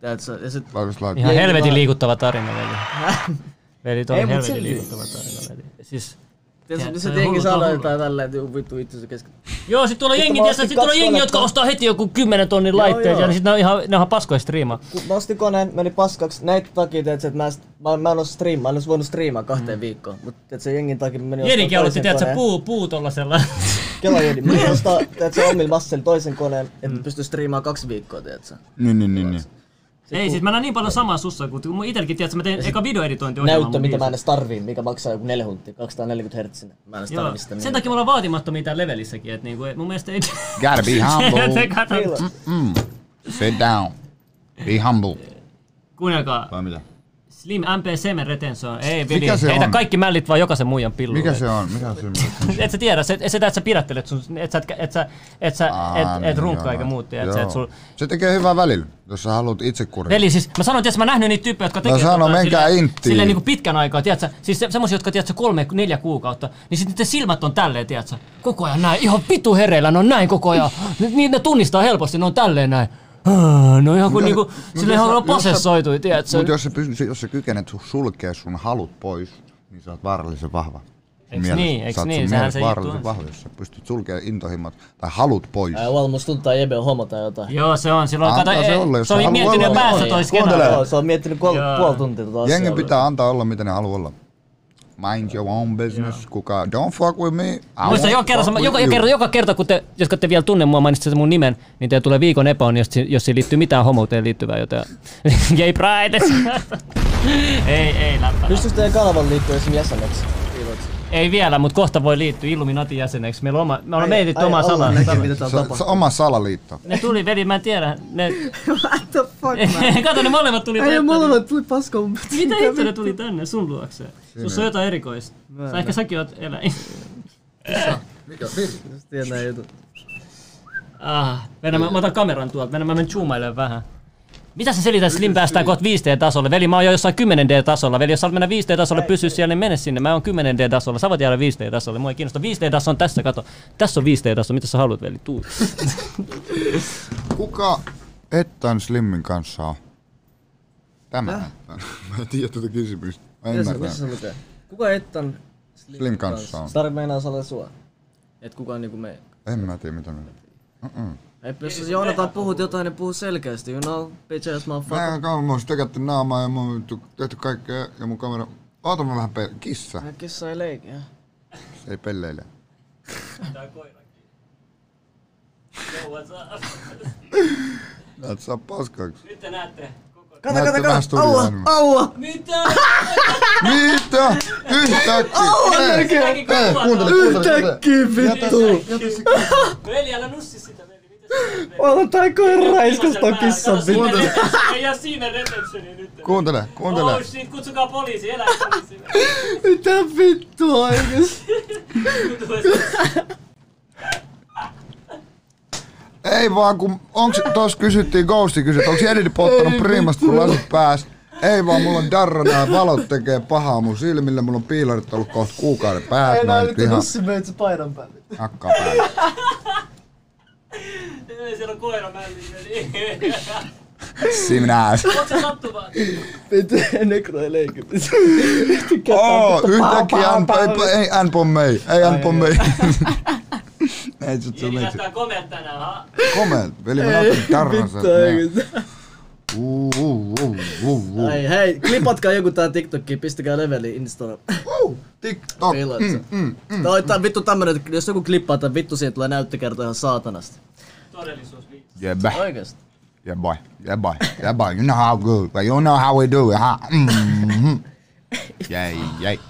Speaker 6: Tiedätkö, ja sit...
Speaker 1: Ihan
Speaker 6: Jengi
Speaker 1: helvetin
Speaker 6: vaan-
Speaker 1: liikuttava tarina, veli. Veli, toi
Speaker 6: Ei,
Speaker 1: on
Speaker 6: mut
Speaker 1: helvetin
Speaker 6: silti.
Speaker 1: liikuttava tarina, veli. Siis...
Speaker 6: Tiedätkö,
Speaker 1: Tiedät,
Speaker 6: missä
Speaker 1: toi on
Speaker 6: jengi
Speaker 1: hullu, toi on
Speaker 6: sanoo
Speaker 1: hullu.
Speaker 6: jotain tälleen, että vittu itsensä kesken.
Speaker 1: Joo, sit tuolla
Speaker 6: Vittu,
Speaker 1: jengi,
Speaker 6: mä
Speaker 1: tiedätkö,
Speaker 6: ostin
Speaker 1: sit tuolla
Speaker 6: kaksi
Speaker 1: jengi, jotka
Speaker 6: konetta.
Speaker 1: ostaa heti joku 10 tonnin
Speaker 6: Joo,
Speaker 1: laitteet,
Speaker 6: joo.
Speaker 1: ja sit ne on ihan, ne on ihan paskoja striimaa.
Speaker 6: Kun mä ostin koneen, meni paskaksi näitä takia, tiedätkö, että mä, en sit- mä, mä en oo striimaa, mä en ois voinut striimaa kahteen viikkoon. Mut tiedätkö, jengin takia mä menin
Speaker 1: Jerikin Mm. aloitti, tiedätkö,
Speaker 6: koneen.
Speaker 1: puu, puu tollasella.
Speaker 6: Kela Jedi, mä menin ostaa, tiedätkö, omilla massilla toisen koneen,
Speaker 1: Mm.
Speaker 6: että mä pystyn striimaa kaksi viikkoa, tiedätkö.
Speaker 2: Niin, niin, niin, niin.
Speaker 1: Ei, siis mä näen niin paljon samaa sussa, kun mun itelläkin, tiedätkö, mä teen eka videoeditointiohjelma.
Speaker 6: Näyttö, mitä mä en edes tarvii, mikä maksaa joku 4 huntia, 240 hertsinen. Mä en edes tarvii
Speaker 2: niin-
Speaker 6: sitä.
Speaker 1: Sen takia me ollaan vaatimattomia täällä levelissäkin, että niinku, mun mielestä ei...
Speaker 2: Gotta be humble.
Speaker 1: Se kato-
Speaker 2: Mm-mm. Mm. Sit down. Be humble.
Speaker 1: Kuunnelkaa,
Speaker 2: Vai mitä?
Speaker 1: Slim MP Semen retenso. Ei, vidi.
Speaker 2: Mikä se
Speaker 1: Heitä
Speaker 2: on?
Speaker 1: kaikki mällit vaan jokaisen muijan pilluun.
Speaker 2: Mikä se on? Mikä se on?
Speaker 1: Et sä tiedä, se, sitä, että sä pidättelet sun, et sä, et sä, et sä, et,
Speaker 2: Ah,
Speaker 1: et
Speaker 2: niin,
Speaker 1: runkkaa
Speaker 2: joo.
Speaker 1: eikä muut, tiedät sä,
Speaker 2: Joo.
Speaker 1: et sul...
Speaker 2: Se tekee hyvää välillä, jos sä haluat itse kuria.
Speaker 1: Veli, siis mä sanoin, tiedätkö, mä nähnyt niitä tyyppejä, jotka
Speaker 2: No
Speaker 1: tekee... tota
Speaker 2: sano, menkää
Speaker 1: silleen-
Speaker 2: inttiin.
Speaker 1: Silleen niinku pitkän aikaa, tiedätkö, siis se, semmosia, jotka, tiedätkö, kolme, neljä kuukautta, niin sit niiden silmät on tälleen, tiedätkö, koko ajan näin, ihan vitu hereillä, ne on näin koko ajan, niin ne tunnistaa helposti, ne on tälleen näin. No ihan kuin niinku, silleen ihan niin on possessoitui, tiedätkö.
Speaker 2: Mutta jos sä, pysy- jos sä kykenet su- sulkea sun halut pois, niin sä oot vaarallisen vahva.
Speaker 1: Eiks
Speaker 2: Mielessä-
Speaker 1: niin, eiks
Speaker 2: sä oot sun
Speaker 1: niin, sehän
Speaker 2: mielessä
Speaker 1: se juttu
Speaker 2: vaarallisen
Speaker 1: on.
Speaker 2: vahva, jos sä pystyt sulkemaan intohimot tai halut pois.
Speaker 6: Ai Wal, musta tuntuu, että Jebe on homo tai jotain.
Speaker 1: Joo, se on. Silloin
Speaker 2: Antaa se olla, jos
Speaker 1: se oli
Speaker 2: haluaa
Speaker 1: miettinyt jo
Speaker 2: olla.
Speaker 1: päässä
Speaker 2: Joo,
Speaker 1: toi
Speaker 2: joo.
Speaker 1: skenaario.
Speaker 2: Kuuntele.
Speaker 6: Joo, se on miettinyt kol-
Speaker 1: Joo.
Speaker 6: puoli tuntia tota asiaa.
Speaker 2: Jengen pitää antaa olla, mitä ne haluaa olla. Mind your own business, kuka don't fuck with me. I
Speaker 1: Muista
Speaker 2: won't
Speaker 1: joka kerta,
Speaker 2: fuck
Speaker 1: sama,
Speaker 2: with
Speaker 1: joka,
Speaker 2: you.
Speaker 1: kerta, joka kerta, kun te, jos te vielä tunne mua, mainitsette mun nimen, niin teillä tulee viikon epäonnistus, jos siihen liittyy mitään homouteen liittyvää, joten gay pride. ei, ei läppä.
Speaker 6: Pystyykö teidän kanavan liittyä esim. jäseneksi? Kiitoksia.
Speaker 1: Ei vielä, mutta kohta voi liittyä Illuminatin jäseneksi. Meillä on oma, me ollaan
Speaker 6: Ai-
Speaker 1: mietitty
Speaker 6: ai,
Speaker 1: omaa
Speaker 6: ollaan
Speaker 1: salaa.
Speaker 6: näkyy, mitä täällä
Speaker 2: Se, se
Speaker 6: tapahtuu.
Speaker 2: oma salaliitto.
Speaker 1: Ne tuli, veli, mä en tiedä. Ne...
Speaker 6: What the fuck,
Speaker 1: man? Kato, ne molemmat tuli
Speaker 6: Ei,
Speaker 1: tänne.
Speaker 6: molemmat tuli paskoon.
Speaker 1: Mitä hitto ne tuli tänne sun luokse? Sussa on jotain erikoista.
Speaker 6: en
Speaker 1: Sä ehkä
Speaker 6: näe.
Speaker 1: säkin oot eläin.
Speaker 2: Mikä
Speaker 6: Just tiedän jutut.
Speaker 1: Ah, mennään, mä, mä otan kameran tuolta, mennään, mä menen zoomailemaan vähän. Mitä sä selität, Slim päästään kohta 5D-tasolle? Veli, mä oon jo jossain 10D-tasolla. Veli, jos sä haluat mennä 5D-tasolle, pysy siellä, niin mene sinne. Mä oon 10D-tasolla. Sä voit jäädä 5D-tasolle. Mua ei kiinnosta. 5D-taso on tässä, kato. Tässä on 5D-taso. Mitä sä haluat, Veli? Tuu.
Speaker 2: Kuka Ettan Slimmin kanssa on? Tämä. Mä en tiedä tuota kysymystä. Mä
Speaker 6: Mitä se-
Speaker 2: ymmärrän.
Speaker 6: Mitä se lukee? Kuka Ettan
Speaker 2: Slim kanssa on.
Speaker 6: Star meinaa olla sua. Et kukaan niinku me...
Speaker 2: En mä tiedä mitä minä. Mm-mm.
Speaker 6: Et jos Joonatan puhut jotain, niin puhu selkeästi, you know? Bitch ass
Speaker 2: Mä
Speaker 6: motherfucker.
Speaker 2: en kauan, mä oon tykätty naamaa ja mä oon vittu tehty kaikkea ja mun kamera... Oota mä vähän pe- kissa,
Speaker 6: Mä kissa ei leikiä.
Speaker 2: ei pelleile.
Speaker 13: Tää koirakin. Yo, what's up?
Speaker 2: Näet saa paskaksi.
Speaker 13: Nyt te näette. koko-
Speaker 2: Kato, Näette kato, vähän kato. studioa Aua, enemmän.
Speaker 6: aua!
Speaker 13: Mitä?
Speaker 2: Mitä? Yhtäkkiä!
Speaker 13: Aua,
Speaker 2: Ei,
Speaker 13: näkee.
Speaker 2: ei, kuuntele, kuuntele, kuuntele. Jätä- jätä se
Speaker 13: Veli, älä nussi sitä, veli.
Speaker 6: Olla tää koira raiskas ton
Speaker 13: Kato,
Speaker 6: kissan
Speaker 13: siinä
Speaker 6: vittu.
Speaker 13: reception- Ei jää siinä receptioni nyt.
Speaker 2: Kuuntele, kuuntele.
Speaker 13: Oh shit, kutsukaa poliisi, elä poliisi.
Speaker 6: Mitä vittua oikeesti?
Speaker 2: Ei vaan kun, onks, tos kysyttiin, Ghosti kysyi, onks Edith ottanut primasta kun lasit pääs? Ei vaan, mulla on darra nää valot tekee pahaa mun silmillä, mulla on piilarit ollut kohta kuukauden päässä,
Speaker 6: Ei
Speaker 2: mä
Speaker 6: nää
Speaker 2: en nyt
Speaker 6: nyt
Speaker 2: ihan
Speaker 6: nussi meitsi paidan päälle.
Speaker 2: hakkaa päälle.
Speaker 13: Ei, Siellä on koira mälliin, veli.
Speaker 2: Sinä.
Speaker 13: Onko se sattuvaa?
Speaker 6: Vittu, nekro ei leikin.
Speaker 2: Oo, yhtäkkiä N, ei, ei N pommei, ei N pommei. Ei sit se
Speaker 13: Jeni
Speaker 2: meitsi.
Speaker 13: näyttää komeat tänään, ha?
Speaker 2: Komeet, veli mä
Speaker 6: Ei,
Speaker 2: näytän darran sen.
Speaker 6: vittu oikeesti.
Speaker 2: Uu, uu, uu, uu, uu.
Speaker 6: Ai hei, klipatkaa joku tää TikTokki, pistäkää leveli Instagram.
Speaker 2: TikTok.
Speaker 6: Mm, mm, mm, tää on tää vittu tämmönen, että jos joku klippaa tän vittu, siihen tulee näyttökerto ihan saatanasti.
Speaker 13: Todellisuus viitsi.
Speaker 2: Jebä.
Speaker 6: Oikeesti.
Speaker 2: Yeah boy, yeah boy, yeah boy, you know how good, but you know how we do it, huh? Mm-hmm. Jäi, jäi.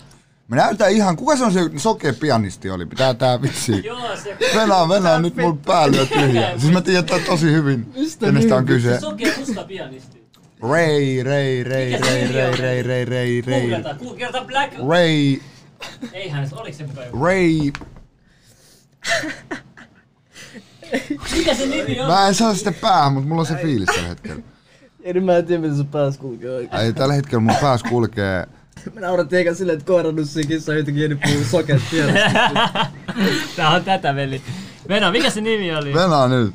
Speaker 2: Mä näytän ihan, kuka se on se sokea pianisti oli? Pitää tää vitsi.
Speaker 13: Joo, se...
Speaker 2: Venää, venää nyt mun päälle on tyhjää. Siis mä tiedän tää tosi hyvin, kenestä
Speaker 6: niin
Speaker 2: on kyse.
Speaker 13: Sokea musta pianisti.
Speaker 2: Rei, rei, rei,
Speaker 13: Mikä se
Speaker 2: rei,
Speaker 13: nimi
Speaker 2: rei,
Speaker 13: on?
Speaker 2: rei, rei, rei, rei.
Speaker 13: Googletaan, ku- kerta Black...
Speaker 2: Rei,
Speaker 13: Eihän se, oliks se mukaan joku?
Speaker 2: rei.
Speaker 13: Mikä se nimi on?
Speaker 2: Mä en saa sitä päähän, mutta mulla on se fiilis tällä hetkellä.
Speaker 6: Ei nyt mä en tiedä, miten sun pääs kulkee oikein.
Speaker 2: Ei, tällä hetkellä mun pääs kulkee
Speaker 6: Mä naurattiin eikä silleen, että koira nussii kissa jotenkin jeni puhuu soket pienesti.
Speaker 1: Tää on tätä, veli. Vena, mikä se nimi oli?
Speaker 2: Venä nyt.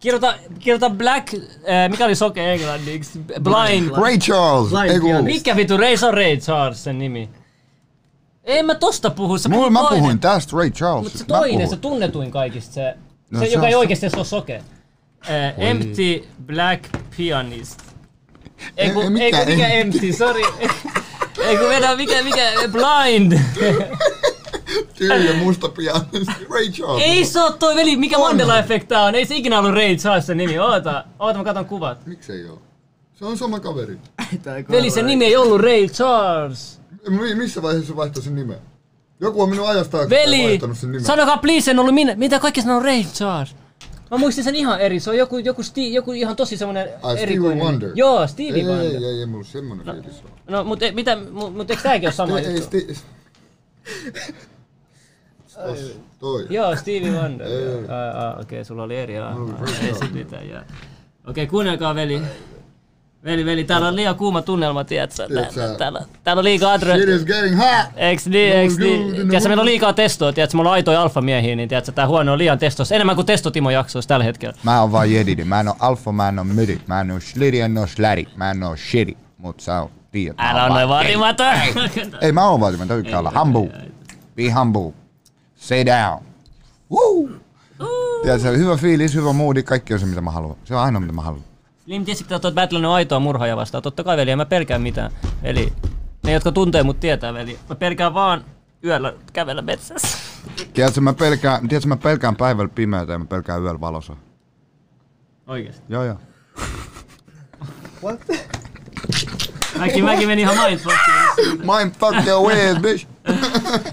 Speaker 1: Kirjoita, kirjoita Black, äh, mikä oli soke englanniksi? Blind.
Speaker 2: Ray Charles. Blind Ei kun- pianist.
Speaker 1: Mikä vitu, Ray, se on Ray Charles sen nimi. Ei mä tosta puhu, sä
Speaker 2: Mulla
Speaker 1: puhut
Speaker 2: mä
Speaker 1: toinen.
Speaker 2: puhuin tästä Ray Charles.
Speaker 1: Mut se
Speaker 2: Siis Mä
Speaker 1: toinen,
Speaker 2: puhuin.
Speaker 1: se tunnetuin kaikista, se,
Speaker 2: No
Speaker 1: se,
Speaker 2: se
Speaker 1: joka
Speaker 2: on
Speaker 1: ei
Speaker 2: se-
Speaker 1: oikeesti se on soke. Äh,
Speaker 2: Oi.
Speaker 1: empty Black Pianist. Ei
Speaker 2: Ei-
Speaker 1: ku,
Speaker 2: ei
Speaker 1: ei,
Speaker 2: mikään
Speaker 1: ku, mikä
Speaker 2: empty.
Speaker 1: empty, sorry. ei ku vedä, mikä, mikä, Blind.
Speaker 2: Tyhjä musta pianisti Ray Charles.
Speaker 1: Äh. ei se oo toi veli, mikä Mandela-efekt tää on, ei se ikinä ollut Ray Charles sen nimi, oota. Oota, mä katon kuvat.
Speaker 2: Miksei oo? Se on sama kaveri.
Speaker 1: Veli, sen nimi ei ollut Ray Charles.
Speaker 2: Mi- missä vaiheessa se vaihtoi sen nimen? Joku on minun ajastaan
Speaker 1: Veli,
Speaker 2: vaihtanut sen nimen.
Speaker 1: sanokaa please, en ollut minä. Mitä kaikki sanoo Ray Charles? Mä muistin sen ihan eri, se on joku, joku, sti, joku ihan tosi semmonen
Speaker 2: Ai, Ah, Stevie
Speaker 1: erikoinen.
Speaker 2: Wonder.
Speaker 1: Joo, Stevie
Speaker 2: ei,
Speaker 1: Wonder.
Speaker 2: Ei, ei, ei, ei mulla semmonen no. fiilis oo.
Speaker 1: No, mut, e, mitä, mut, mut eikö tääkin oo sama
Speaker 2: Ei,
Speaker 1: juttu?
Speaker 2: ei, sti- Tos, toi.
Speaker 1: Joo, Stevie Wonder. joo. Ai, ai, Okei, sulla oli eri aa. aa, Ei sit mitään, joo. Okei, kuunnelkaa veli. Veli, veli, täällä on liian kuuma tunnelma, tiedätkö?
Speaker 2: Tiedät sä?
Speaker 1: Täällä, täällä, täällä on liikaa adre...
Speaker 2: Shit is No, getting hot!
Speaker 1: Eiks niin, eiks niin? Tiedätkö, meillä on liikaa testoa, tiedätkö, me ollaan aitoja alfamiehiä, niin tiedätkö, tää huone on liian testossa. Enemmän kuin testotimo jaksoissa tällä hetkellä.
Speaker 2: Mä oon vaan jedidi. Mä en oo alfa, mä en oo midi. Mä en oo slidi, en oo släri. Mä en oo shitty. Mut sä oot tiedät. mä
Speaker 1: Älä
Speaker 2: oon
Speaker 1: on noin
Speaker 2: vaan jedidi.
Speaker 1: vaatimaton!
Speaker 2: Ei mä oon vaatimaton, mä tykkään olla humble. Be humble. Stay down. Woo! Tiedätkö, se on hyvä fiilis, hyvä moodi, kaikki on se mitä mä haluan. Se on ainoa mitä mä haluan.
Speaker 1: Slim, tiesitkö, että oot battlenut aitoa murhaajaa vastaan? Totta kai, veli, en mä pelkää mitään. Eli ne, jotka tuntee mut tietää, veli. Mä pelkään vaan yöllä kävellä metsässä.
Speaker 2: Tiedätkö, mä pelkään, tiedätkö, mä pelkään päivällä pimeätä ja mä pelkään yöllä valossa.
Speaker 1: Oikeesti.
Speaker 2: Joo, joo.
Speaker 6: What?
Speaker 1: Mäkin, mäkin meni ihan mindfuckiin.
Speaker 2: Mindfuck your ways, bitch.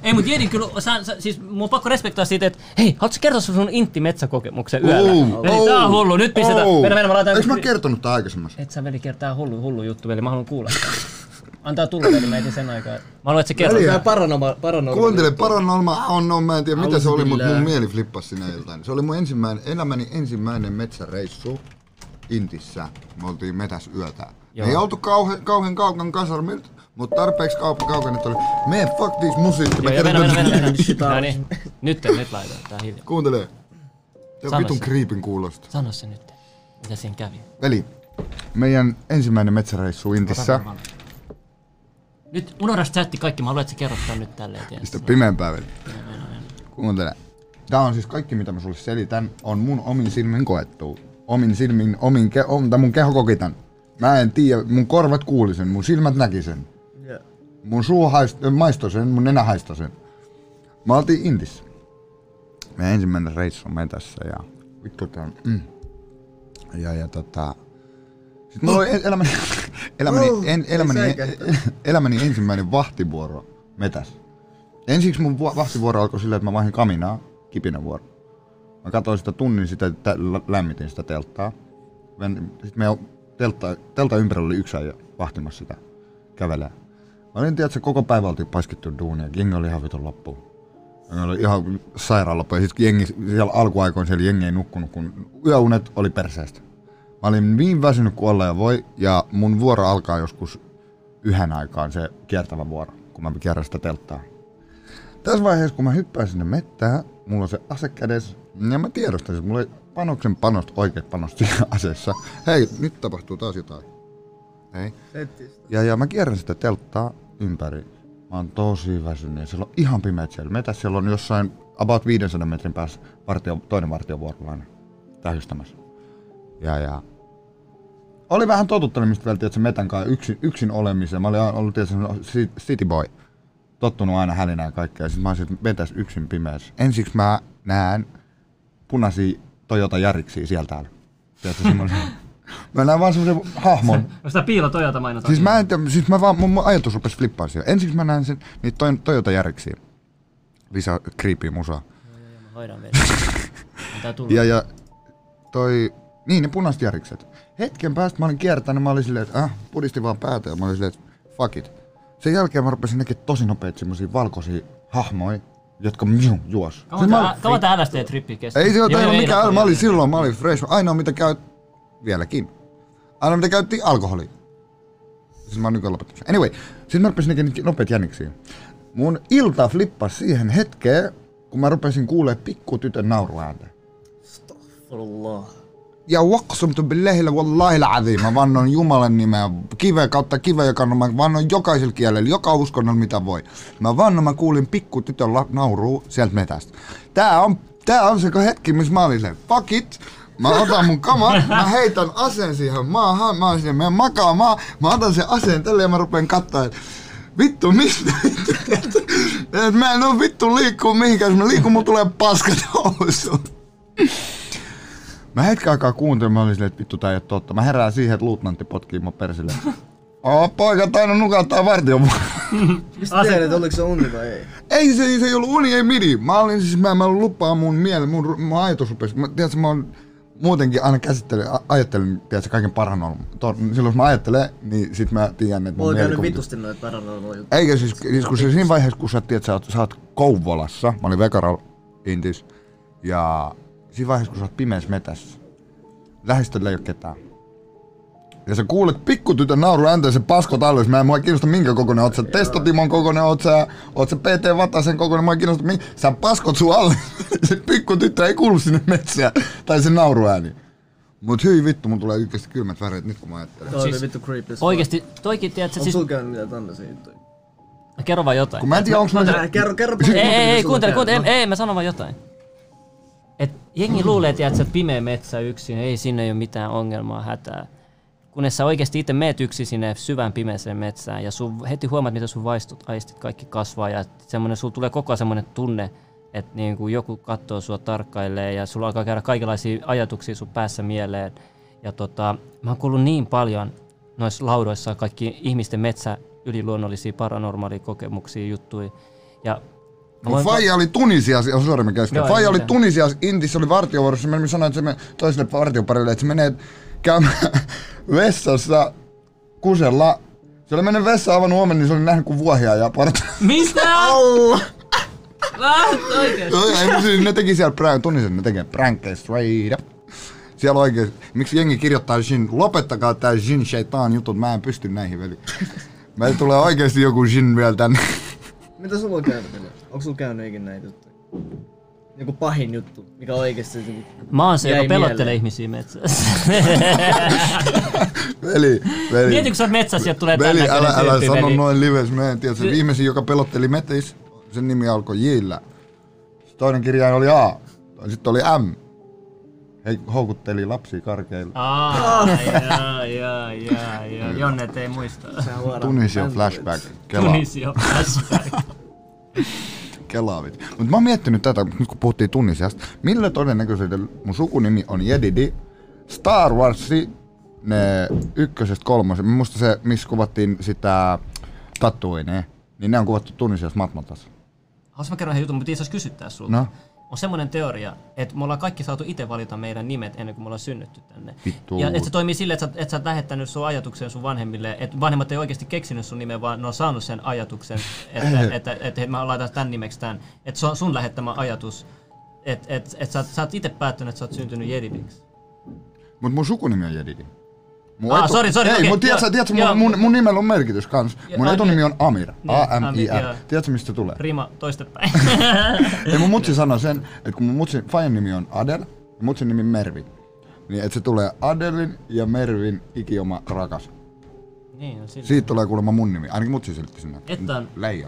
Speaker 1: Ei, mut Jedi, kyllä, sä, sä, siis mun on pakko respektoida siitä, että hei, haluatko sä kertoa sun sun intti-metsäkokemuksen yöllä?
Speaker 2: Ooh,
Speaker 1: veli, tää on
Speaker 2: ooh,
Speaker 1: hullu, nyt pistetään.
Speaker 2: ooh.
Speaker 1: Mennä, mennä, mä laitan...
Speaker 2: Eiks mä kertonut tää aikaisemmin?
Speaker 1: Et sä veli kertaa hullu, hullu juttu, veli, mä haluan kuulla. Antaa tulla, veli, mä etin sen aikaa. Mä haluan, että sä kerrot.
Speaker 2: Veli,
Speaker 6: Paranoma, paranoma.
Speaker 2: Kuuntele, paranorma on, no mä en tiedä mitä se oli, mutta mun
Speaker 6: Auzubillah.
Speaker 2: mieli flippasi sinä iltana. Se oli mun ensimmäinen, elämäni ensimmäinen metsäreissu Intissä. Me oltiin metäs yötä. Me
Speaker 1: Joo.
Speaker 2: ei oltu kauhean, kauhean kaukan kasarmilta, mutta tarpeeksi kaup- kaukana, että oli, me fuck this musiikki.
Speaker 1: Joo,
Speaker 2: me
Speaker 1: joo, mennä,
Speaker 2: tiedän-
Speaker 1: mennä, mennä, mennä. No niin, nyt, nyt laitan, tää on hiljaa.
Speaker 2: Kuuntele. Tää on
Speaker 1: Sano
Speaker 2: vitun
Speaker 1: se.
Speaker 2: kriipin kuulosta.
Speaker 1: Sano se nyt, mitä siinä kävi.
Speaker 2: Veli, meidän ensimmäinen metsäreissu Intissä.
Speaker 1: Nyt unohda se chatti kaikki, mä haluan, että sä kerrot tän nyt tälleen. tiedät
Speaker 2: Pistä
Speaker 1: sä.
Speaker 2: pimeämpää veli.
Speaker 1: Joo, joo, joo.
Speaker 2: Kuuntele. Tää on siis kaikki, mitä mä sulle selitän, on mun omin silmin koettu. Omin silmin, omin ke- om, tai mun keho koki tän. Mä en tiedä, mun korvat kuuli sen, mun silmät näki sen.
Speaker 6: Joo.
Speaker 2: Mun suu haist- maistoi sen, mun nenä haistoi sen. Mä oltiin Intissä. Meidän ensimmäinen reissu metässä ja vittu tää on, mm. Ja, ja tota... Sitten mulla oli el- elämäni, elämäni,
Speaker 6: Oh,
Speaker 2: en,
Speaker 6: ei
Speaker 2: elämäni,
Speaker 6: säikähtää.
Speaker 2: elämäni ensimmäinen vahtivuoro metässä. Ensiksi mun vu- vahtivuoro alkoi sillä, että mä vaihdin kaminaa, kipinävuoro. Mä katsoin sitä tunnin, sitä, että lä- lämmitin sitä telttaa. Sitten meidän teltta, teltta ympärillä oli yksi aja vahtimassa sitä kävelää. Mä olin tiedä, että koko päivä oltiin paskittu duunia. Jengi oli ihan vitun loppuun. Ne oli ihan sairaan loppuun. Ja sitten jengi, siellä alkuaikoin siellä jengi ei nukkunut, kun yöunet oli perseestä. Mä olin niin väsynyt kuin olla ja voi, ja mun vuoro alkaa joskus yhden aikaan se kiertävä vuoro, kun mä kierrän sitä telttaa. Tässä vaiheessa, kun mä hyppään sinne mettään, mulla on se ase kädessä, ja mä tiedostan, että mulla ei panoksen panosta, oikeat panosta siinä aseessa. Hei, nyt tapahtuu taas jotain. Ei. Ja, ja mä kierrän sitä telttaa ympäri. Mä oon tosi väsynyt ja siellä on ihan pimeät siellä. Metä siellä on jossain about 500 metrin päässä vartio, toinen vartiovuorolainen tähystämässä. Ja, ja. Oli vähän totuttelemista vielä, että metän kanssa yksin, yksin olemiseen. Mä olin aina ollut tietysti semmonen ci- city boy. Tottunut aina hälinään kaikkea. Ja sit mä oon sit metäs yksin pimeässä. Ensiksi mä näen punaisia Toyota Jariksia sieltä täällä. Tiedätkö, semmoisen. Mä näen vaan semmoisen hahmon.
Speaker 1: Onko sitä piilo Toyota mainotaan?
Speaker 2: Siis mä en tiedä, siis mä vaan, mun, mun ajatus rupesi flippaa siellä. Ensiksi mä näen sen, niitä toi, Toyota Järiksiä. Lisää creepy musaa.
Speaker 1: Mä hoidan vielä. Antaa tulla.
Speaker 2: Ja, ja toi, niin ne punaiset järjikset. Hetken päästä mä olin kiertänyt, mä olin silleen, että ah, pudistin vaan päätä ja mä olin silleen, että fuck it. Sen jälkeen mä rupesin näkemään tosi nopeita semmosia valkoisia hahmoja, jotka miu, juos.
Speaker 1: Kauan
Speaker 2: Siis mä-
Speaker 1: tää- Kauan tää LSD-trippi kestää?
Speaker 2: Ei se
Speaker 1: Joo,
Speaker 2: ole
Speaker 1: joo,
Speaker 2: täällä
Speaker 1: ei
Speaker 2: mikään,
Speaker 1: napoli.
Speaker 2: mä olin silloin, mä olin fresh. Ainoa mitä käyt, vieläkin. Ainoa mitä käytti alkoholi. Siis mä oon nykyään lopettamassa. Anyway, siis mä rupesin näkemään niitä nopeat jäniksiä. Mun ilta flippasi siihen hetkeen, kun mä rupesin kuulemaan pikkutytön nauruääntä.
Speaker 6: Allah.
Speaker 2: Ja waqsumtu billahillä wallahi azim. Mä vannon Jumalan nimeä, kiveä kautta kiveä, joka on, mä vannon jokaisella kielellä, joka uskonnolla mitä voi. Mä vannon, mä kuulin pikku tytön la- nauruu sieltä metästä. Tää on, tää on se hetki, missä mä olin silleen, fuck it. Mä otan mun kamat, mä heitän aseen siihen maahan, mä oon silleen, mä makaamaan, mä otan sen aseen tälle ja mä rupeen katsoa, että vittu mistä Et mä en oo vittu liikkuu mihinkään, jos mä liikun, mulla tulee paskat housuun. Mä hetken aikaa kuuntelin, mä olin silleen, että vittu tää ei oo totta. Mä herään siihen, että luutnantti potkii mun persille. Oo poika, tainnut nukahtaa vartion
Speaker 6: Mistä tiedät, että oliko se onni vai ei?
Speaker 2: Ei se, se ei ollut uni, ei midi. Mä olin siis, mä, mä lupaa mun mielen, mun, ru- mun ajatus rupesi. Mä, tiedätkö, mä oon muutenkin aina käsittelen, a- ajattelen, tiedätkö, kaiken parhanon. Silloin kun mä ajattelen, niin sit mä tiedän, että
Speaker 6: Mä oon
Speaker 2: mun
Speaker 6: käynyt
Speaker 2: mielikuvitus.
Speaker 6: vitusti noita paranormaaleja juttuja.
Speaker 2: Eikä siis, siis kun se siinä vaiheessa, kun sä tiedät, sä oot, sä oot Kouvolassa, mä olin Vekaral Intis, ja siinä vaiheessa, kun sä oot pimeässä metässä, lähistöllä ei ole ketään. Ja sä kuulet pikkutytön nauru ääntä ja se paskot alueessa. Mä en mua kiinnosta minkä kokoinen oot sä. Testotimon kokoinen oot sä. Oot sä PT Vatasen kokoinen. Mua ei kiinnosta minkä. Sä paskot sun alle. se pikkutyttö ei kuulu sinne metsään. Tai se nauruääni. Mut hyi vittu, mun tulee oikeesti kylmät väreet nyt kun mä ajattelen.
Speaker 6: Toi oli vittu creepy as fuck.
Speaker 1: Siis Oikeesti, toikin tiedät sä
Speaker 6: Onko
Speaker 1: siis...
Speaker 6: sulla käynyt mitään tämmösiä juttuja?
Speaker 1: Kerro vaan jotain.
Speaker 2: Kun mä en tiedä, onks mä...
Speaker 6: Älä kerro, kerro.
Speaker 1: Ei, ei,
Speaker 6: Mitä
Speaker 1: ei,
Speaker 6: sulla
Speaker 1: kuuntele,
Speaker 6: käy?
Speaker 1: kuuntele,
Speaker 6: No.
Speaker 1: ei, ei, mä sanon vaan jotain. Et jengi luulee, tiedät, että sä oot pimeä metsä yksin, ei sinne ei ole mitään ongelmaa, hätää. Kunnes sä oikeasti itse meet yksin sinne syvään pimeäseen metsään ja sun heti huomaat, mitä sun vaistut, aistit kaikki kasvaa ja semmonen, sulla tulee koko ajan semmonen tunne, että niin kuin joku katsoo sua tarkkailee ja sulla alkaa käydä kaikenlaisia ajatuksia sun päässä mieleen. Ja tota, mä oon kuullut niin paljon noissa laudoissa kaikki ihmisten metsä yliluonnollisia paranormaalia kokemuksia, juttuja. Ja mä
Speaker 2: No
Speaker 1: voin-
Speaker 2: Faija oli Tunisiassa, jos sorry mä kesken.
Speaker 1: Joo, ei
Speaker 2: Faija oli
Speaker 1: mitään.
Speaker 2: Tunisiassa, Intissä oli vartiovuorossa, mä sanoin että se me, toiselle vartioparille, että se menee käymään vessassa kusella. Se oli mennyt vessaan avannut oven, niin se oli nähnyt kuin vuohia ja parta.
Speaker 1: Mitä?
Speaker 6: Alla!
Speaker 2: Joo, ei, mutta siis ne teki siellä prank, Tunisiassa ne tekee prankkeja straight up. Siellä oikein, miksi jengi kirjoittaa Jin, lopettakaa tää Jin Shaitan jutut, mä en pysty näihin veli. Meillä tulee oikeesti joku Jin vielä tänne.
Speaker 6: Mitä sulla on käynyt? Ville? Onko sulla käynyt ikinä näitä juttuja? joku pahin juttu, mikä oikeesti niinku
Speaker 1: Mä oon se,
Speaker 6: jäi
Speaker 1: joka pelottelee
Speaker 6: mieleen?
Speaker 1: ihmisiä metsässä.
Speaker 2: Veli, veli.
Speaker 1: Mieti, kun sä oot metsässä ja tulee
Speaker 2: Veli,
Speaker 1: tän
Speaker 2: älä,
Speaker 1: näköinen
Speaker 2: älä
Speaker 1: tyyppi,
Speaker 2: sano
Speaker 1: veli.
Speaker 2: noin lives. Mä en tiedä. Se
Speaker 1: Se-
Speaker 2: viimeisin, joka pelotteli metis, sen nimi alkoi Jillä. Toinen kirjain oli A. Sitten oli M. He houkutteli lapsia karkeilla.
Speaker 1: Aa, jaa, jaa, jaa, jaa. Jonne, ei muista.
Speaker 2: Tunisio flashback. Kela.
Speaker 1: Tunisio flashback.
Speaker 2: Kelaavit. Mutta mä oon miettinyt tätä, nyt kun puhuttiin Tunisiasta. Millä todennäköisyydellä mun sukunimi on Jedidi? Star Wars, ne ykkösestä kolmosen. Musta se, missä kuvattiin sitä tatuineen, niin ne on kuvattu Tunisiassa matmatassa.
Speaker 1: Haluaisin mä kerron yhden jutun, mutta itse asiassa kysyttää sulta.
Speaker 2: No.
Speaker 1: On semmoinen teoria, että me ollaan kaikki saatu itse valita meidän nimet ennen kuin me ollaan synnytty tänne.
Speaker 2: Vittu.
Speaker 1: Ja että se toimii silleen, että sä, et sä oot lähettänyt sun ajatuksen sun vanhemmille, että vanhemmat ei oikeasti keksinyt sun nimeä, vaan ne on saanut sen ajatuksen, että, että, että, että hei, mä laitan tämän nimeksi tämän. Että se on sun lähettämä ajatus, että et, et sä, oot- sä oot itse päättänyt, että sä oot syntynyt jedidiksi.
Speaker 2: Mut mun sukunimi on Jedidi.
Speaker 1: Ah, sorry, sorry,
Speaker 2: Ei,
Speaker 1: okei,
Speaker 2: mut
Speaker 1: joo,
Speaker 2: tiedät, sä- tiedät, sä,
Speaker 1: joo.
Speaker 2: mun, mun, mun nimellä on merkitys kans.
Speaker 1: Ja-
Speaker 2: Mun
Speaker 1: ai,
Speaker 2: etunimi on Amir.
Speaker 1: Niin, Amir, joo.
Speaker 2: A-M-I-R. Tiedätkö mistä se tulee?
Speaker 1: Rima toistepäin.
Speaker 2: ja mun mutsi sanoi sen, että kun mun mutsi, fajan nimi on Adel, ja mutsin nimi Mervin. Niin että se tulee Adelin ja Mervin ikioma rakas.
Speaker 1: niin, on silleen.
Speaker 2: Siitä tulee kuulemma mun nimi. Ainakin mutsi selitti sinne.
Speaker 1: Että on.
Speaker 2: Leija.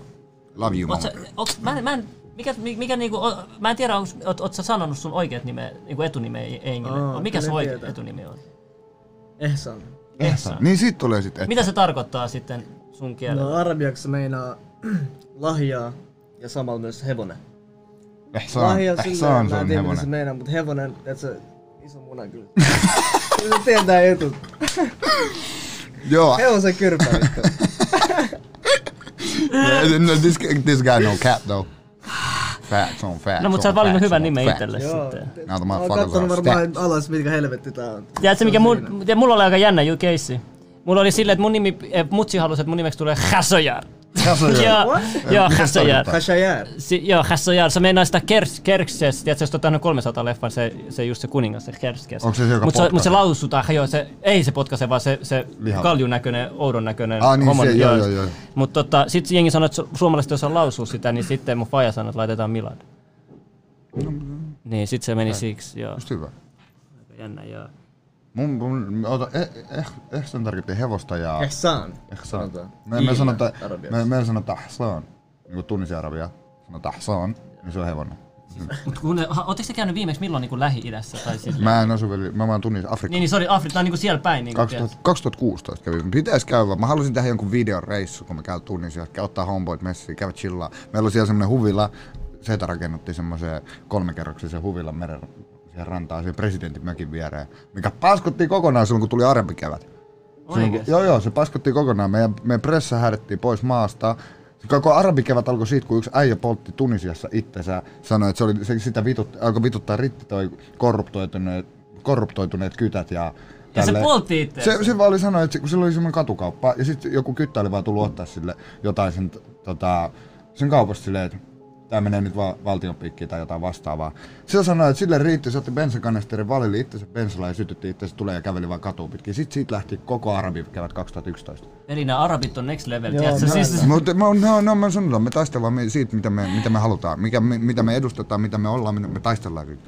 Speaker 2: Love you,
Speaker 1: Oot
Speaker 2: mama.
Speaker 1: sä, onks, mä, en- mä, en, mikä, mi- mikä niinku, o- mä en tiedä, onks, oot, oot sä sanonut sun oikeat nimeä, niinku etunimeä Engille?
Speaker 6: Aa,
Speaker 1: mikä
Speaker 6: kyllä
Speaker 1: sun oikea
Speaker 6: tietää.
Speaker 1: etunimi on?
Speaker 6: Ehsan.
Speaker 2: Ehsan. Niin siitä tulee sit
Speaker 1: Mitä
Speaker 2: että.
Speaker 1: se tarkoittaa sitten sun kielellä?
Speaker 6: No arabiaksi se meinaa lahjaa ja samalla myös hevonen.
Speaker 2: Ehsan, Ehsan se
Speaker 6: mä en
Speaker 2: on
Speaker 6: tiedä mitä se
Speaker 2: hevonen.
Speaker 6: meinaa, mutta Eh, hevonen, et se iso muna kyllä. Kyllä se tietää jutut.
Speaker 2: Joo. eh,
Speaker 6: Hevosen kyrpä vittu.
Speaker 2: Yeah, no, this, this guy no cap though. Facts on facts.
Speaker 1: No, mut sä
Speaker 2: on
Speaker 1: oot valinnut
Speaker 2: facts
Speaker 1: hyvän
Speaker 2: on
Speaker 1: nimen
Speaker 2: facts.
Speaker 1: itsellesi sitten.
Speaker 2: Now the
Speaker 6: Mä oon
Speaker 2: motherfuckers
Speaker 6: kattonut
Speaker 2: are stacked.
Speaker 6: varmaan alas, mitkä helvetti tää on.
Speaker 1: Tiedätkö, mikä mun, ja mulla oli aika jännä ju- keissi. Mulla oli silleen, että mun nimi, eh, mutsi halusi, että mun nimeksi tulee Hasojar.
Speaker 6: Khashoggi.
Speaker 1: Joo,
Speaker 6: What?
Speaker 1: joo,
Speaker 6: Mitä se
Speaker 1: Hasojar.
Speaker 6: tarkoittaa? Khashoggi.
Speaker 1: Si, joo, Hasojar. Se meinaa sitä Kers, Kerskes. Tiedätkö, jos tota, oot tehnyt 300 leffan, se, se just se kuningas, se Kerskes.
Speaker 2: Onko se se, joka
Speaker 1: Mut se, mut se
Speaker 2: potkaisee?
Speaker 1: lausutaan, joo, se, ei se potkaise, vaan se, se
Speaker 2: Lihava.
Speaker 1: kaljunäköinen, oudon näköinen.
Speaker 2: Ah, niin se, joo, joo, joo.
Speaker 1: Mutta tota, sit jengi sanoi, että su- suomalaiset jos lausuu sitä, niin sitten mun faija sanoi, että laitetaan Milad. Niin, sit se meni
Speaker 2: Okei.
Speaker 1: siksi, joo.
Speaker 2: Just hyvä.
Speaker 1: Aika jännä, joo.
Speaker 2: Mun, mun, ota, eh, eh, ehsan tarkoitti hevosta ja...
Speaker 6: Ehsan.
Speaker 2: Ehsan.
Speaker 6: Sanotaan.
Speaker 2: Me, me
Speaker 6: Kiina,
Speaker 2: sanotaan,
Speaker 6: arabiaksi.
Speaker 2: me, me sanotaan ahsan. Niinku tunnisi arabia. Sanotaan ahsan, niin se on hevonen.
Speaker 1: Mut kun, ha- ootteko te käynyt viimeksi milloin niin Lähi-idässä? Tai siis,
Speaker 2: Mä en asu vielä, mä vaan tunnin Afrikkaan.
Speaker 1: Niin, niin sorry, Afri, tää on niinku siellä päin. Niinku,
Speaker 2: 2000, 2016 kävi. Pitäis käydä. Mä halusin tehdä jonkun videoreissu, kun mä käyn tunnissa. Käy ottaa homeboyt messiin, käydä chillaa. Meillä oli siellä semmonen huvila. Seeta rakennutti semmoisen kolmekerroksisen huvilan meren siihen rantaan, siihen presidentin mökin viereen, mikä paskottiin kokonaan silloin, kun tuli arabikevät. Silloin, kun, joo, joo, se paskottiin kokonaan. Meidän, meidän pressa häädettiin pois maasta. Se Koko arabikevät alkoi siitä, kun yksi äijä poltti Tunisiassa itsensä. Sanoi, että se oli, se, sitä vitut, alkoi vituttaa ritti toi korruptoituneet, korruptoituneet kytät ja
Speaker 1: Ja se
Speaker 2: tälleen.
Speaker 1: poltti itseänsä.
Speaker 2: Se, se vaan oli sanoa, että se- kun sillä oli semmoinen katukauppa ja sitten joku kyttä oli vaan tullut ottaa sille jotain sen, t- tota, sen kaupasta silleen, että tämä menee nyt vaan valtion piikkiin tai jotain vastaavaa. Sillä sanoi, että sille riitti, se otti bensakanisterin, valili itsensä bensalla ja sytytti itsensä tulee ja käveli vaan katuun pitkin. Sitten siitä lähti koko arabi kevät 2011.
Speaker 1: Eli nämä arabit on next level,
Speaker 2: Joo,
Speaker 1: tiedätkö? Siis,
Speaker 2: Mutta no, no, no, mä sanotaan, me taistellaan me- siitä, mitä me, mitä me halutaan, mikä, me- mitä me edustetaan, mitä me ollaan, mitä me taistellaan siitä.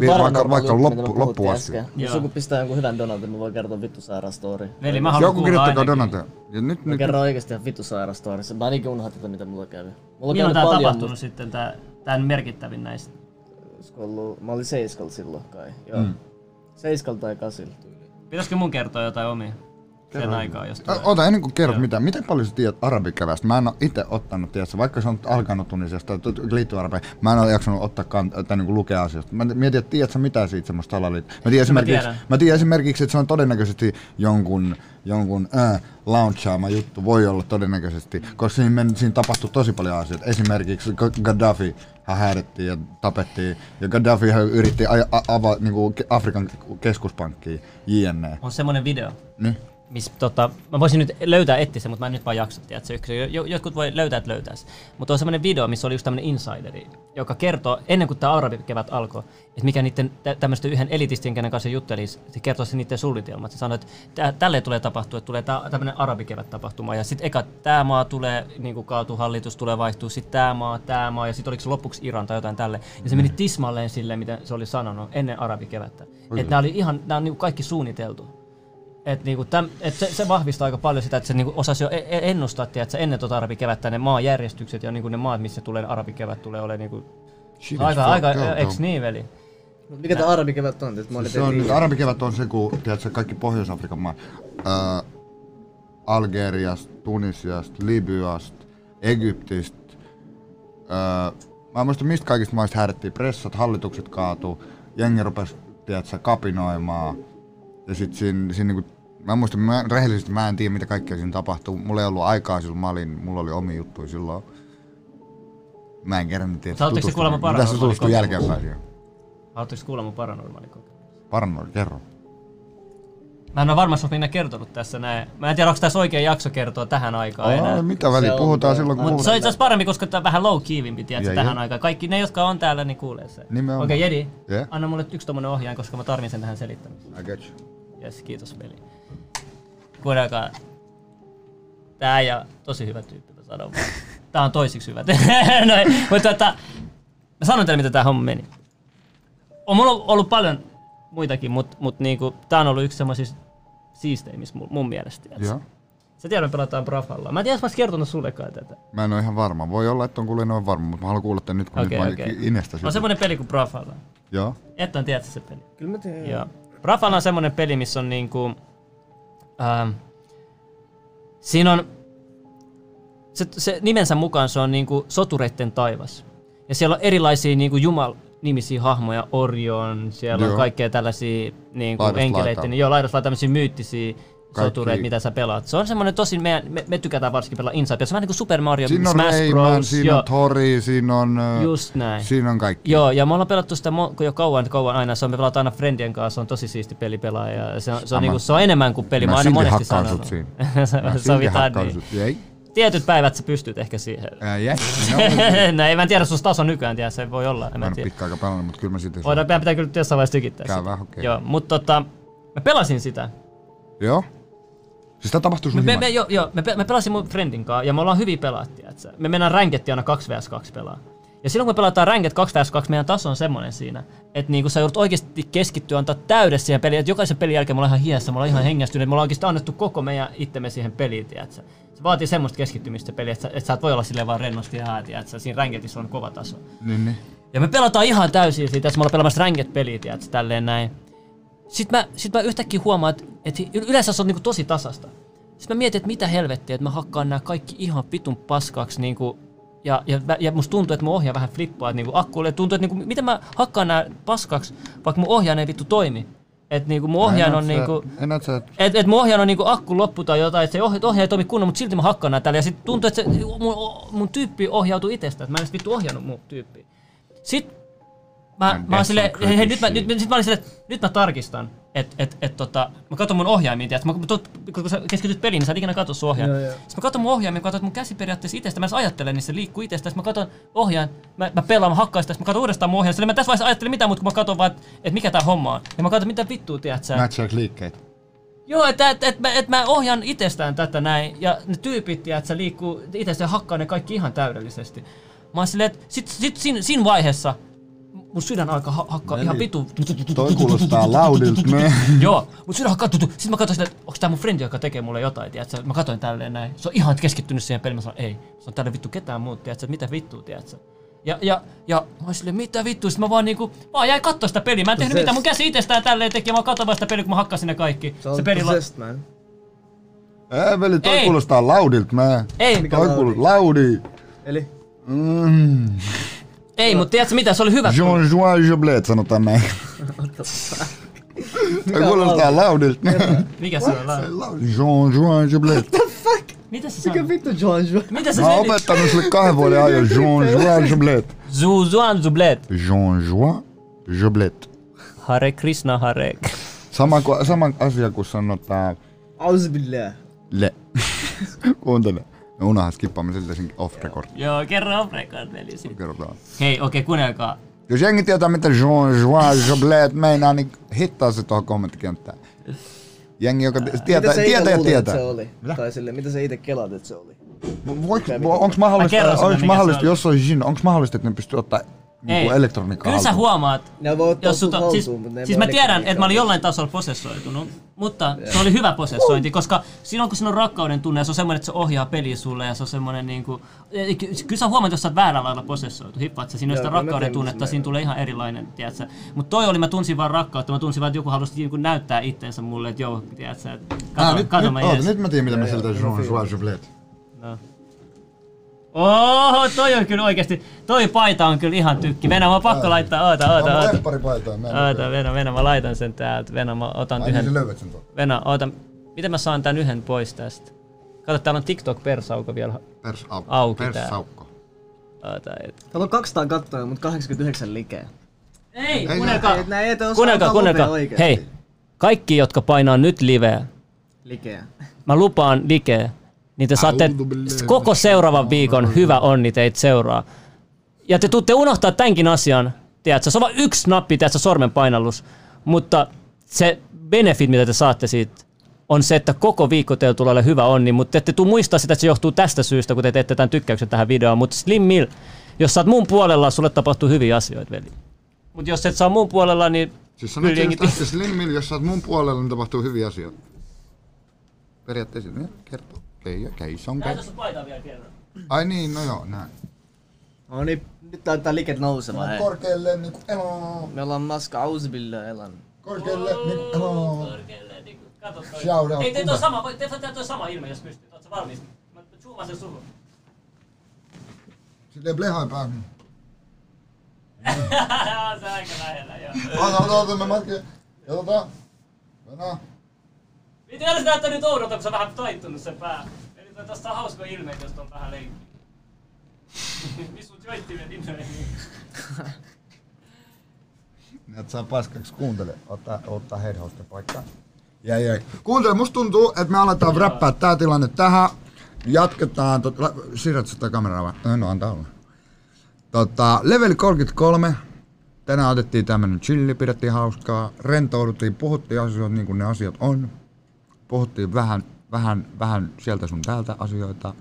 Speaker 2: Vi- Vaikka, vaikka loppu, loppuun asti.
Speaker 6: Jos joku pistää jonkun hyvän Donaldin, mä voin kertoa vittu sairaan story.
Speaker 1: Veli, mä haluan
Speaker 2: Joku kuulla kirjoittakaa ainakin. Donaldin. Ja nyt-
Speaker 6: mä
Speaker 2: nyt-
Speaker 6: kerron oikeesti ihan vittu sairaan story. Mä ainakin unohdin tätä, mitä mulla kävi. Mulla
Speaker 1: milloin
Speaker 6: kävi
Speaker 1: tää on
Speaker 6: paljon,
Speaker 1: tapahtunut
Speaker 6: mut-
Speaker 1: sitten, tää, tää merkittävin näistä?
Speaker 6: olisiko ollut, mä olin seiskalla silloin kai, joo.
Speaker 1: Mm.
Speaker 6: Seiskalla tai kasilla tyyli.
Speaker 1: Pitäisikö mun kertoa jotain omia? Sen aikaa, jos tulee.
Speaker 2: O- Ota ennen kuin kerrot mitä, miten paljon sä tiedät arabikävästä? Mä en ole itse ottanut, tiedätkö, vaikka se on alkanut Tunisesta, t- t- liittyy arabeen, mä en ole jaksanut ottaa kant- tai niin liukea asioista. Mä mietin, että tiedätkö sä mitään siitä semmoista alaliittoa. Mä tiedän,
Speaker 1: No mä
Speaker 2: esimerkiksi,
Speaker 1: tiedän.
Speaker 2: mä tiedän esimerkiksi, että se on todennäköisesti jonkun, jonkun äh, launchaama juttu, voi olla todennäköisesti, koska siinä, men, siinä tapahtui tosi paljon asioita. Esimerkiksi Ga- Gaddafi hän häädettiin ja tapettiin, ja Gaddafi hän yritti aj- a- avaa niin Afrikan niinku keskuspankkiin, JNE.
Speaker 1: On semmonen video.
Speaker 2: Niin.
Speaker 1: missä tota, mä voisin nyt löytää etsiä sen, mutta mä en nyt vaan jaksa, tiedätkö, yksin. Jo, jotkut voi löytää, että löytäisi. Mutta on semmoinen video, missä oli just tämmöinen insideri, joka kertoo, ennen kuin tämä arabikevät alkoi, että mikä niiden tä- tämmöisten yhden elitistin, kenen kanssa jutteli, se kertoo sen niiden suunnitelmat. Se sanoi, että tä- tälleen tulee tapahtua, että tulee tä- tämmöinen arabikevät tapahtuma. Ja sitten eka tämä maa tulee, niin kuin kaatuu, hallitus tulee vaihtuu, sitten tämä maa, tämä maa, ja sitten oliko se lopuksi Iran tai jotain tälle. Ja se meni tismalleen silleen, mitä se oli sanonut ennen arabikevättä.
Speaker 2: Oikein.
Speaker 1: Että nämä oli ihan, nämä on niin kaikki suunniteltu. Et niinku täm, et se, se, vahvistaa aika paljon sitä, että se niinku osasi jo e- e- ennustaa, että se ennen tuota arabikevättä ne maanjärjestykset ja niinku ne maat, missä tulee arabikevät, tulee olemaan niinku
Speaker 2: Shit
Speaker 1: aika,
Speaker 2: is
Speaker 1: aika,
Speaker 2: fucked up,
Speaker 1: eiks
Speaker 2: though.
Speaker 1: niin veli?
Speaker 6: Mut mikä tää arabikevät on? Että mä olin
Speaker 2: Se on
Speaker 6: tehnyt-
Speaker 2: nyt, arabikevät on se, kun tiedätkö, kaikki Pohjois-Afrikan maat, ää, Algeriasta, Tunisiasta, Libyasta, Egyptistä, ää, mä en muista mistä kaikista maista härttiin, pressat, hallitukset kaatuu, jengi rupesi, tiedätkö, kapinoimaan, ja sit siinä, siinä niinku, mä en muista, mä, rehellisesti mä en tiedä mitä kaikkea siinä tapahtuu, mulla ei ollut aikaa silloin, mä olin, mulla oli omi juttuja silloin, Mä en kerran tiedä.
Speaker 1: Saatteko te
Speaker 2: tutustua.
Speaker 1: kuulemma
Speaker 2: Pitäisi
Speaker 1: paranormaali
Speaker 2: tutustua
Speaker 1: kokemus?
Speaker 2: jälkeenpäin siihen.
Speaker 1: Haluatteko kuulla mun paranormaali kokemus?
Speaker 2: Paranormaali, kerro.
Speaker 1: Mä en ole varma, jos minä kertonut tässä näin. Mä en tiedä, onko tässä oikea jakso kertoa tähän aikaan
Speaker 2: Aa,
Speaker 1: enää.
Speaker 2: mitä väliä, Se on puhutaan kyllä. silloin, kun
Speaker 1: Mut se on
Speaker 2: puhutaan.
Speaker 1: itse asiassa parempi, koska tää on vähän low kiivimpi, tiedätkö,
Speaker 2: Ja,
Speaker 1: tähän
Speaker 2: ja.
Speaker 1: aikaan. Kaikki ne, jotka on täällä, niin kuulee sen.
Speaker 2: Nimenomaan.
Speaker 1: Okei, Jedi,
Speaker 2: Yeah.
Speaker 1: anna mulle yksi tommonen ohjaan, koska mä tarvitsen sen tähän selittämiseen.
Speaker 2: I get you.
Speaker 1: Yes, kiitos veli. Kuunnelkaa. Tää ja tosi hyvä tyyppi, mä sanon vaan. Tää on toisiksi hyvä. Noin, mutta tota, mä sanon teille, mitä tää homma meni. On mulla ollut paljon muitakin, mutta mut niinku, tää on ollut yksi semmoisista siisteimmistä mun, mun mielestä. tiedätkö?
Speaker 2: Joo.
Speaker 1: Sä tiedät, me pelataan Brafalla. Mä en tiedä, jos mä ois kertonut sullekaan tätä.
Speaker 2: Mä en ole ihan varma. Voi olla, että on kuullut, en ole varma, mutta mä haluan kuulla tämän nyt, kun
Speaker 1: Okei, No
Speaker 2: nyt mä
Speaker 1: okei.
Speaker 2: Inestä
Speaker 1: On semmonen peli kuin Brafalla.
Speaker 2: Joo.
Speaker 1: Et on tiedät sä se peli.
Speaker 6: Kyllä mä tiedän.
Speaker 1: Joo. Brafalla on semmonen peli, missä on niinku... Ähm, siinä on... Se, se, nimensä mukaan se on niinku sotureitten taivas. Ja siellä on erilaisia niinku jumal-nimisiä hahmoja, Orion, siellä
Speaker 2: Joo.
Speaker 1: on kaikkea tällaisia niinku
Speaker 2: Laidasta
Speaker 1: enkeleitä,
Speaker 2: laitaan.
Speaker 1: niin joo, laidasta laitaan tämmöisiä myyttisiä sotureita,
Speaker 2: Kaikki-
Speaker 1: mitä sä pelaat. Se on semmonen tosi, me, me, me tykätään varsinkin pelaa Inside, se on vähän niinku Super Mario,
Speaker 2: Siinä on
Speaker 1: Smash
Speaker 2: Rayman,
Speaker 1: Bros.
Speaker 2: siinä
Speaker 1: joo.
Speaker 2: on Tori, siinä on... ö,
Speaker 1: Just näin.
Speaker 2: Siinä on kaikki.
Speaker 1: Joo, ja me ollaan pelattu sitä mo- jo kauan, kauan aina. Se on, me pelataan aina friendien kanssa, se on tosi siisti peli pelaa. Ja se, on, se, on,
Speaker 2: Sama.
Speaker 1: niinku, se on enemmän kuin peli, mä,
Speaker 2: Mä
Speaker 1: aina
Speaker 2: silti
Speaker 1: monesti
Speaker 2: hakkaan
Speaker 1: sanonut.
Speaker 2: sut siinä. Mä
Speaker 1: Se-
Speaker 2: silti
Speaker 1: Sovitaan
Speaker 2: hakkaan
Speaker 1: niin.
Speaker 2: sut, ei.
Speaker 1: Tietyt päivät sä pystyt ehkä siihen.
Speaker 2: Ää, yes. No,
Speaker 1: no, ei mä en tiedä, sun taso nykyään, tiedä, se voi olla. En
Speaker 2: mä
Speaker 1: mä
Speaker 2: en
Speaker 1: tiedä.
Speaker 2: pitkä aika pelannut, mutta kyllä mä siitä saan.
Speaker 1: Voidaan, meidän pitää kyllä jossain vaiheessa tykittää
Speaker 2: Käy
Speaker 1: sitä.
Speaker 2: vähän, okei.
Speaker 1: Joo, mutta tota, mä pelasin sitä.
Speaker 2: Joo. Siis tää tapahtuu sun
Speaker 1: Me,
Speaker 2: me,
Speaker 1: me, joo, joo, me, pe- me pelasin mun friendin kanssa ja me ollaan hyvin pelaat, tiiätsä. Me mennään ränketti aina 2 vs 2 pelaa. Ja silloin kun me pelataan ränket 2 vs 2, meidän taso on semmonen siinä, että niinku sä joudut oikeasti keskittyä antaa täydessä siihen peliin, että jokaisen pelin jälkeen me ollaan ihan hiessä, me ollaan ihan hengästyneet, me ollaan oikeasti annettu koko meidän itsemme siihen peliin, tiiätsä. Se vaatii semmoista keskittymistä peliä, että sä, et sä et voi olla silleen vaan rennosti ja tiiätsä. Siinä ranketissa on kova taso.
Speaker 2: Niin, niin.
Speaker 1: Ja me pelataan ihan täysin siitä, että me ollaan pelaamassa ränket peliä, tiedätkö, tälleen näin. Sitten mä, sit mä yhtäkkiä huomaan, että, että y- yleensä se on niinku tosi tasasta. Sitten mä mietin, että mitä helvettiä, että mä hakkaan nämä kaikki ihan pitun paskaksi niinku, ja, ja, ja musta tuntuu, että mun ohjaa vähän flippaa, että niinku akkuille tuntuu, että niinku, miten mä hakkaan nämä paskaksi, vaikka mun ohjaan ei vittu toimi. Että niinku mun ohjaan on niinku...
Speaker 2: Enää sä...
Speaker 1: Et, et mun ohjaan on niinku akku loppu tai jotain, että se ohja, ohja ei toimi kunnolla, mutta silti mä hakkaan nää täällä. Ja sit tuntuu, että se, mun, mun tyyppi ohjautuu itsestä, että mä en edes vittu ohjannut mun tyyppiä. Sit mä,
Speaker 6: And
Speaker 1: mä oon
Speaker 6: that's
Speaker 1: silleen,
Speaker 6: some
Speaker 1: hei, hei, nyt mä,
Speaker 6: courtesy.
Speaker 1: nyt, sit mä olin silleen, että nyt mä tarkistan, että et, et, tota, mä katson mun ohjaimia, tiedät, mä, tot, kun kun sä keskityt peliin, niin sä et ikinä katso sun ohjaa.
Speaker 6: Joo, joo.
Speaker 1: Sitten mä katson mun ohjaimia, katson, että mun käsi periaatteessa itsestä, mä edes ajattelen, niin se liikkuu itsestä, sitten mä katson ohjaan, mä, mä pelaan, mä hakkaan sitä, sitten mä katson uudestaan mun ohjaan, sitten mä tässä vaiheessa ajattelen mitään muuta, kun mä katson vaan, että et mikä tää homma on. Ja mä katson, mitä vittua, tiedät sä.
Speaker 2: Mä check liikkeet.
Speaker 1: Joo, että et, et, mä- et mä ohjaan itsestään tätä näin, ja ne tyypit, että se liikkuu itsestään ja hakkaa ne kaikki ihan täydellisesti. Mä oon silleen, että sit, sit siinä, siinä vaiheessa mun sydän alkaa ha- hakkaa ihan vitu.
Speaker 2: Toi kuulostaa laudilta. niin. Me.
Speaker 1: Joo, mut sydän hakkaa tutu. Sitten mä katsoin sitä, että onko tää mun frendi, joka tekee mulle jotain, tiedätkö? Mä katsoin tälleen näin. Se on ihan keskittynyt siihen peliin. Mä sanoin, ei, se on täällä vittu ketään muuta, tiedätkö? että Mitä vittua, tiedätkö? Ja, ja, ja mä oon silleen, mitä vittua, sit mä vaan niinku, mä vaan jäin kattoo sitä peliä, mä
Speaker 2: No
Speaker 1: en tehnyt
Speaker 6: Possessed.
Speaker 1: mitään, mun käsi itsestään tälleen teki, ja mä katsoin vaan sitä peliä, kun mä hakkasin ne kaikki.
Speaker 6: Se on
Speaker 1: peli la-
Speaker 6: possessed, man.
Speaker 2: Ää, veli, toi
Speaker 1: Ei.
Speaker 2: kuulostaa laudilta. Me.
Speaker 1: Ei. Mikä
Speaker 2: toi
Speaker 1: laudi?
Speaker 2: kuulostaa laudi.
Speaker 6: Eli?
Speaker 2: Mm.
Speaker 1: Ei, mutta tiedätkö mitä, se oli hyvä.
Speaker 2: Jean Joan Joblet sanotaan näin. Toi kuulostaa laudilta.
Speaker 1: Mikä se on? laulu?
Speaker 2: Jean Joan Joblet.
Speaker 1: Mitä sä
Speaker 6: Mikä vittu John John?
Speaker 1: Mitä
Speaker 2: Mä oon opettanut sille kahden vuoden ajan Jean Joan Joblet.
Speaker 1: Zuzuan Joblet.
Speaker 2: Jean Joan Joblet.
Speaker 1: Hare Krishna Hare.
Speaker 2: Sama, ku- sama asia kuin sanotaan
Speaker 6: Auzubillah.
Speaker 2: Le. Kuuntele. Me unohan skippaamme siltä sen off record.
Speaker 1: Joo, kerro off record, veli. sit.
Speaker 2: Kerrotaan.
Speaker 1: Hei, okei, kuunnelkaa.
Speaker 6: Niin
Speaker 2: Jos jengi tietää, mitä Jean Joan Joblet meinaa, niin hittaa se tuohon kommenttikenttään. Jengi, joka t- tietää,
Speaker 6: sä ite
Speaker 2: tietää ja
Speaker 6: luulet,
Speaker 2: tietää.
Speaker 6: että se oli? Tai sille, mitä sä itse kelaat, että se oli?
Speaker 2: Voiko, onko mahdollista, onks mahdollista jos se olisi Jean, onko mahdollista, että ne pystyy ottaa niinku
Speaker 1: Ei.
Speaker 2: elektroniikkaa
Speaker 1: Kyllä sä
Speaker 2: haltuun?
Speaker 1: huomaat,
Speaker 6: ne voi
Speaker 1: jos sut on, siis,
Speaker 6: haltuun, mut ne ei
Speaker 1: siis mä
Speaker 6: voi
Speaker 1: tiedän,
Speaker 6: elektroniikkaa.
Speaker 1: että mä olin jollain tasolla possessoitunut, mutta se oli hyvä possessointi, koska silloin kun sinun on rakkauden tunne ja se on semmoinen, että se ohjaa peliä sulle ja se on semmoinen niinku... ei, ky- Kyllä sä huomaat, jos sä oot väärällä lailla possessoitu, hippaat sä, siinä on
Speaker 6: Joo,
Speaker 1: sitä
Speaker 6: kyllä mä
Speaker 1: rakkauden
Speaker 6: tiedän,
Speaker 1: tunnetta,
Speaker 6: missä
Speaker 1: siinä tulee ihan erilainen, tiedätkö. Mutta toi oli, mä tunsin vaan rakkautta, mä tunsin vaan, että joku halusi niinku näyttää itteensä mulle, että joo, tiedätkö, että
Speaker 2: Ah,
Speaker 1: kato,
Speaker 2: nyt,
Speaker 1: kato
Speaker 2: nyt,
Speaker 1: mä
Speaker 2: oota,
Speaker 1: jees. No.
Speaker 2: nyt mä tiedän, mitä mä sieltä Jean Joan Joblet.
Speaker 1: Oho, toi on kyllä oikeesti, toi paita on kyllä ihan tykki. Venä, mä oon
Speaker 6: Ah.
Speaker 1: pakko laittaa, oota,
Speaker 2: Tää on
Speaker 1: oota,
Speaker 2: mun
Speaker 1: oota.
Speaker 2: lempparipaitaa, mä en
Speaker 1: Oota, Venä, Venä, mä laitan sen täältä. Venä, mä otan
Speaker 2: Ai niin,
Speaker 1: yhden.
Speaker 2: sä löydät sen tuolta.
Speaker 1: Venä, oota, miten mä saan tän yhden pois tästä? Kato, täällä on TikTok-persauko vielä ha-
Speaker 2: Persaukko.
Speaker 1: auki
Speaker 2: Persaukko.
Speaker 1: täällä. Oota, et.
Speaker 6: Täällä on 200 kattoja, mutta 89 likeä.
Speaker 1: Ei,
Speaker 6: Ei,
Speaker 1: kuunnelkaa,
Speaker 6: nää ei osaa
Speaker 1: kuunnelkaa,
Speaker 6: antaa
Speaker 1: kuunnelkaa.
Speaker 6: lupea oikeesti.
Speaker 1: Hei, kaikki, jotka painaa nyt liveä,
Speaker 6: Likeä.
Speaker 1: mä lupaan likeä, niin te saatte
Speaker 6: Audubilleen.
Speaker 1: koko seuraavan viikon hyvä onni teitä seuraa. Ja te tuutte unohtaa tämänkin asian, tiedätkö, se on vain yksi nappi, tiedätkö, sormen painallus, mutta se benefit, mitä te saatte siitä, on se, että koko viikko teillä tulee olla hyvä onni, mutta te ette tuu muistaa sitä, että se johtuu tästä syystä, kun te teette tämän tykkäyksen tähän videoon, mutta Slim Mill, jos sä oot mun puolella, sulle tapahtuu hyviä asioita, veli. Mutta jos et saa mun puolella, niin
Speaker 2: Siis sanoit
Speaker 1: jengi
Speaker 2: just äsken Slimmille, jos sä oot mun puolella, niin tapahtuu hyviä asioita. Periaatteessa ne kertoo. Okei, okei, se on
Speaker 1: Näytä
Speaker 2: kai.
Speaker 1: sun paitaa vielä kerran.
Speaker 2: Ai niin, no joo, näin.
Speaker 6: No niin, nyt taitaa liket nousemaan. hei.
Speaker 2: Korkealle niinku elo.
Speaker 6: Me ollaan maska ausbilla elan.
Speaker 2: Korkealle niinku elo.
Speaker 1: Kato toi.
Speaker 2: Shout out,
Speaker 1: Ei, te toi
Speaker 2: kuka?
Speaker 1: sama, voi- te teet toi sama ilme, jos pystyt. Oot sä valmis? Mä zoomaan sen suhun.
Speaker 2: Silleen blehain päähän.
Speaker 1: Oot sä aika lähellä, joo.
Speaker 2: Ota, ota, ota, mä matkin. Ja tota. Mennään.
Speaker 1: Miten olisi näyttänyt oudolta, kun se on vähän taittunut se pää? Eli toi tossa on hauska ilme, jos ton vähän leikki. Missä sun joittimet innoin?
Speaker 2: Näet Niin, saa paskaksi, kuuntele. Ota, ota headhosta paikka. Jäi, jäi. Kuuntele, musta tuntuu, että me aletaan räppää tää tilanne tähän. Jatketaan, tot, la, siirrät sitä kameraa vai? No, antaa olla. Tota, level 33. Tänään otettiin tämmönen chilli, pidettiin hauskaa, rentouduttiin, puhuttiin asioita niin kuin ne asiat on. Puhuttiin vähän, vähän, vähän sieltä sun täältä asioita.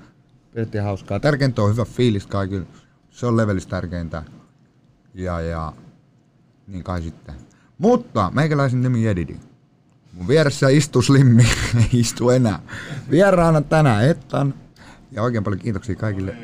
Speaker 2: Pidettiin hauskaa. Tärkeintä on hyvä fiilis kaikille. Se on levelis tärkeintä. Ja, ja niin kai sitten. Mutta meikäläisen nimi Edidi. Mun vieressä istuu Slimmi, ei istu enää. Vieraana tänään Ettan. Ja oikein paljon kiitoksia kaikille